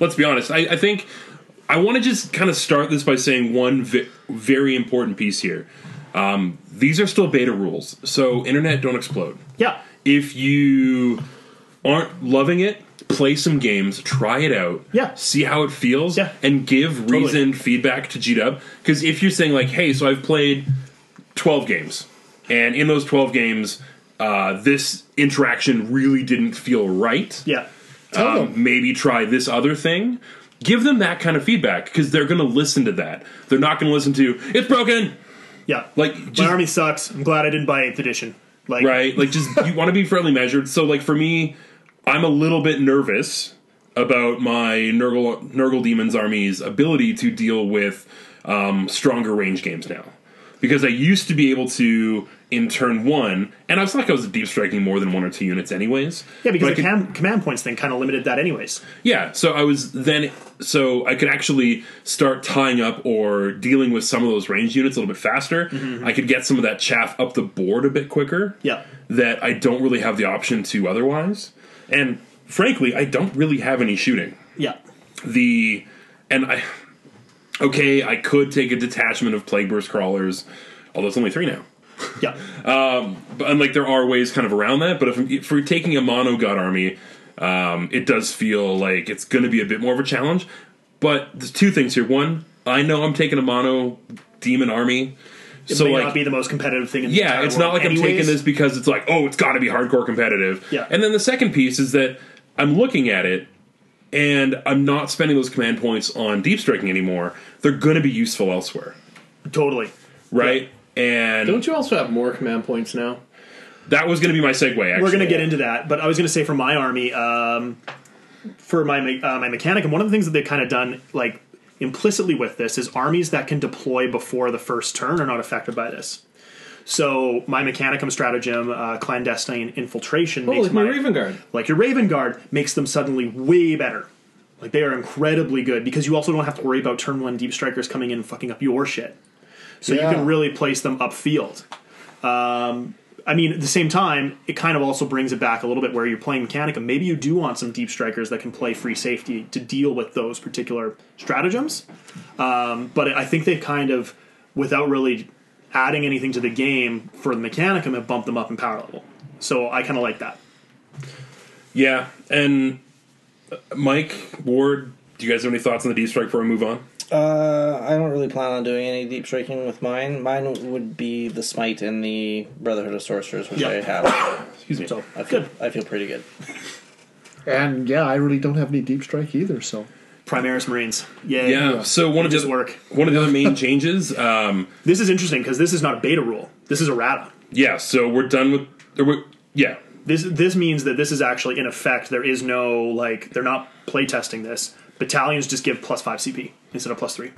Speaker 1: Let's be honest. I, I think I want to just kind of start this by saying one vi- very important piece here. Um, these are still beta rules, so internet don't explode.
Speaker 2: Yeah.
Speaker 1: If you aren't loving it, play some games, try it out,
Speaker 2: Yeah.
Speaker 1: see how it feels,
Speaker 2: Yeah.
Speaker 1: and give
Speaker 2: Totally.
Speaker 1: reasoned feedback to G Dub. Because if you're saying like, "Hey, so I've played 12 games, and in those 12 games, uh, this interaction really didn't feel right.
Speaker 2: Yeah.
Speaker 3: Tell them.
Speaker 1: Um, maybe try this other thing. Give them that kind of feedback because they're going to listen to that. They're not going to listen to it's broken.
Speaker 2: Yeah.
Speaker 1: Like
Speaker 2: My
Speaker 1: just,
Speaker 2: army sucks. I'm glad I didn't buy 8th edition. Like,
Speaker 1: right? Like just you want to be fairly measured. So like for me, I'm a little bit nervous about my Nurgle Nurgle Demons army's ability to deal with um, stronger range games now. Because I used to be able to in turn one, and I was like I was deep striking more than one or two units anyways.
Speaker 2: Yeah, because
Speaker 1: But I
Speaker 2: the
Speaker 1: could-
Speaker 2: cam- command points thing kind of limited that, anyways.
Speaker 1: yeah, so I was then so I could actually start tying up or dealing with some of those range units a little bit faster. I could get some of that chaff up the board a bit quicker.
Speaker 2: Yeah.
Speaker 1: That I don't really have the option to otherwise. And frankly, I don't really have any shooting.
Speaker 2: Yeah.
Speaker 1: The and I okay, I could take a detachment of plague burst crawlers, although it's only 3 now.
Speaker 2: Yeah.
Speaker 1: But and like there are ways kind of around that, but if, if we're taking a mono god army, um, it does feel like it's going to be a bit more of a challenge. But there's two things here. One, I know I'm taking a mono demon army,
Speaker 2: It
Speaker 1: so
Speaker 2: may
Speaker 1: like
Speaker 2: not be the most competitive thing in the
Speaker 1: yeah,
Speaker 2: entire
Speaker 1: it's not
Speaker 2: world
Speaker 1: like I'm taking
Speaker 2: anyways.
Speaker 1: this because it's like oh, it's got to be hardcore competitive.
Speaker 2: Yeah.
Speaker 1: And then the second piece is that I'm looking at it. And I'm not spending those command points on deep striking anymore. They're going to be useful elsewhere,
Speaker 2: Totally.
Speaker 1: right? And
Speaker 6: Don't you also have more command points now?
Speaker 1: that was going to be my segue. Actually,
Speaker 2: We're going to get into that, but I was going to say for my army, um, for my me- uh, my mechanic, and one of the things that they've kind of done like implicitly with this is armies that can deploy before the first turn are not affected by this. So my mechanicum stratagem, uh, clandestine infiltration,
Speaker 6: Oh,
Speaker 2: makes
Speaker 6: like my
Speaker 2: my-
Speaker 6: Raven Guard.
Speaker 2: like your Raven Guard makes them suddenly way better. Like they are incredibly good because you also don't have to worry about turn one deep strikers coming in and fucking up your shit. So
Speaker 3: Yeah.
Speaker 2: you can really place them upfield. Um, I mean, at the same time, it kind of also brings it back a little bit where you're playing Mechanicum. Maybe you do want some deep strikers that can play free safety to deal with those particular stratagems. Um, but I think they kind of, without really adding anything to the game for the Mechanicum, have bumped them up in power level. So I kind of like that.
Speaker 1: Yeah, and uh, Mike Ward, do you guys have any thoughts on the D strike before we move on?
Speaker 4: Uh, I don't really plan on doing any deep striking with mine. Mine would be the smite and the Brotherhood of Sorcerers, which
Speaker 2: Yeah.
Speaker 4: I have.
Speaker 1: Excuse me.
Speaker 2: So
Speaker 4: I feel,
Speaker 2: good.
Speaker 4: I feel pretty good.
Speaker 3: And yeah, I really don't have any deep strike either. So
Speaker 2: Primaris Marines. Yay.
Speaker 1: yeah, so one of the
Speaker 2: just work.
Speaker 1: one of the other main changes. Um,
Speaker 2: This is interesting because this is not a beta rule. This is a RATA.
Speaker 1: yeah, so we're done with. Or we, yeah,
Speaker 2: This this means that this is actually in effect. There is no like they're not playtesting this. Battalions just give plus five CP instead of plus three.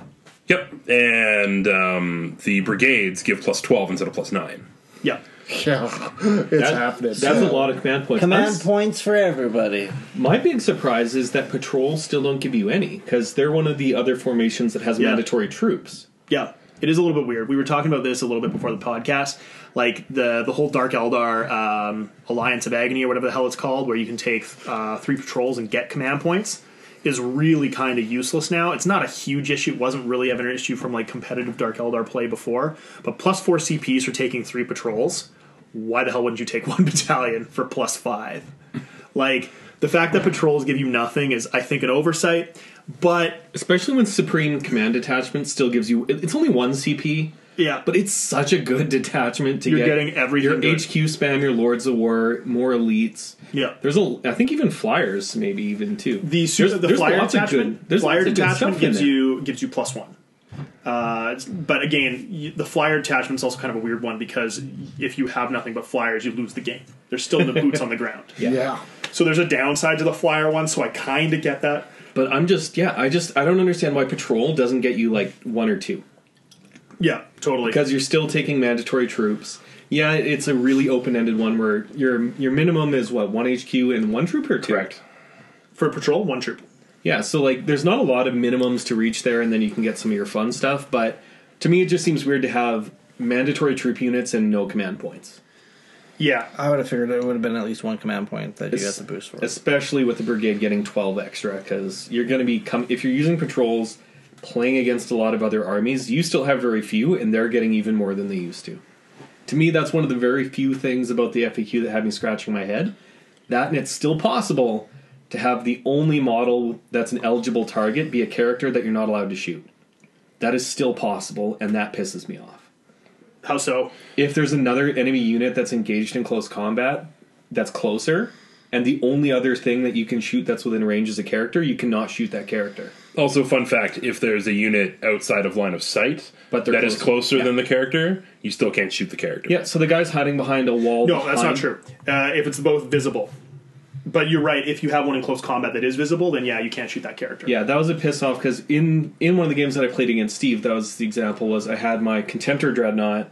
Speaker 1: yep, and um, the brigades give plus twelve instead of plus nine.
Speaker 2: Yeah.
Speaker 3: yeah, it's happening.
Speaker 6: That's a lot of command points.
Speaker 4: Command
Speaker 6: That's-
Speaker 4: points for everybody.
Speaker 6: My big surprise is that patrols still don't give you any because they're one of the other formations that has
Speaker 2: Yeah.
Speaker 6: mandatory troops.
Speaker 2: Yeah. It is a little bit weird. We were talking about this a little bit before the podcast. Like the the whole Dark Eldar um, Alliance of Agony or whatever the hell it's called, where you can take uh, three patrols and get command points, is really kind of useless now. It's not a huge issue. It wasn't really ever an issue from like competitive Dark Eldar play before. But plus four CPs for taking three patrols. Why the hell wouldn't you take one battalion for plus five? Like the fact that patrols give you nothing is, I think, an oversight. But
Speaker 6: Especially when Supreme Command Detachment still gives you. it- It's only one CP,
Speaker 2: yeah,
Speaker 6: but it's such a good detachment to
Speaker 2: You're
Speaker 6: get.
Speaker 2: getting everything
Speaker 6: Your
Speaker 2: good.
Speaker 6: HQ spam, your Lords of War, more elites.
Speaker 2: yeah,
Speaker 6: There's a, I think even flyers maybe even too.
Speaker 2: The super,
Speaker 6: There's-
Speaker 2: the
Speaker 6: there's
Speaker 2: flyer
Speaker 6: lots of
Speaker 2: detachment.
Speaker 6: good- there's
Speaker 2: flyer
Speaker 6: lots of good
Speaker 2: detachment
Speaker 6: stuff in
Speaker 2: gives
Speaker 6: there.
Speaker 2: you gives you plus one. Uh, it's- but again, you, the flyer detachment's also kind of a weird one because if you have nothing but flyers, you lose the game. There's still the boots on the ground.
Speaker 3: yeah.
Speaker 2: So there's a downside to the flyer one. So I kind of get that.
Speaker 6: But I'm just yeah, I just I don't understand why patrol doesn't get you like one or two
Speaker 2: Yeah, totally.
Speaker 6: because you're still taking mandatory troops. Yeah, it's a really open-ended one where your your minimum is what one HQ and one troop or two.
Speaker 1: Correct.
Speaker 2: for patrol, one troop.
Speaker 6: Yeah, so like there's not a lot of minimums to reach there, and then you can get some of your fun stuff. But to me, it just seems weird to have mandatory troop units and no command points,
Speaker 2: Yeah,
Speaker 4: I would have figured it would have been at least one command point that you got the boost for.
Speaker 6: especially with the brigade getting 12 extra because you're going to be com- if you're using patrols playing against a lot of other armies, you still have very few, and they're getting even more than they used to. To me, that's one of the very few things about the FAQ that had me scratching my head. That and it's still possible to have the only model that's an eligible target be a character that you're not allowed to shoot. That is still possible, and that pisses me off.
Speaker 2: How so?
Speaker 6: if there's another enemy unit that's engaged in close combat that's closer and the only other thing that you can shoot that's within range is a character you cannot shoot that character
Speaker 1: Also, fun fact: if there's a unit outside of line of sight
Speaker 6: But they're
Speaker 1: that is
Speaker 6: closer.
Speaker 1: closer
Speaker 6: Yeah.
Speaker 1: than the character, you still can't shoot the character.
Speaker 6: yeah so the guy's hiding behind a wall
Speaker 2: No, that's not
Speaker 6: behind-
Speaker 2: true. Uh, if it's both visible. But you're right. If you have one in close combat that is visible, then yeah, you can't shoot that character.
Speaker 6: yeah that was a piss off because in in one of the games that i played against steve that was the example was i had my contemptor dreadnought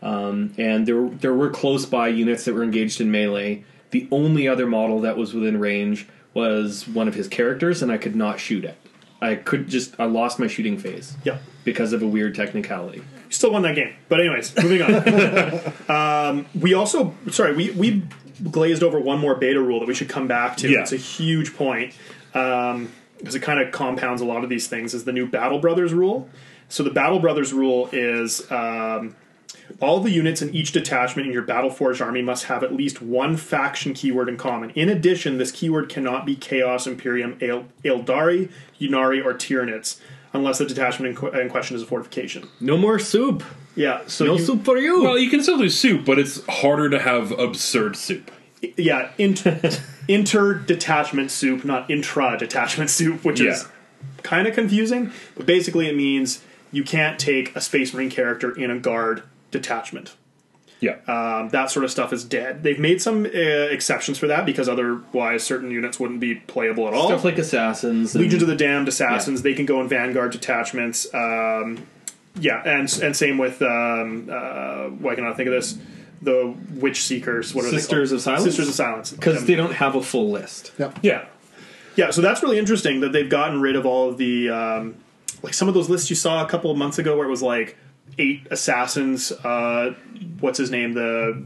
Speaker 6: um, and there there were close by units that were engaged in melee the only other model that was within range was one of his characters and i could not shoot it i could just i lost my shooting phase
Speaker 2: Yeah.
Speaker 6: because of a weird technicality.
Speaker 2: You still won that game. But anyways, moving on. um, we also sorry we we glazed over one more beta rule that we should come back to.
Speaker 1: Yeah.
Speaker 2: It's a huge point because it kind of compounds a lot of these things. Is the new Battle Brothers rule? So the Battle Brothers rule is. Um, all the units in each detachment in your Battle Forged army must have at least one faction keyword in common. In addition, this keyword cannot be Chaos, Imperium, El- Eldari, Unari, or Tyranids, unless the detachment in, qu- in question is a fortification.
Speaker 6: No more soup.
Speaker 2: Yeah, so
Speaker 6: No
Speaker 2: you-
Speaker 6: soup for you.
Speaker 1: Well, you can still do soup, but it's harder to have absurd soup.
Speaker 2: yeah, inter interdetachment soup, not intra-detachment soup, which
Speaker 1: Yeah.
Speaker 2: is kind of confusing. But basically, it means you can't take a Space Marine character in a guard detachment.
Speaker 1: Yeah,
Speaker 6: Uh,
Speaker 2: Um, that sort of stuff is dead. They've made some uh, exceptions for that because otherwise, certain units wouldn't be playable at all.
Speaker 6: Stuff like assassins. and-
Speaker 2: Legions of the Damned assassins. They can go in vanguard detachments. Um, yeah, and and same with um, uh, why can I think of this? The witch seekers. What are
Speaker 6: Sisters
Speaker 2: they
Speaker 6: of
Speaker 2: called?
Speaker 6: Silence?
Speaker 2: Sisters of Silence.
Speaker 6: because
Speaker 2: Um,
Speaker 6: they don't have a full list.
Speaker 1: yeah.
Speaker 2: yeah, so that's really interesting that they've gotten rid of all of the um, like some of those lists you saw a couple of months ago where it was like eight assassins. Uh, what's his name? The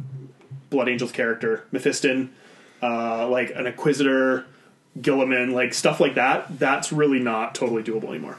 Speaker 2: Blood Angel's character, Mephiston, uh, like an Inquisitor, Gilliman, like stuff like that. That's really not totally doable anymore.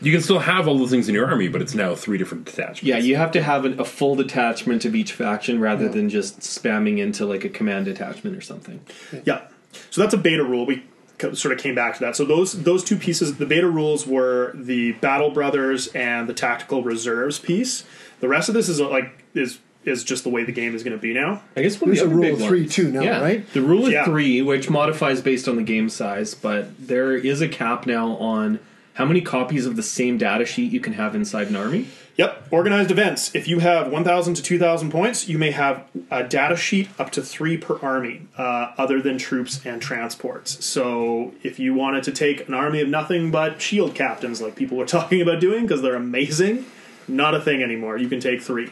Speaker 1: You can still have all the things in your army, but it's now three different detachments.
Speaker 6: Yeah, you have to have an, a full detachment of each faction rather than just spamming into like a command detachment or something.
Speaker 2: Yeah. So that's a beta rule. We co- sort of came back to that. So those those two pieces, the beta rules were the Battle Brothers and the Tactical Reserves piece. The rest of this is uh, like is is just the way the game is going to be now.
Speaker 6: I guess one
Speaker 3: There's
Speaker 6: of
Speaker 3: a
Speaker 6: the other
Speaker 3: rule
Speaker 6: big
Speaker 3: of three
Speaker 6: ones-
Speaker 3: too now,
Speaker 6: yeah.
Speaker 3: right?
Speaker 6: The rule of
Speaker 2: Yeah.
Speaker 6: three, which modifies based on the game size, but there is a cap now on how many copies of the same data sheet you can have inside an army.
Speaker 2: Yep. Organized events. If you have 1,000 to 2,000 points, you may have a data sheet up to three per army, uh, other than troops and transports. So if you wanted to take an army of nothing but shield captains, like people were talking about doing because they're amazing, not a thing anymore. You can take three.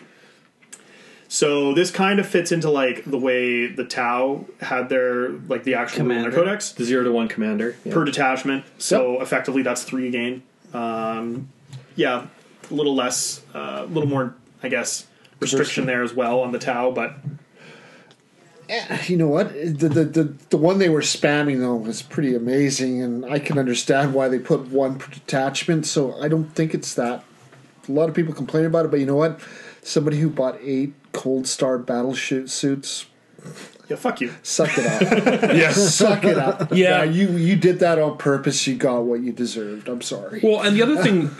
Speaker 2: So this kind of fits into like the way the Tau had their like the actual rule in their
Speaker 4: Commander.
Speaker 2: codex
Speaker 6: The zero to one commander. Yeah.
Speaker 2: per detachment. So effectively, that's three a game. Um, yeah, a little less, uh, a little more, I guess, restriction there as well on the Tau. But
Speaker 3: You know what? The, the the the one they were spamming though was pretty amazing, and I can understand why they put one per detachment. So I don't think it's that. A lot of people complain about it, but you know what? Somebody who bought eight Cold Star battleship suits,
Speaker 2: yeah, fuck you.
Speaker 3: suck it up.
Speaker 1: Yes.
Speaker 3: suck it up.
Speaker 1: Yeah.
Speaker 3: you you did that on purpose. You got what you deserved. I'm sorry.
Speaker 1: Well, and the other thing,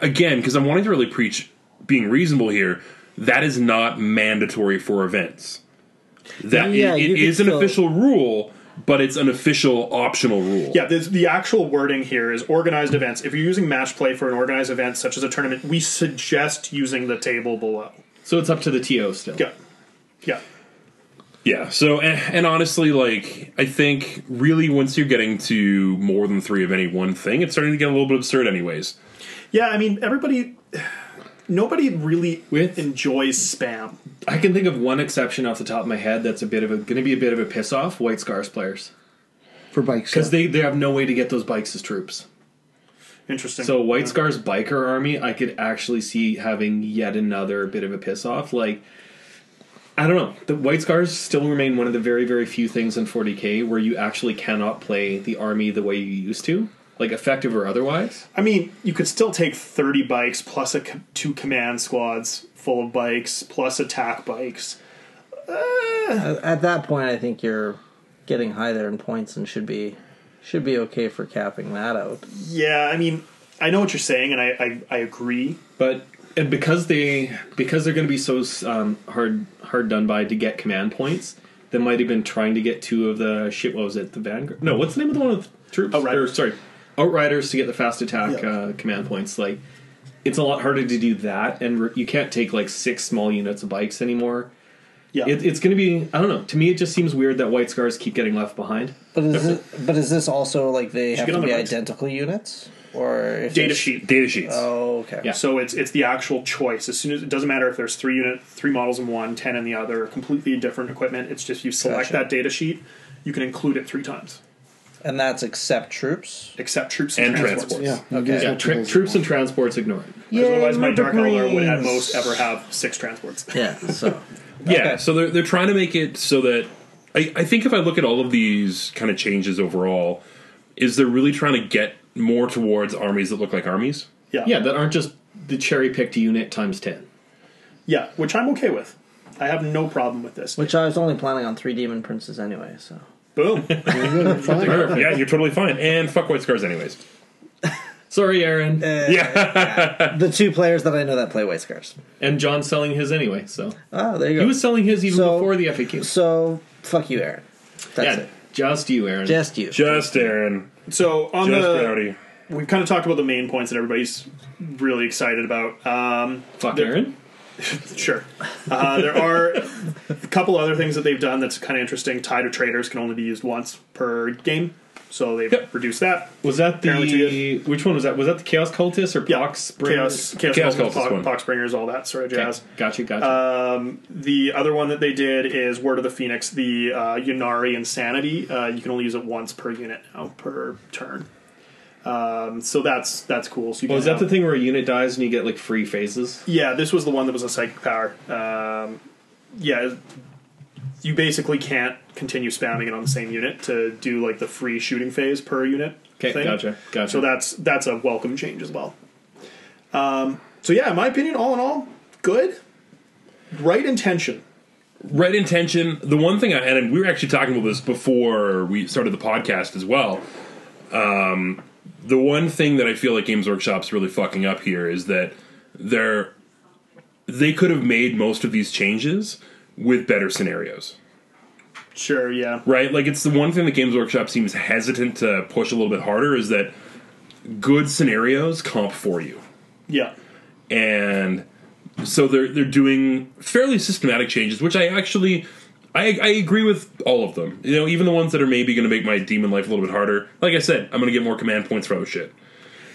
Speaker 1: again, because I'm wanting to really preach being reasonable here, that is not mandatory for events. That
Speaker 4: Yeah,
Speaker 1: it,
Speaker 4: you
Speaker 1: it
Speaker 4: could
Speaker 1: is an
Speaker 4: still-
Speaker 1: official rule, but it's an official optional rule.
Speaker 2: Yeah, the, the actual wording here is organized events. If you're using match play for an organized event, such as a tournament, we suggest using the table below.
Speaker 6: So it's up to the TO still.
Speaker 2: Yeah, yeah,
Speaker 1: Yeah. So, and, and honestly, like, I think really once you're getting to more than three of any one thing, it's starting to get a little bit absurd, anyways.
Speaker 2: yeah. I mean, everybody, nobody really
Speaker 6: With-
Speaker 2: enjoys spam.
Speaker 6: I can think of one exception off the top of my head that's a bit of a going to be a bit of a piss off. White Scars players
Speaker 3: For bikes,
Speaker 6: because they they have no way to get those bikes as troops.
Speaker 2: Interesting.
Speaker 6: So White Scar's biker army, I could actually see having yet another bit of a piss off. Like, I don't know. The White Scars still remain one of the very, very few things in 40k where you actually cannot play the army the way you used to, like effective or otherwise.
Speaker 2: I mean, you could still take 30 bikes plus a co- two command squads full of bikes plus attack bikes.
Speaker 4: At, at that point, I think you're getting high there in points and should be should be okay for capping that out.
Speaker 2: Yeah, I mean, I know what you're saying, and I, I, I agree.
Speaker 6: But and because they because they're going to be so um, hard hard done by to get command points, they might have been trying to get two of the shit. What was it? The Vanguard? No, what's the name of the one with troops?
Speaker 2: Outriders.
Speaker 6: Or, sorry, Outriders to get the fast attack
Speaker 3: Yeah.
Speaker 6: uh, command points. Like it's a lot harder to do that, and re- you can't take like six small units of bikes anymore.
Speaker 2: Yeah.
Speaker 6: It, it's going to be I don't know. To me, it just seems weird that White Scars keep getting left behind.
Speaker 4: But is it, but is this also like they have
Speaker 2: get
Speaker 4: to
Speaker 2: on
Speaker 4: be
Speaker 2: the bikes.
Speaker 4: identical units or if
Speaker 2: data
Speaker 4: there's-
Speaker 2: sheet.
Speaker 1: Data sheets.
Speaker 4: Oh, okay.
Speaker 6: Yeah.
Speaker 2: So it's it's the actual choice. As soon as it doesn't matter if there's three unit, three models in one, ten in the other, completely different equipment. It's just you select
Speaker 4: Gotcha.
Speaker 2: that data sheet. You can include it three times,
Speaker 4: And that's except troops.
Speaker 2: except troops and,
Speaker 1: And
Speaker 2: transports.
Speaker 1: transports.
Speaker 3: Yeah. you
Speaker 4: Okay.
Speaker 3: guys
Speaker 6: Yeah,
Speaker 3: want
Speaker 6: tr-
Speaker 3: those.
Speaker 6: troops and transports ignore it.
Speaker 2: Because otherwise, my
Speaker 4: Yay,
Speaker 2: Dark Elder would at
Speaker 4: Marines.
Speaker 2: most ever have six transports.
Speaker 4: Yeah. So
Speaker 1: Yeah,
Speaker 4: Okay.
Speaker 1: so they're they're trying to make it so that I, I think if I look at all of these kind of changes overall, is they're really trying to get more towards armies that look like armies.
Speaker 2: Yeah.
Speaker 6: Yeah, that aren't just the cherry picked unit times ten.
Speaker 2: Yeah, which I'm okay with. I have no problem with this.
Speaker 4: which I was only planning on three demon princes anyway. So
Speaker 2: Boom.
Speaker 1: yeah, you're totally fine. And fuck white scars, anyways.
Speaker 6: Sorry, Aaron.
Speaker 1: yeah,
Speaker 4: the two players that I know that play white scars.
Speaker 6: and John's selling his anyway, so
Speaker 4: Oh, there you go.
Speaker 6: he was selling his even
Speaker 4: So-
Speaker 6: before the FAQ.
Speaker 4: so fuck you, Aaron. That's
Speaker 6: Yeah,
Speaker 4: it.
Speaker 6: just you, Aaron.
Speaker 4: Just you.
Speaker 1: just Aaron,
Speaker 2: So on
Speaker 1: just
Speaker 2: the
Speaker 1: Rowdy.
Speaker 2: we've kind of talked about the main points that everybody's really excited about. Um,
Speaker 6: Fuck
Speaker 2: there-
Speaker 6: Aaron.
Speaker 2: Sure. Uh, there are a couple other things that they've done that's kind of interesting. Tie to traders can only be used once per game, so they've
Speaker 1: Yep.
Speaker 2: reduced that.
Speaker 6: Was that
Speaker 2: Apparently
Speaker 6: the which one was that? Was that the Chaos Cultist or
Speaker 2: Yeah.
Speaker 6: Pox
Speaker 2: Chaos, chaos,
Speaker 1: Chaos
Speaker 2: Cultists,
Speaker 1: Cultists
Speaker 2: Pox- Uh,
Speaker 1: one.
Speaker 2: Poxbringers, all that sort of
Speaker 6: Okay,
Speaker 2: jazz.
Speaker 6: Gotcha, gotcha.
Speaker 2: The other one that they did is Word of the Phoenix, the uh, Unari Insanity. Uh, you can only use it once per unit now per turn. Um, so that's that's cool. So you
Speaker 6: well,
Speaker 2: can
Speaker 6: is that
Speaker 2: have-
Speaker 6: the thing where a unit dies and you get like free phases?
Speaker 2: Yeah, this was the one that was a psychic power. Um, yeah, you basically can't continue spamming it on the same unit to do like the free shooting phase per unit.
Speaker 6: Okay,
Speaker 2: thing.
Speaker 6: gotcha, gotcha.
Speaker 2: So that's that's a welcome change as well. Um, so yeah, in my opinion, all in all, good, right intention.
Speaker 1: Red intention. The one thing I had, and we were actually talking about this before we started the podcast as well. Um, the one thing that I feel like Games Workshop's really fucking up here is that they're they could have made most of these changes with better scenarios,
Speaker 2: Sure, yeah.
Speaker 1: right? Like it's the one thing that Games Workshop seems hesitant to push a little bit harder is that good scenarios comp for you
Speaker 2: Yeah.
Speaker 1: and so they're they're doing fairly systematic changes, which I actually I, I agree with all of them. You know, even the ones that are maybe going to make my demon life a little bit harder. Like I said, I'm going to get more command points for other shit.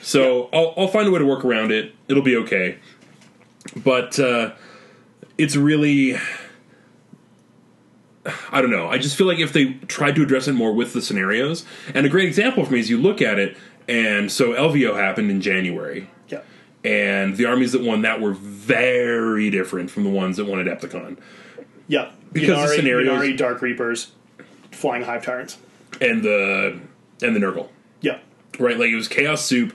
Speaker 1: So I'll I'll find a way to work around it. It'll be okay. But uh, it's really I don't know. I just feel like if they tried to address it more with the scenarios, and a great example for me is you look at it, and so LVO happened in January,
Speaker 2: Yeah.
Speaker 1: and the armies that won that were very different from the ones that won at Adepticon.
Speaker 2: Yeah.
Speaker 1: Because the scenarios-
Speaker 2: Inari, Dark Reapers, Flying Hive Tyrants.
Speaker 1: And the and the Nurgle.
Speaker 2: Yeah.
Speaker 1: Right? Like it was Chaos Soup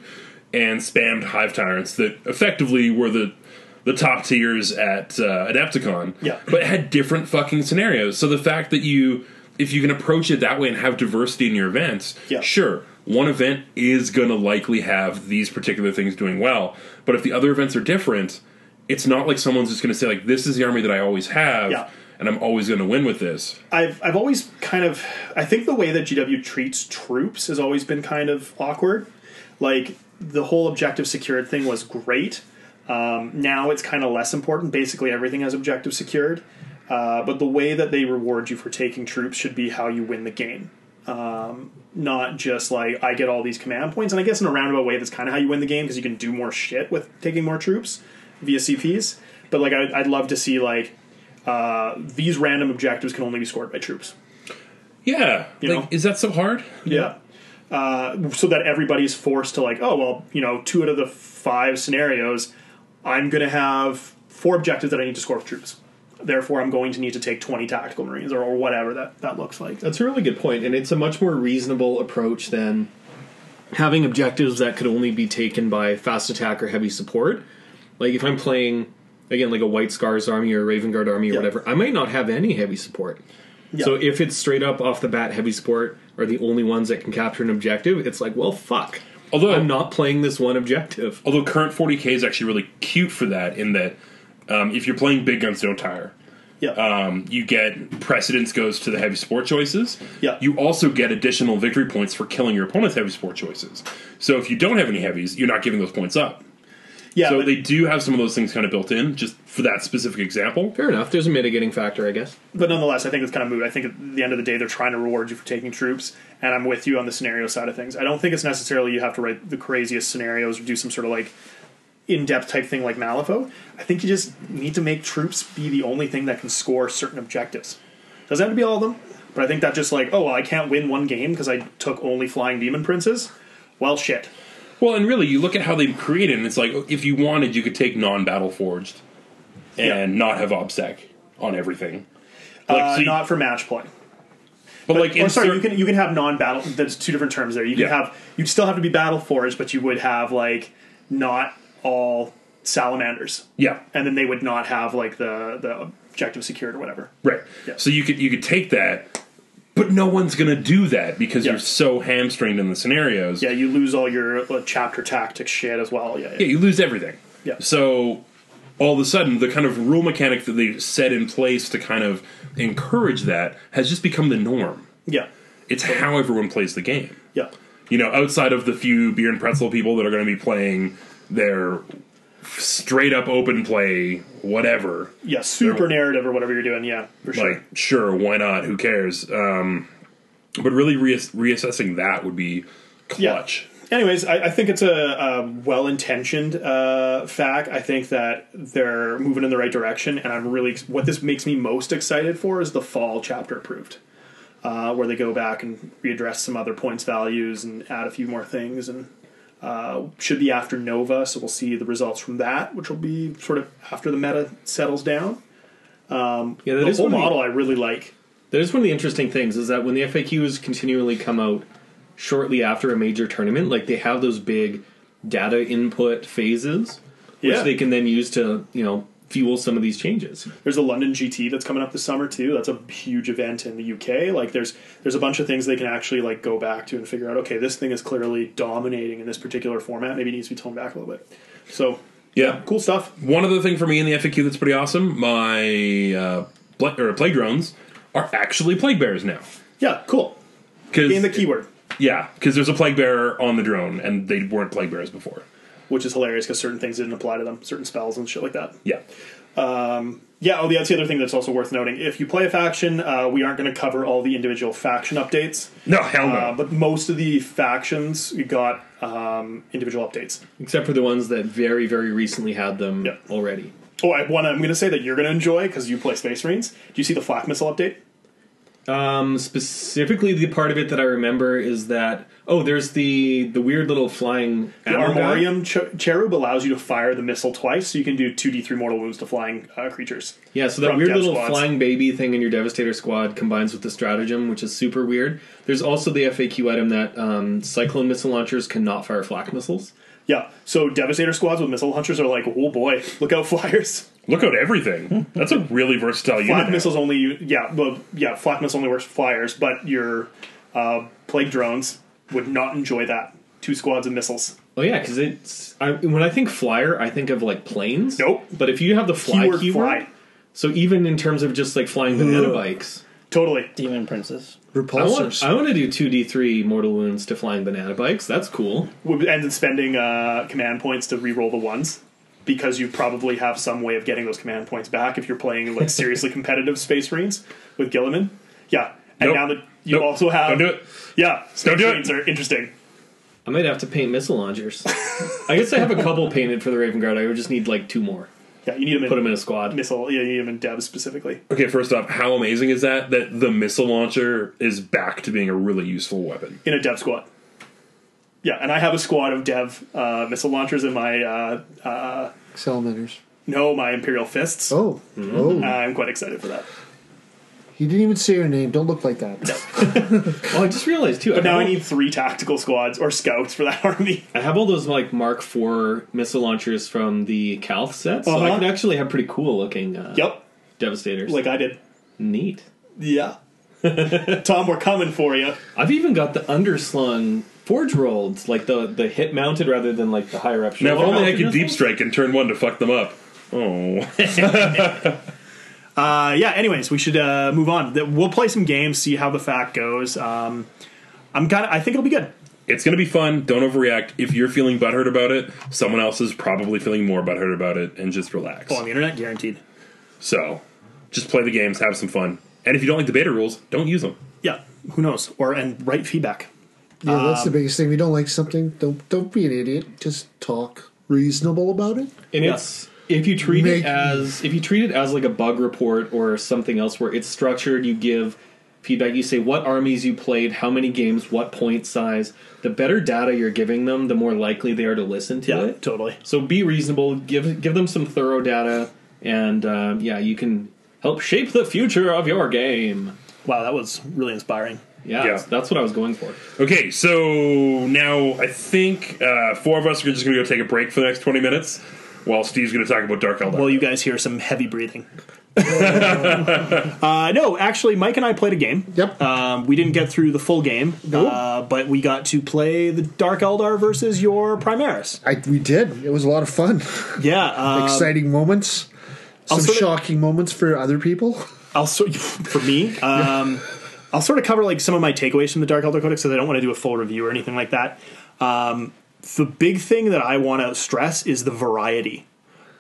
Speaker 1: and spammed Hive Tyrants that effectively were the the top tiers at uh, Adepticon.
Speaker 2: Yeah.
Speaker 1: But had different fucking scenarios. So the fact that you if you can approach it that way and have diversity in your events,
Speaker 2: Yeah.
Speaker 1: sure. One event is gonna likely have these particular things doing well. But if the other events are different, it's not like someone's just gonna say like this is the army that I always have
Speaker 2: Yeah.
Speaker 1: and I'm always gonna win with this.
Speaker 2: I've I've always kind of I think the way that GW treats troops has always been kind of awkward. Like the whole objective secured thing was great. Um, now it's kind of less important. Basically, everything has objective secured. Uh, but the way that they reward you for taking troops should be how you win the game, um, not just like I get all these command points. And I guess in a roundabout way, that's kind of how you win the game because you can do more shit with taking more troops via CPs. But like I, I'd love to see like uh, these random objectives can only be scored by troops.
Speaker 1: Yeah.
Speaker 2: You
Speaker 1: like,
Speaker 2: know?
Speaker 1: is that so hard?
Speaker 2: Yeah. Uh, so that everybody's forced to like, oh well, you know, two out of the five scenarios, I'm going to have four objectives that I need to score with troops. Therefore, I'm going to need to take 20 tactical marines or, or whatever that that looks like.
Speaker 6: That's a really good point, and it's a much more reasonable approach than having objectives that could only be taken by fast attack or heavy support. Like if I'm playing again, like a White Scars army or a Raven Guard army or
Speaker 2: Yeah.
Speaker 6: whatever, I might not have any heavy support.
Speaker 2: Yeah.
Speaker 6: So if it's straight up off the bat, heavy support are the only ones that can capture an objective. It's like, well, fuck.
Speaker 2: Oh.
Speaker 1: Although-
Speaker 6: I'm not playing this one objective.
Speaker 1: Although current 40k is actually really cute for that, in that um, if you're playing big guns, don't tire.
Speaker 2: Yeah.
Speaker 1: Um, you get precedence goes to the heavy sport choices.
Speaker 2: Yeah.
Speaker 1: You also get additional victory points for killing your opponent's heavy sport choices. So if you don't have any heavies, you're not giving those points up.
Speaker 2: yeah.
Speaker 1: so
Speaker 2: but-
Speaker 1: they do have some of those things kind of built in, just for that specific example.
Speaker 6: Fair enough. There's a mitigating factor, I guess.
Speaker 2: but nonetheless, I think it's kind of moot. I think at the end of the day, they're trying to reward you for taking troops, and I'm with you on the scenario side of things. I don't think it's necessarily you have to write the craziest scenarios or do some sort of like in-depth type thing like Malifaux. I think you just need to make troops be the only thing that can score certain objectives. Doesn't have to be all of them, but I think that just like, oh, well, I can't win one game because I took only flying demon princes. Well, shit.
Speaker 1: Well, and really, you look at how they've created, and it's like if you wanted, you could take non-battle forged, and
Speaker 2: Yeah.
Speaker 1: not have obsec on everything. Like,
Speaker 2: Uh,
Speaker 1: so you-
Speaker 2: not for match play.
Speaker 1: but, like,
Speaker 2: or
Speaker 1: in
Speaker 2: sorry,
Speaker 1: cer-
Speaker 2: you can you can have non-battle. There's two different terms there. You can
Speaker 1: Yeah.
Speaker 2: have you'd still have to be battle forged, but you would have like not all salamanders,
Speaker 1: yeah,
Speaker 2: and then they would not have like the the objective secured or whatever.
Speaker 1: right.
Speaker 2: Yeah.
Speaker 1: So you could you could take that, but no one's going to do that because
Speaker 2: Yeah.
Speaker 1: you're so hamstringed in the scenarios.
Speaker 2: Yeah, you lose all your uh, chapter tactics shit as well. Yeah,
Speaker 1: Yeah,
Speaker 2: yeah.
Speaker 1: you lose everything.
Speaker 2: Yeah.
Speaker 1: So all of a sudden, the kind of rule mechanic that they've set in place to kind of encourage that has just become the norm.
Speaker 2: yeah.
Speaker 1: It's how everyone plays the game.
Speaker 2: yeah.
Speaker 1: you know, outside of the few beer and pretzel people that are going to be playing their straight up open play, whatever.
Speaker 2: Yeah, super narrative or whatever you're doing. Yeah, for sure.
Speaker 1: Like, sure, why not? Who cares? Um, but really, reass- reassessing that would be clutch.
Speaker 2: Anyways, I, I think it's a, a well intentioned uh, fact. I think that they're moving in the right direction, and I'm really what this makes me most excited for is the fall chapter approved, uh, where they go back and readdress some other points values and add a few more things, and uh, should be after Nova, so we'll see the results from that, which will be sort of after the meta settles down.
Speaker 6: Yeah, that
Speaker 2: The
Speaker 6: is
Speaker 2: whole
Speaker 6: one of the-
Speaker 2: model I really like.
Speaker 6: That is one of the interesting things is that when the FAQs continually come out shortly after a major tournament, like they have those big data input phases, which
Speaker 2: Yeah.
Speaker 6: they can then use to you know fuel some of these changes.
Speaker 2: There's a London GT that's coming up this summer too. That's a huge event in the UK. Like there's there's a bunch of things they can actually like go back to and figure out. Okay, this thing is clearly dominating in this particular format. Maybe it needs to be toned back a little bit. So
Speaker 1: Yeah.
Speaker 2: cool stuff.
Speaker 1: One other thing for me in the FAQ that's pretty awesome my uh, ble- or plague drones are actually plague bears now.
Speaker 2: Yeah, cool.
Speaker 1: Because
Speaker 2: In the keyword,
Speaker 1: yeah, because there's a plague bearer on the drone, and they weren't plague bearers before.
Speaker 2: which is hilarious because certain things didn't apply to them, certain spells and shit like that.
Speaker 1: Yeah,
Speaker 2: Yeah, oh, that's the other thing that's also worth noting. If you play a faction, uh, we aren't going to cover all the individual faction updates,
Speaker 1: no hell no.
Speaker 2: uh, but most of the factions got um, individual updates.
Speaker 6: Except for the ones that very, very recently had them
Speaker 2: Yeah.
Speaker 6: already.
Speaker 2: Oh, I, one I'm going to say that you're going to enjoy because you play Space Marines. Do you see the flak missile update?
Speaker 6: Um, specifically, the part of it that I remember is that oh, there's the the weird little flying
Speaker 2: The
Speaker 6: ammo guy.
Speaker 2: Armorium ch- Cherub allows you to fire the missile twice, so you can do 2d3 mortal wounds to flying uh, creatures.
Speaker 6: Yeah, so that
Speaker 2: from
Speaker 6: weird
Speaker 2: dev
Speaker 6: little
Speaker 2: squads.
Speaker 6: flying baby thing in your Devastator squad combines with the stratagem, which is super weird. There's also the FAQ item that um, Cyclone missile launchers cannot fire flak missiles.
Speaker 2: Yeah, so Devastator squads with missile hunters are like, oh boy, look out flyers.
Speaker 1: Look out
Speaker 2: Hmm.
Speaker 1: everything. That's a really versatile unit.
Speaker 2: Flak
Speaker 1: now.
Speaker 2: missiles only, yeah, well, yeah, flak missile only works for flyers, but your uh, plague drones would not enjoy that. Two squads of missiles.
Speaker 6: Oh yeah, because it's I, when I think flyer, I think of like planes.
Speaker 2: Nope.
Speaker 6: But if you have the fly
Speaker 2: Keyword
Speaker 6: keyword,
Speaker 2: fly.
Speaker 6: so even in terms of just like flying banana
Speaker 3: Ugh.
Speaker 6: bikes,
Speaker 2: Totally.
Speaker 4: Demon Princess.
Speaker 6: I
Speaker 3: Repulsors.
Speaker 6: want I want to do two D three mortal wounds to flying banana bikes. That's cool.
Speaker 2: Would end in spending uh, command points to re-roll the ones because you probably have some way of getting those command points back if you're playing like seriously competitive Space Marines with Gilliman. Yeah, and
Speaker 1: Nope.
Speaker 2: now that you
Speaker 1: Nope.
Speaker 2: also
Speaker 1: Don't
Speaker 2: have
Speaker 1: do it.
Speaker 2: yeah, Space
Speaker 1: do it.
Speaker 2: Marines are interesting.
Speaker 6: I might have to paint missile launchers. I guess I have a couple painted for the Raven Guard. I would just need like two more.
Speaker 2: Yeah, you need them in,
Speaker 6: Put them in a squad.
Speaker 2: missile. Yeah, you need them in dev specifically.
Speaker 1: Okay, first off, how amazing is that? That the missile launcher is back to being a really useful weapon.
Speaker 2: in a dev squad. Yeah, and I have a squad of dev uh, missile launchers in my uh,
Speaker 3: Salamanders.
Speaker 2: no, my Imperial fists.
Speaker 3: Oh. Oh.
Speaker 2: I'm quite excited for that.
Speaker 3: You didn't even say your name. Don't look like that.
Speaker 6: Oh, I just realized too.
Speaker 2: But
Speaker 6: I
Speaker 2: now I
Speaker 6: have-
Speaker 2: need three tactical squads or scouts for that army.
Speaker 6: I have all those like Mark IV missile launchers from the Calf set, so I
Speaker 2: Uh-huh.
Speaker 6: could actually have pretty cool looking uh,
Speaker 2: yep,
Speaker 6: devastators.
Speaker 2: like I did.
Speaker 6: neat.
Speaker 2: Yeah. Tom, we're coming for you.
Speaker 6: I've even got the underslung forge rolls, like the the hit mounted rather than like the higher up.
Speaker 1: Now, if
Speaker 6: shoulder
Speaker 1: only I
Speaker 6: mounted.
Speaker 1: could deep strike and turn one to fuck them up. Oh,
Speaker 2: Uh, yeah. Anyways, we should uh, move on. Th- We'll play some games, see how the fact goes. Um, I'm kind of. I think it'll be good.
Speaker 1: it's gonna be fun. Don't overreact. If you're feeling butthurt about it, someone else is probably feeling more butthurt about it, and just relax.
Speaker 2: Oh, on the internet, guaranteed.
Speaker 1: So, just play the games, have some fun, and if you don't like the beta rules, don't use them.
Speaker 2: Yeah. Who knows? Or and write feedback.
Speaker 3: Yeah, that's the
Speaker 2: Um,
Speaker 3: biggest thing. If you don't like something, don't don't be an idiot. Just talk reasonable about it.
Speaker 6: and
Speaker 2: Yeah.
Speaker 6: it's if you treat
Speaker 3: Make-
Speaker 6: it as if you treat it as like a bug report or something else where it's structured you give feedback you say what armies you played how many games what point size the better data you're giving them the more likely they are to listen to
Speaker 2: Yeah.
Speaker 6: it
Speaker 2: Totally.
Speaker 6: so be reasonable give give them some thorough data and um, yeah you can help shape the future of your game
Speaker 2: Wow, that was really inspiring.
Speaker 6: yeah,
Speaker 1: Yeah.
Speaker 6: that's what i was going for
Speaker 1: Okay, so now I think uh, four of us are just gonna go take a break for the next twenty minutes, while Steve's gonna talk about Dark Eldar.
Speaker 2: Well, you guys hear some heavy breathing. uh, no, actually, Mike and I played a game.
Speaker 3: Yep.
Speaker 2: Um, we didn't get through the full game,
Speaker 3: Nope.
Speaker 2: uh, but we got to play the Dark Eldar versus your Primaris.
Speaker 3: I, we did. It was a lot of fun.
Speaker 2: Yeah, um,
Speaker 3: Exciting moments. Some
Speaker 2: sort of-
Speaker 3: shocking moments for other people.
Speaker 2: I'll sort for me. Um, I'll sort of cover like some of my takeaways from the Dark Elder Codex because I don't want to do a full review or anything like that. Um, the big thing that I want to stress is the variety.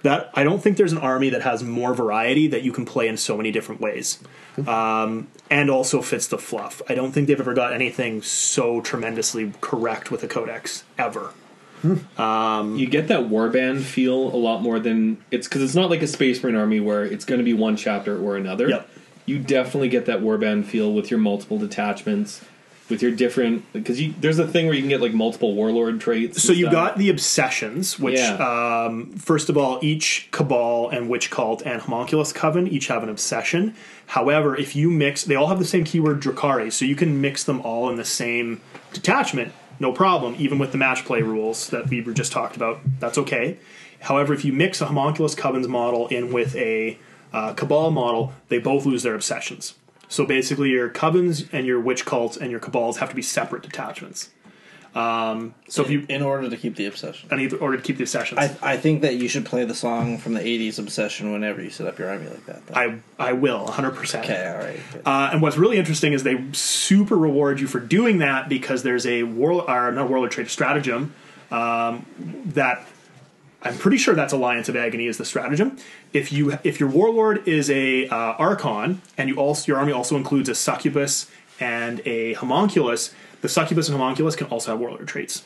Speaker 2: That I don't think there's an army that has more variety that you can play in so many different ways, um, and also fits the fluff. I don't think they've ever got anything so tremendously correct with a codex ever.
Speaker 6: you get that warband feel a lot more than it's because it's not like a space marine army where it's going to be one chapter or another
Speaker 2: Yep.
Speaker 6: you definitely get that warband feel with your multiple detachments with your different because you there's a thing where you can get like multiple warlord traits
Speaker 2: So
Speaker 6: and
Speaker 2: you
Speaker 6: stuff.
Speaker 2: got the obsessions, which
Speaker 6: Yeah.
Speaker 2: um, first of all, each cabal and witch cult and homunculus coven each have an obsession. However, if you mix, they all have the same keyword Drakari, so you can mix them all in the same detachment, no problem. Even with the match play rules that we were just talked about, that's okay. However, if you mix a homunculus coven's model in with a uh, cabal model, they both lose their obsessions. So basically, your covens and your witch cults and your cabals have to be separate detachments. Um, so if you
Speaker 4: in order to keep the obsession.
Speaker 2: I need order to keep the obsessions.
Speaker 4: I, I think that you should play the song from the 80s Obsession whenever you set up your army like that. though.
Speaker 2: I I will 100%.
Speaker 4: okay, all right. good.
Speaker 2: Uh, and what's really interesting is they super reward you for doing that because there's a world or not world trade stratagem um, that I'm pretty sure that's Alliance of Agony is the stratagem. If you if your warlord is a uh, archon and you also your army also includes a succubus and a homunculus, the succubus and homunculus can also have warlord traits.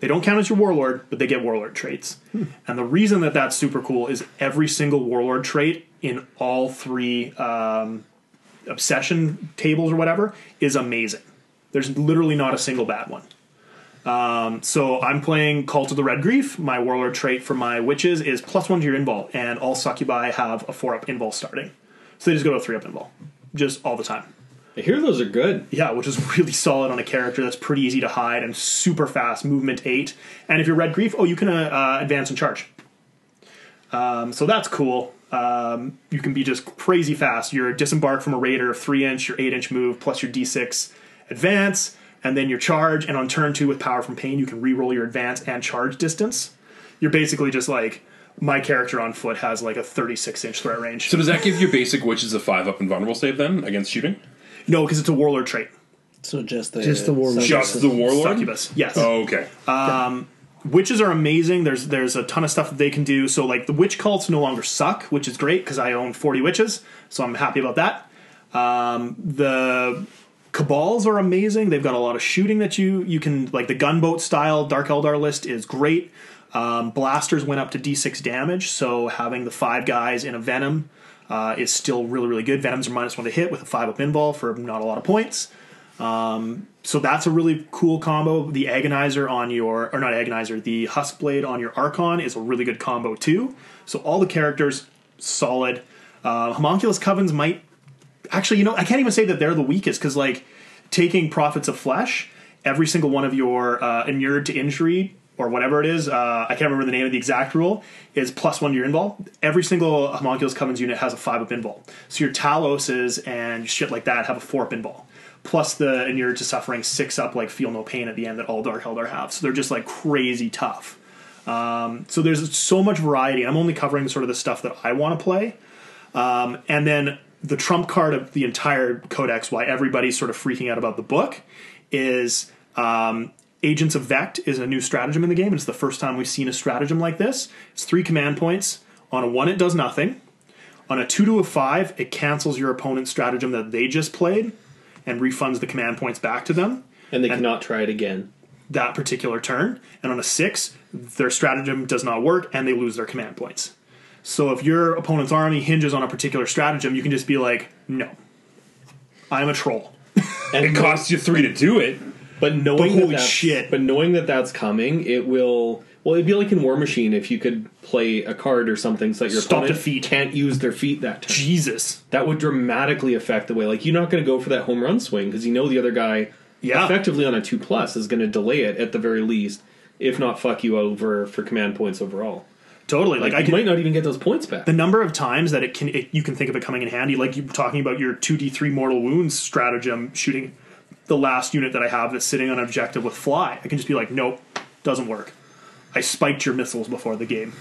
Speaker 2: They don't count as your warlord, but they get warlord traits. And the reason that that's super cool is every single warlord trait in all three um, obsession tables or whatever is amazing. There's literally not a single bad one. Um, so I'm playing Cult of the Red Grief. My warlord trait for my witches is plus one to your invul, and all succubi have a four up invul starting. So they just go to a three up invul, just all the time.
Speaker 6: i hear those are good
Speaker 2: Yeah, which is really solid on a character that's pretty easy to hide and super fast, movement eight. And if you're Red Grief, oh, you can uh, uh, advance and charge. Um, so that's cool. Um, you can be just crazy fast. You're disembark from a raider of three inch, your eight inch move, plus your d6 advance, and then your charge. And on turn two with power from pain, you can reroll your advance and charge distance. You're basically just like my character on foot has like a 36 inch threat range.
Speaker 1: So does that give your basic witches a five up and vulnerable save then against shooting?
Speaker 2: no, because it's a warlord trait.
Speaker 4: so just the
Speaker 3: Just the warlord.
Speaker 1: Just the warlord.
Speaker 2: Succubus. Yes.
Speaker 1: Oh, okay.
Speaker 2: witches are amazing. There's there's a ton of stuff that they can do. So like the witch cults no longer suck, which is great because I own 40 witches, so I'm happy about that. Um, the cabals are amazing. They've got a lot of shooting that you you can like the gunboat style Dark Eldar list is great. Um, blasters went up to D6 damage, so having the five guys in a venom uh, is still really really good. Venoms are minus one to hit with a five up invol for not a lot of points so that's a really cool combo. The agonizer on your or not agonizer, the husk blade on your archon is a really good combo too. So all the characters solid. Uh, homunculus covens might actually, you know, I can't even say that they're the weakest because like taking prophets of flesh, every single one of your uh, inured to injury or whatever it is, uh, I can't remember the name of the exact rule, is plus one to your invol. Every single homunculus covens unit has a five up invol. So your Taloses and shit like that have a four up invol. plus the Inure to Suffering six up like Feel No Pain at the end that all Dark Eldar have. So they're just like crazy tough. Um, so there's so much variety. I'm only covering sort of the stuff that I want to play. Um, and then the trump card of the entire codex, why everybody's sort of freaking out about the book, is um, Agents of Vect is a new stratagem in the game. It's the first time we've seen a stratagem like this. It's three command points. On a one, it does nothing. On a two to a five, it cancels your opponent's stratagem that they just played and refunds the command points back to them
Speaker 6: and they cannot try it again.
Speaker 2: that particular turn, and on a six, their stratagem does not work and they lose their command points. So if your opponent's army hinges on a particular stratagem, you can just be like, no, I'm a troll.
Speaker 6: And
Speaker 1: It costs you three to do it.
Speaker 6: But knowing
Speaker 2: holy
Speaker 6: that that's-
Speaker 2: shit.
Speaker 6: But knowing that that's coming, it will. Well, it'd be like in War Machine if you could play a card or something so that your
Speaker 2: Stop
Speaker 6: opponent
Speaker 2: defeat.
Speaker 6: can't use their feet that turn.
Speaker 2: Jesus.
Speaker 6: That would dramatically affect the way. Like you're not going to go for that home run swing because you know the other guy,
Speaker 2: Yeah.
Speaker 6: effectively on a two plus, is going to delay it at the very least, if not fuck you over for command points overall.
Speaker 2: Totally. Like,
Speaker 6: Like,
Speaker 2: I
Speaker 6: you
Speaker 2: can,
Speaker 6: might not even get those points back.
Speaker 2: the number of times that it can it, you can think of it coming in handy, like you were talking about your two D three mortal wounds stratagem shooting the last unit that I have that's sitting on objective with fly. I can just be like, nope, doesn't work. I spiked your missiles before the game.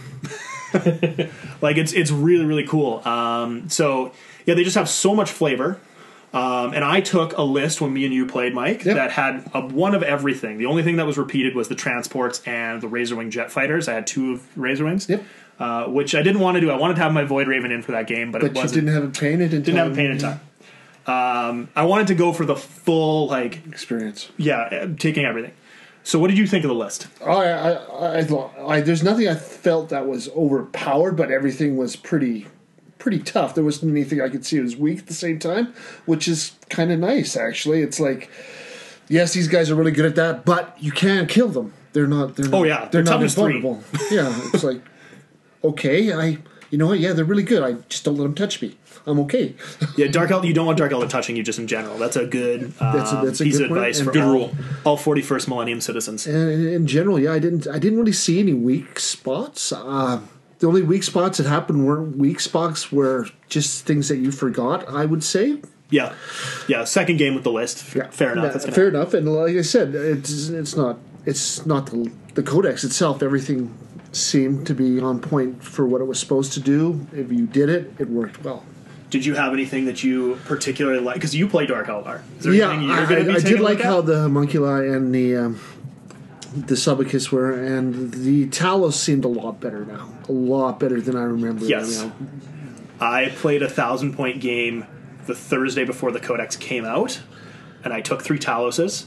Speaker 2: like it's it's really really cool. Um, so yeah, they just have so much flavor. Um, and I took a list when me and you played, Mike,
Speaker 3: Yep.
Speaker 2: that had a, one of everything. The only thing that was repeated was the transports and the Razorwing jet fighters. I had two of Razorwings,
Speaker 3: Yep.
Speaker 2: uh, which I didn't want to do. I wanted to have my Void Raven in for that game, but, it
Speaker 3: But you
Speaker 2: wasn't.
Speaker 3: didn't have it painted in
Speaker 2: didn't have
Speaker 3: time.
Speaker 2: a pain in time. Um, I wanted to go for the full, like,
Speaker 3: Experience.
Speaker 2: yeah, uh, taking everything. So, what did you think of the list?
Speaker 3: I, I, I, I, I, there's nothing I felt that was overpowered, but everything was pretty, pretty tough. There wasn't anything I could see was weak at the same time, which is kind of nice actually. It's like, yes, these guys are really good at that, but you can kill them. They're not. They're not,
Speaker 2: Oh, yeah. Their
Speaker 3: they're not
Speaker 2: toughness three.
Speaker 3: invulnerable. yeah, it's like, okay, I, you know what? Yeah, they're really good. I just don't let them touch me. I'm okay.
Speaker 2: Yeah, Dark Elder, you don't want Dark Elder touching you just in general. That's a good um,
Speaker 3: That's a- that's a
Speaker 2: piece
Speaker 3: good
Speaker 2: of
Speaker 3: point
Speaker 2: advice
Speaker 3: and
Speaker 2: for
Speaker 3: good
Speaker 2: all,
Speaker 1: rule.
Speaker 2: all 41st Millennium citizens.
Speaker 3: and in- Uh, in general, yeah, I didn't I didn't really see any weak spots. Uh, the only weak spots that happened weren't weak spots were just things that you forgot. I would say,
Speaker 2: Yeah. Yeah, second game with the list. F- Fair enough.
Speaker 3: Yeah,
Speaker 2: That's gonna
Speaker 3: fair enough. And like I said, it's it's not it's not the, the codex itself. Everything seemed to be on point for what it was supposed to do. If you did it, it worked well.
Speaker 2: Did you have anything that you particularly like? Because you play Dark Eldar. Is there
Speaker 3: yeah,
Speaker 2: anything
Speaker 3: I,
Speaker 2: you're going to be
Speaker 3: I- I
Speaker 2: taking
Speaker 3: did
Speaker 2: a
Speaker 3: like
Speaker 2: look
Speaker 3: how
Speaker 2: at?
Speaker 3: the homunculi and the um, the subbicus were, and the talos seemed a lot better now, a lot better than I remember.
Speaker 2: Yes.
Speaker 3: now.
Speaker 2: I played a thousand point game the Thursday before the Codex came out, and I took three Taloses,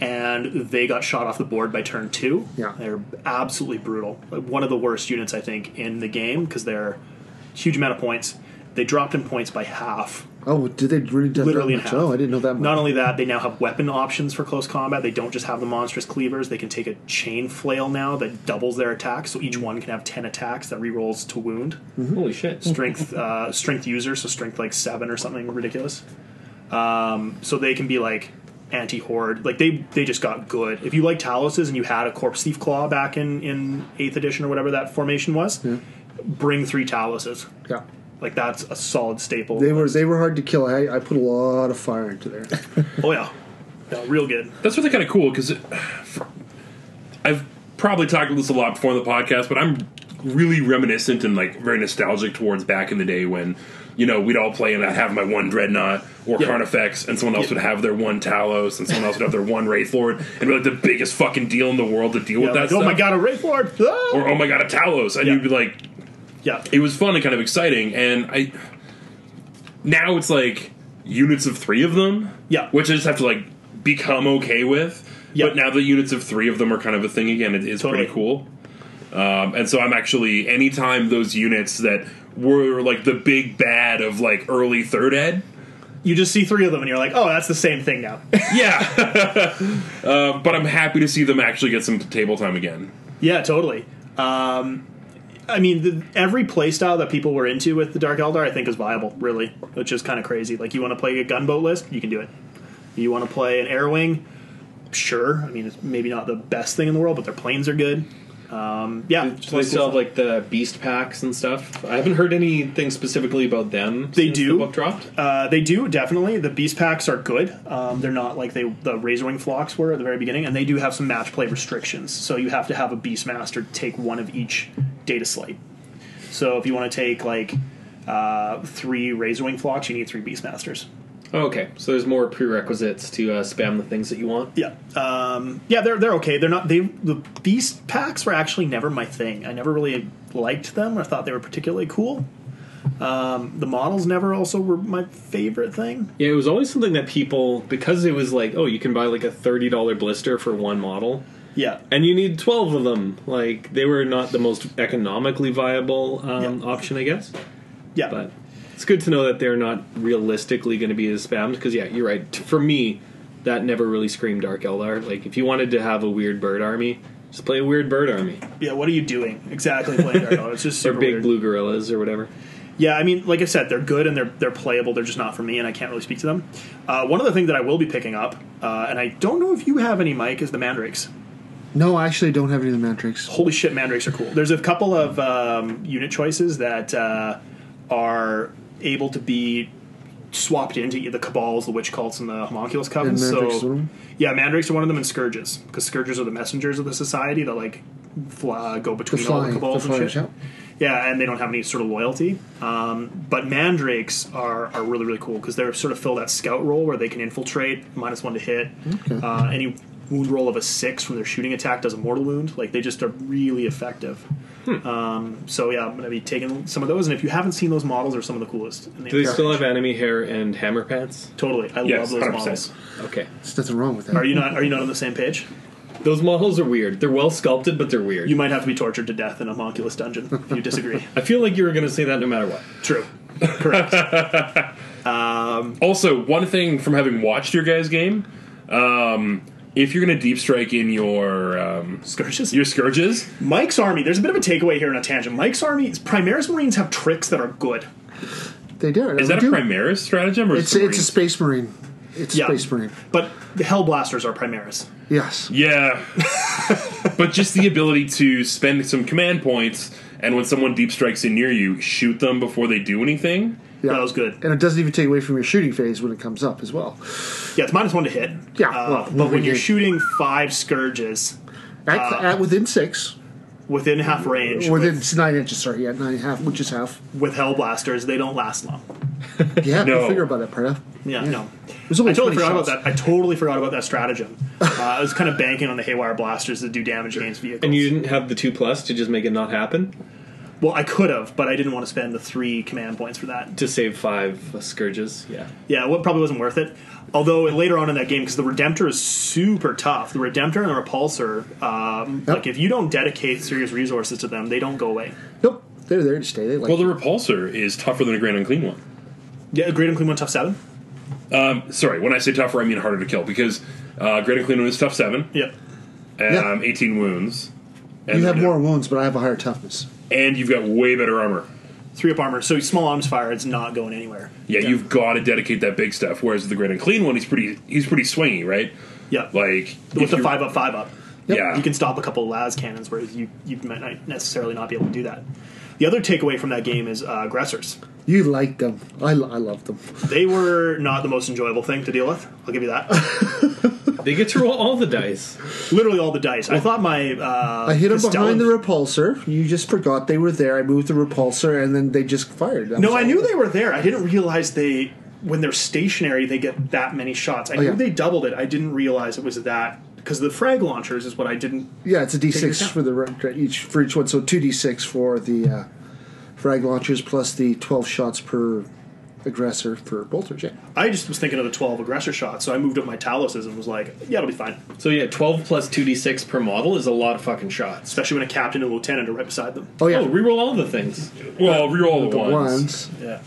Speaker 2: and they got shot off the board by turn two.
Speaker 3: Yeah.
Speaker 2: They're absolutely brutal. Like, One of the worst units, I think, in the game because they're huge amount of points. They dropped in points by half.
Speaker 3: Oh, did they really do
Speaker 2: Literally
Speaker 3: that
Speaker 2: in
Speaker 3: much?
Speaker 2: half.
Speaker 3: Oh, I didn't know that much.
Speaker 2: Not only that, they now have weapon options for close combat. They don't just have the monstrous cleavers. They can take a chain flail now that doubles their attacks. So each
Speaker 3: Mm.
Speaker 2: one can have ten attacks that rerolls to wound
Speaker 6: Holy shit!
Speaker 2: strength uh, strength user, so strength like seven or something ridiculous. Um, so they can be like anti horde. Like they they just got good. If you like Taloses and you had a corpse thief claw back in in eighth edition or whatever that formation was, bring three Taloses.
Speaker 3: yeah.
Speaker 2: Like that's a solid staple.
Speaker 3: They were they were hard to kill. I, I put a lot of fire into there.
Speaker 2: oh yeah. Yeah, real good.
Speaker 1: That's really kind of cool because I've probably talked about this a lot before on the podcast, but I'm really reminiscent and like very nostalgic towards back in the day when you know we'd all play and I'd have my one dreadnought or Carnifex, and someone else would have their one Talos, and someone else would have their one Wraith Lord, and it'd be like the biggest fucking deal in the world to deal
Speaker 2: Yeah,
Speaker 1: with that.
Speaker 2: like, oh
Speaker 1: stuff.
Speaker 2: my god, a Wraith Lord! Ah!
Speaker 1: Or oh my god, a Talos, and
Speaker 2: Yeah.
Speaker 1: you'd be like,
Speaker 2: yeah,
Speaker 1: it was fun and kind of exciting and i now it's like units of three of them
Speaker 2: Yeah.
Speaker 1: which i just have to like become okay with
Speaker 2: Yeah.
Speaker 1: but now the units of three of them are kind of a thing again it is
Speaker 2: Totally.
Speaker 1: pretty cool um, and so i'm actually anytime those units that were like the big bad of like early third ed
Speaker 2: you just see three of them and you're like, oh, that's the same thing now.
Speaker 1: yeah uh, but i'm happy to see them actually get some table time again
Speaker 2: Yeah, totally. Um, I mean, the, every playstyle that people were into with the Dark Eldar, I think, is viable. Really, which is kind of crazy. Like, you want to play a gunboat list, you can do it. You want to play an airwing, sure. I mean, it's maybe not the best thing in the world, but their planes are good. Um, yeah,
Speaker 6: Do they still have like the beast packs and stuff? I haven't heard anything specifically about them.
Speaker 2: They
Speaker 6: since
Speaker 2: do.
Speaker 6: The book dropped.
Speaker 2: Uh, they do definitely. The beast packs are good. Um, they're not like they the razor wing flocks were at the very beginning, and they do have some match play restrictions. So you have to have a beast master take one of each data slate. So if you want to take like uh, three razor wing flocks, you need three beast masters.
Speaker 6: Oh, Okay, so there's more prerequisites to uh, spam the things that you want.
Speaker 2: Yeah, um, yeah, they're they're okay. They're not they the beast packs were actually never my thing. I never really liked them or thought they were particularly cool. Um, the models never also were my favorite thing.
Speaker 6: Yeah, it was always something that people because it was like, oh, you can buy like a thirty dollar blister for one model,
Speaker 2: Yeah,
Speaker 6: and you need twelve of them. Like they were not the most economically viable um, option, I guess.
Speaker 2: yeah.
Speaker 6: But it's good to know that they're not realistically going to be as spammed because yeah, you're right. T- For me, that never really screamed Dark Eldar. Like if you wanted to have a weird bird army, just play a weird bird army
Speaker 2: Yeah, what are you doing exactly playing Dark Elder? It's just
Speaker 6: or
Speaker 2: super
Speaker 6: big
Speaker 2: weird.
Speaker 6: blue gorillas or whatever.
Speaker 2: Yeah, I mean, like I said, they're good and they're they're playable. They're just not for me, and I can't really speak to them. Uh, one other thing that I will be picking up, uh, and I don't know if you have any, Mike, is the Mandrakes.
Speaker 3: No, I actually don't have any of the Matrix.
Speaker 2: Holy shit, Mandrakes are cool. There's a couple of um, unit choices that uh, are able to be swapped into either the Cabals, the Witch Cults, and the Homunculus
Speaker 3: And
Speaker 2: Covens.
Speaker 3: Matrix is one
Speaker 2: So,
Speaker 3: of them?
Speaker 2: yeah, Mandrakes are one of them, and Scourges, because Scourges are the messengers of the society that like fly, go
Speaker 3: The
Speaker 2: between all the
Speaker 3: flying, the
Speaker 2: Cabals and
Speaker 3: flying
Speaker 2: shit.
Speaker 3: shot.
Speaker 2: Yeah, and they don't have any sort of loyalty. Um, but mandrakes are, are really really cool because they're sort of fill that scout role where they can infiltrate minus one to hit. Uh, any wound roll of a six from their shooting attack does a mortal wound. Like they just are really effective.
Speaker 6: Hmm.
Speaker 2: Um, so yeah, I'm gonna be taking some of those. And if you haven't seen those models, they're some of the coolest. And
Speaker 6: Do they still have enemy hair and hammer pants?
Speaker 2: Totally, I
Speaker 1: Yes,
Speaker 2: love those
Speaker 1: 100%.
Speaker 2: models.
Speaker 6: Okay,
Speaker 3: There's nothing wrong with that.
Speaker 2: Are you not Are you not on the same page?
Speaker 6: those models are weird. They're well sculpted, but they're weird.
Speaker 2: You might have to be tortured to death in a homunculus dungeon if you disagree.
Speaker 6: I feel like you were going to say that no matter what.
Speaker 2: True, correct.
Speaker 1: Also, one thing from having watched your guys' game, um, if you're going to deep strike in your um,
Speaker 2: Scourges.
Speaker 1: your scourges,
Speaker 2: Mike's army. There's a bit of a takeaway here on a tangent. Mike's army. Primaris Marines have tricks that are good.
Speaker 3: They do.
Speaker 1: is that a
Speaker 3: do.
Speaker 1: Primaris stratagem or
Speaker 3: It's
Speaker 1: is it
Speaker 3: it's a space marine. It's a
Speaker 2: Yeah.
Speaker 3: space marine.
Speaker 2: But the Hellblasters are Primaris.
Speaker 3: Yes.
Speaker 1: yeah? but just the ability to spend some command points, and when someone deep strikes in near you, shoot them before they do anything.
Speaker 3: Yeah.
Speaker 2: That was good.
Speaker 3: And it doesn't even take away from your shooting phase when it comes up as well.
Speaker 2: Yeah, it's minus one to hit.
Speaker 3: Yeah,
Speaker 2: Uh,
Speaker 3: well,
Speaker 2: but when
Speaker 3: we
Speaker 2: you're
Speaker 3: did.
Speaker 2: shooting five scourges
Speaker 3: At,
Speaker 2: Uh.
Speaker 3: at within six,
Speaker 2: within half range
Speaker 3: within
Speaker 2: with,
Speaker 3: nine inches. Sorry, yeah, nine and a half, which is half.
Speaker 2: with Hellblasters, they don't last long.
Speaker 3: Yeah,
Speaker 1: No.
Speaker 3: no. figure about that part. Huh?
Speaker 2: Yeah, no.
Speaker 3: It was only
Speaker 2: I totally
Speaker 3: 20
Speaker 2: forgot
Speaker 3: shots.
Speaker 2: about that. I totally forgot about that stratagem. Uh, I was kind of banking on the Haywire Blasters to do damage against vehicles.
Speaker 6: And you didn't have the two plus to just make it not happen
Speaker 2: well, I could have, but I didn't want to spend the three command points for that.
Speaker 6: to save five uh, scourges. Yeah,
Speaker 2: Yeah, what probably wasn't worth it. Although later on in that game, because the Redemptor is super tough, the Redemptor and the Repulsor, um,
Speaker 3: Yep.
Speaker 2: like if you don't dedicate serious resources to them, they don't go away.
Speaker 3: Nope, they're there to stay. They like
Speaker 1: Well, the repulsor is tougher than a grand unclean one.
Speaker 2: Yeah, Great and Clean One Tough Seven.
Speaker 1: Sorry, when I say tougher, I mean harder to kill because uh, grand unclean one is tough seven,
Speaker 2: Yep.
Speaker 1: um,
Speaker 3: Yeah.
Speaker 1: 18 wounds. And
Speaker 3: you have
Speaker 1: the-
Speaker 3: more wounds, but I have a higher toughness.
Speaker 1: and you've got way better armor.
Speaker 2: Three up armor. So small arms fire. It's not going anywhere.
Speaker 1: Yeah, you've got to dedicate that big stuff. Whereas the grand and clean one, he's pretty he's pretty swingy, right?
Speaker 2: Yeah.
Speaker 1: Like if
Speaker 2: with the
Speaker 1: you're-
Speaker 2: five up, five up.
Speaker 1: yeah,
Speaker 2: You can stop a couple of las cannons, whereas you you might not necessarily not be able to do that. The other takeaway from that game is uh, aggressors.
Speaker 3: You like them. I, lo- I love them.
Speaker 2: They were not the most enjoyable thing to deal with. I'll give you that.
Speaker 6: they get to roll all the dice.
Speaker 2: Literally all the dice. I thought my uh,
Speaker 3: I hit them
Speaker 2: Castellan-
Speaker 3: behind the repulsor. You just forgot they were there. I moved the repulsor, and then they just fired. That
Speaker 2: No,
Speaker 3: was
Speaker 2: I
Speaker 3: all.
Speaker 2: knew they were there. I didn't realize they when they're stationary they get that many shots. I knew
Speaker 3: Oh, yeah.
Speaker 2: they doubled it. I didn't realize it was that because the frag launchers is what I didn't.
Speaker 3: Yeah, it's a D
Speaker 2: Take your
Speaker 3: six
Speaker 2: time.
Speaker 3: for the re- each for each one. So two D six for the uh, frag launchers plus the twelve shots per aggressor for bolters. Yeah,
Speaker 2: I just was thinking of the twelve aggressor shots, so I moved up my Taloses and was like, "Yeah, it'll be fine."
Speaker 6: So yeah, twelve plus two d six per model is a lot of fucking shots.
Speaker 2: Especially when a captain and a lieutenant are right beside them.
Speaker 3: Oh yeah,
Speaker 6: Oh, reroll all the things.
Speaker 1: well, reroll the,
Speaker 3: the
Speaker 1: ones.
Speaker 3: ones.
Speaker 2: Yeah,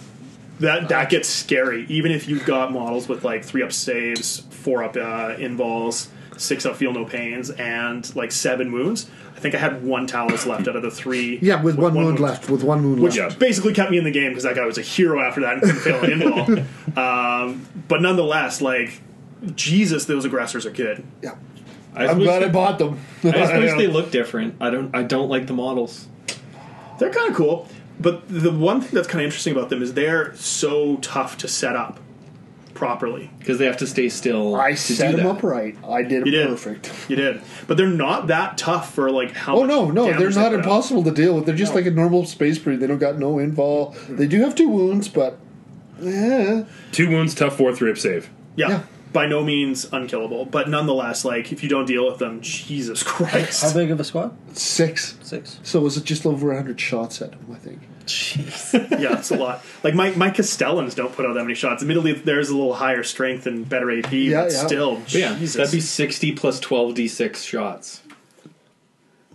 Speaker 2: that that gets scary. Even if you've got models with like three up saves, four up uh, invols, six up feel no pains, and like seven wounds. I think I had one Talos left out of the three.
Speaker 3: Yeah, with one wound
Speaker 2: wound.
Speaker 3: left. With one wound
Speaker 2: which
Speaker 3: left.
Speaker 2: basically kept me in the game because that guy was a hero after that and couldn't fail an end ball. Um, but nonetheless, like Jesus, those aggressors are good.
Speaker 3: Yeah.
Speaker 6: I
Speaker 3: I'm
Speaker 6: just
Speaker 3: glad
Speaker 6: wish-
Speaker 3: I bought them.
Speaker 6: I just wish
Speaker 3: Yeah.
Speaker 6: they look different. I don't. I don't like the models.
Speaker 2: They're kind of cool, but the one thing that's kind of interesting about them is they're so tough to set up properly.
Speaker 6: because they have to stay still.
Speaker 3: I
Speaker 6: to
Speaker 3: set
Speaker 6: do
Speaker 3: them
Speaker 6: that.
Speaker 3: up right. I did
Speaker 2: You did.
Speaker 3: them perfect.
Speaker 2: You did, but they're not that tough for like how.
Speaker 3: Oh
Speaker 2: much
Speaker 3: no, no,
Speaker 2: damage
Speaker 3: they're
Speaker 2: they
Speaker 3: not
Speaker 2: put out.
Speaker 3: impossible to deal with. They're just
Speaker 2: No.
Speaker 3: like a normal space breed. They don't got no invol. They do have two wounds, but eh.
Speaker 1: Two wounds, tough fourth rip save.
Speaker 2: Yeah.
Speaker 3: Yeah.
Speaker 2: By no means unkillable, but nonetheless, like if you don't deal with them, Jesus
Speaker 4: How
Speaker 2: Christ!
Speaker 4: big of a squad?
Speaker 3: six.
Speaker 4: Six.
Speaker 3: So was it just over hundred shots at him? I think.
Speaker 2: yeah, it's a lot. Like my my Castellans don't put out that many shots. Admittedly, theirs is a little higher strength and better AP,
Speaker 3: Yeah,
Speaker 2: but
Speaker 3: yeah.
Speaker 2: still,
Speaker 6: But yeah,
Speaker 2: Jesus.
Speaker 6: that'd be sixty plus twelve d six shots.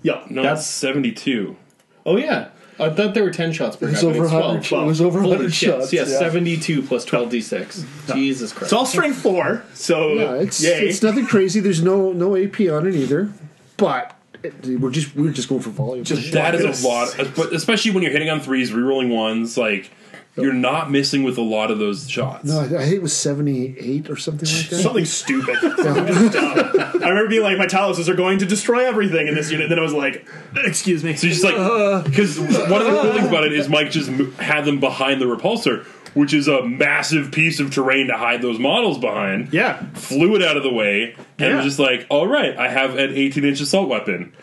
Speaker 2: yeah,
Speaker 1: No,
Speaker 6: That's-
Speaker 1: that's seventy two.
Speaker 6: Oh yeah, I thought there were ten shots per
Speaker 3: It was
Speaker 6: guy. but
Speaker 3: over
Speaker 6: it's
Speaker 3: hundred.
Speaker 6: twelve.
Speaker 3: It was over
Speaker 6: Holy
Speaker 3: hundred
Speaker 6: shit!
Speaker 3: shots.
Speaker 6: yeah, seventy two plus twelve d six. Jesus Christ!
Speaker 2: It's all strength four, so
Speaker 3: Yeah, it's
Speaker 2: yay.
Speaker 3: it's nothing crazy. There's no no AP on it either, but it, we're just we're just going for volume.
Speaker 1: That is a lot, uh, but especially when you're hitting on threes, rerolling ones. Like you're not missing with a lot of those shots.
Speaker 3: no, I, I think it was seventy eight or something like that.
Speaker 2: Something stupid. Something just dumb. I remember being like, my Taluses are going to destroy everything in this unit. Then I was like, excuse me.
Speaker 1: So you're just like because one of the cool things about it is Mike just m- had them behind the repulsor, which is a massive piece of terrain to hide those models behind.
Speaker 2: yeah.
Speaker 1: flew it out of the way and
Speaker 2: Yeah.
Speaker 1: was just like, all right, I have an 18 inch assault weapon.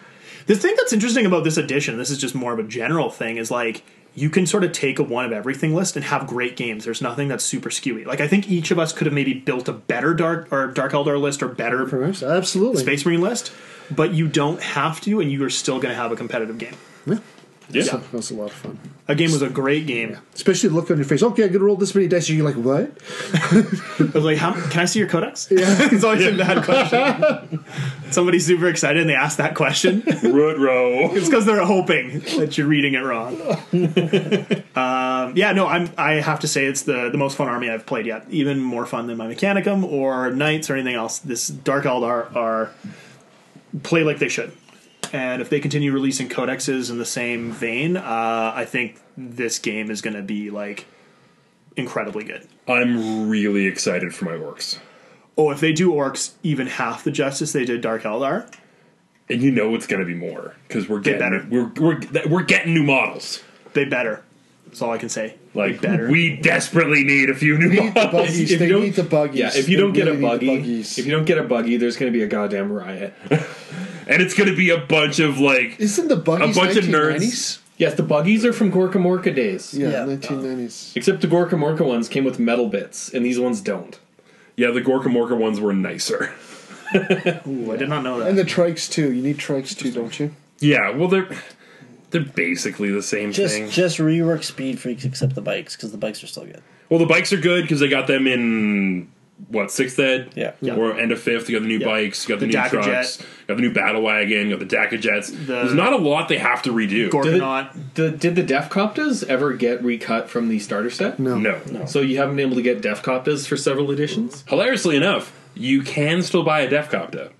Speaker 7: The thing that's interesting about this edition, this is just more of a general thing, is like you can sort of take a one of everything list and have great games. There's nothing that's super skewy. Like I think each of us could have maybe built a better dark or dark eldar list or better
Speaker 3: Perhaps, Absolutely.
Speaker 7: space marine list, but you don't have to, and you are still going to have a competitive game.
Speaker 1: Yeah.
Speaker 3: So, that was a lot of fun.
Speaker 7: A game was a great game.
Speaker 3: Especially the look on your face. Okay, I could roll this many dice. You're like, what?
Speaker 7: I was like, How, "Can I see your codex?" Yeah, it's always a bad question. Somebody's super excited and they ask that question.
Speaker 1: Root row.
Speaker 7: It's because they're hoping that you're reading it wrong. um, yeah, no, I'm. I have to say it's the the most fun army I've played yet. Even more fun than my Mechanicum or Knights or anything else. This Dark Eldar are play like they should. And if they continue releasing codexes in the same vein, uh, I think this game is going to be like incredibly good.
Speaker 1: I'm really excited for my orcs.
Speaker 7: Oh, if they do orcs even half the justice they did Dark Eldar,
Speaker 1: And you know it's going to be more because we're getting
Speaker 7: better.
Speaker 1: we're we're th- we're getting new models.
Speaker 7: they better. That's all I can say.
Speaker 1: Like
Speaker 7: better.
Speaker 1: we desperately need a few new
Speaker 3: They need the
Speaker 1: models.
Speaker 3: buggies.
Speaker 6: If you
Speaker 3: they
Speaker 6: don't-
Speaker 3: need the buggies.
Speaker 6: Yeah, if you
Speaker 3: They
Speaker 6: don't get
Speaker 3: really
Speaker 6: a
Speaker 3: need the
Speaker 6: buggy,
Speaker 3: buggies.
Speaker 6: if you don't get a buggy, there's going to be a goddamn riot.
Speaker 1: And it's going to be a bunch of like
Speaker 3: Isn't the buggies
Speaker 1: A bunch of nerds.
Speaker 3: 1990s?
Speaker 6: yes, the buggies are from Gorka Morka days.
Speaker 3: Yeah,
Speaker 4: Yeah.
Speaker 3: 1990s.
Speaker 6: Except the Gorka Morka ones came with metal bits, and these ones don't.
Speaker 1: yeah, the Gorka Morka ones were nicer.
Speaker 7: Ooh, I did not know that.
Speaker 3: And the trikes too. You need trikes too, don't you?
Speaker 1: Yeah, well they're they're basically the same
Speaker 4: Just
Speaker 1: thing.
Speaker 4: just rework Speed Freaks except the bikes because the bikes are still good.
Speaker 1: Well, the bikes are good because they got them in what sixth ed,
Speaker 4: Yeah.
Speaker 7: Yeah.
Speaker 1: or end of fifth. You got the new bikes, you got the,
Speaker 7: The
Speaker 1: new
Speaker 7: Daca
Speaker 1: trucks,
Speaker 7: Jet.
Speaker 1: got the new battle wagon, you got the Daca jets. There's not a lot they have to redo.
Speaker 7: Gorgonaut.
Speaker 6: The, did the Defcoptas ever get recut from the starter set?
Speaker 3: No.
Speaker 1: no.
Speaker 6: So you haven't been able to get Defcoptas for several editions?
Speaker 1: Hilariously enough, you can still buy a Defcopta,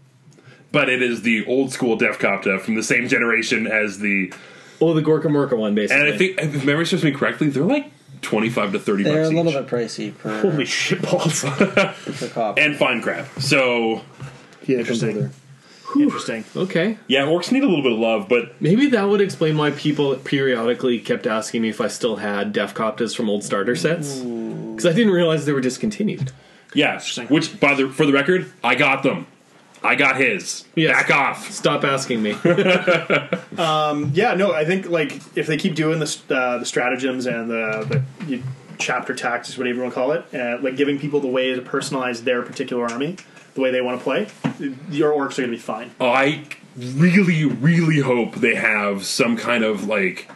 Speaker 1: but it is the old school Defcopta from the same generation as the.
Speaker 6: Oh, the Gorka Morka one, basically.
Speaker 1: And I think, if memory serves me correctly, they're like twenty-five to thirty
Speaker 4: They're
Speaker 1: bucks
Speaker 4: a little
Speaker 1: each,
Speaker 4: bit pricey per,
Speaker 2: Holy shit balls.
Speaker 4: per cop.
Speaker 1: and fine crap. So
Speaker 3: Yeah, don't go there.
Speaker 7: Interesting.
Speaker 6: Okay.
Speaker 1: yeah, orcs need a little bit of love, but
Speaker 6: Maybe that would explain why people periodically kept asking me if I still had Defcoptas from old starter sets. Because I didn't realize they were discontinued.
Speaker 1: yeah. Which, by the for the record, I got them. I got his.
Speaker 6: Yes.
Speaker 1: Back off.
Speaker 6: Stop asking me.
Speaker 2: yeah, no, I think like if they keep doing the st- uh, the stratagems and the, the you, chapter tactics, whatever you want to call it, uh, like giving people the way to personalize their particular army, the way they want to play, your orcs are going to be fine.
Speaker 1: I really, really hope they have some kind of like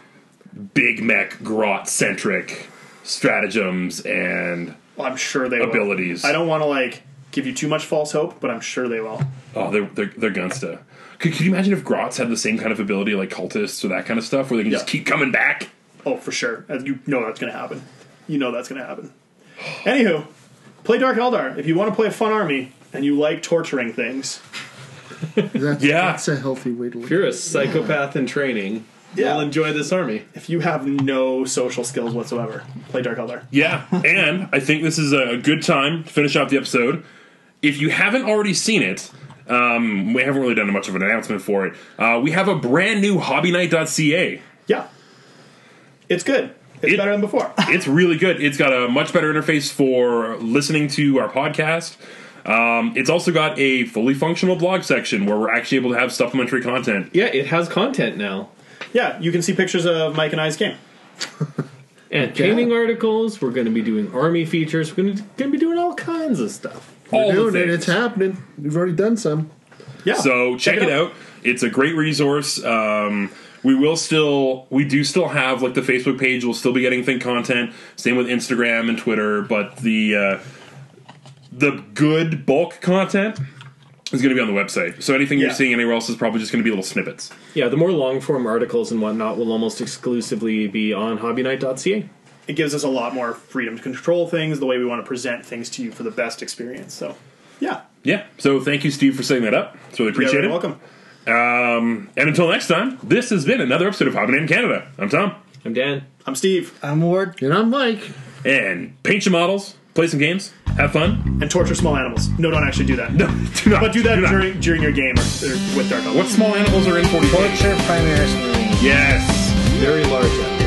Speaker 1: big mech grot centric stratagems and
Speaker 2: I'm sure they
Speaker 1: Abilities.
Speaker 2: Will. I don't want to like give you too much false hope, but I'm sure they will.
Speaker 1: oh they're they're, they're gunsta. Could, could you imagine if grots had the same kind of ability like cultists or that kind of stuff where they can just
Speaker 2: Yeah.
Speaker 1: keep coming back?
Speaker 2: Oh, for sure. As You know that's going to happen. You know that's going to happen. Anywho, play Dark Eldar if you want to play a fun army and you like torturing things.
Speaker 3: That's,
Speaker 1: Yeah.
Speaker 3: that's a healthy way to look.
Speaker 6: If you're a psychopath in training,
Speaker 2: Yeah.
Speaker 6: you'll enjoy this army.
Speaker 2: If you have no social skills whatsoever, play Dark Eldar.
Speaker 1: Yeah, and I think this is a good time to finish off the episode. If you haven't already seen it, Um, we haven't really done much of an announcement for it. Uh, we have a brand new hobbynight.ca.
Speaker 2: Yeah, it's good. It's
Speaker 1: It-
Speaker 2: better than before.
Speaker 1: It's really good. It's got a much better interface for listening to our podcast. Um, it's also got a fully functional blog section where we're actually able to have supplementary content.
Speaker 6: Yeah, it has content now.
Speaker 2: yeah, you can see pictures of Mike and I's game.
Speaker 6: And gaming articles. We're going to be doing army features. We're going to be doing all kinds of stuff.
Speaker 1: All
Speaker 3: Doing
Speaker 1: the
Speaker 3: it,
Speaker 1: things.
Speaker 3: it's happening. We've already done some.
Speaker 2: Yeah,
Speaker 1: So check, it out. It's a great resource. Um, we will still, we do still have like the Facebook page. We'll still be getting think content. Same with Instagram and Twitter. But the uh, the good bulk content is going to be on the website. So anything
Speaker 2: Yeah.
Speaker 1: you're seeing anywhere else is probably just going to be little snippets.
Speaker 6: Yeah, the more long form articles and whatnot will almost exclusively be on hobbynight.ca.
Speaker 2: it gives us a lot more freedom to control things the way we want to present things to you for the best experience. So, yeah,
Speaker 1: Yeah. So thank you, Steve, for setting that up. It's really
Speaker 2: you're
Speaker 1: appreciated.
Speaker 2: very welcome.
Speaker 1: And until next time, this has been another episode of Hobbit in Canada. I'm Tom.
Speaker 6: I'm Dan.
Speaker 2: I'm Steve,
Speaker 4: I'm Ward.
Speaker 3: And I'm Mike.
Speaker 1: And paint your models, play some games, have fun.
Speaker 2: and torture small animals. No, don't actually do that.
Speaker 1: No, do not
Speaker 2: but do that
Speaker 1: not.
Speaker 2: during during your game or, or with Dark Elf.
Speaker 1: What small animals are in 40
Speaker 4: Sure, Primaris Marine.
Speaker 1: Yes.
Speaker 6: Very large.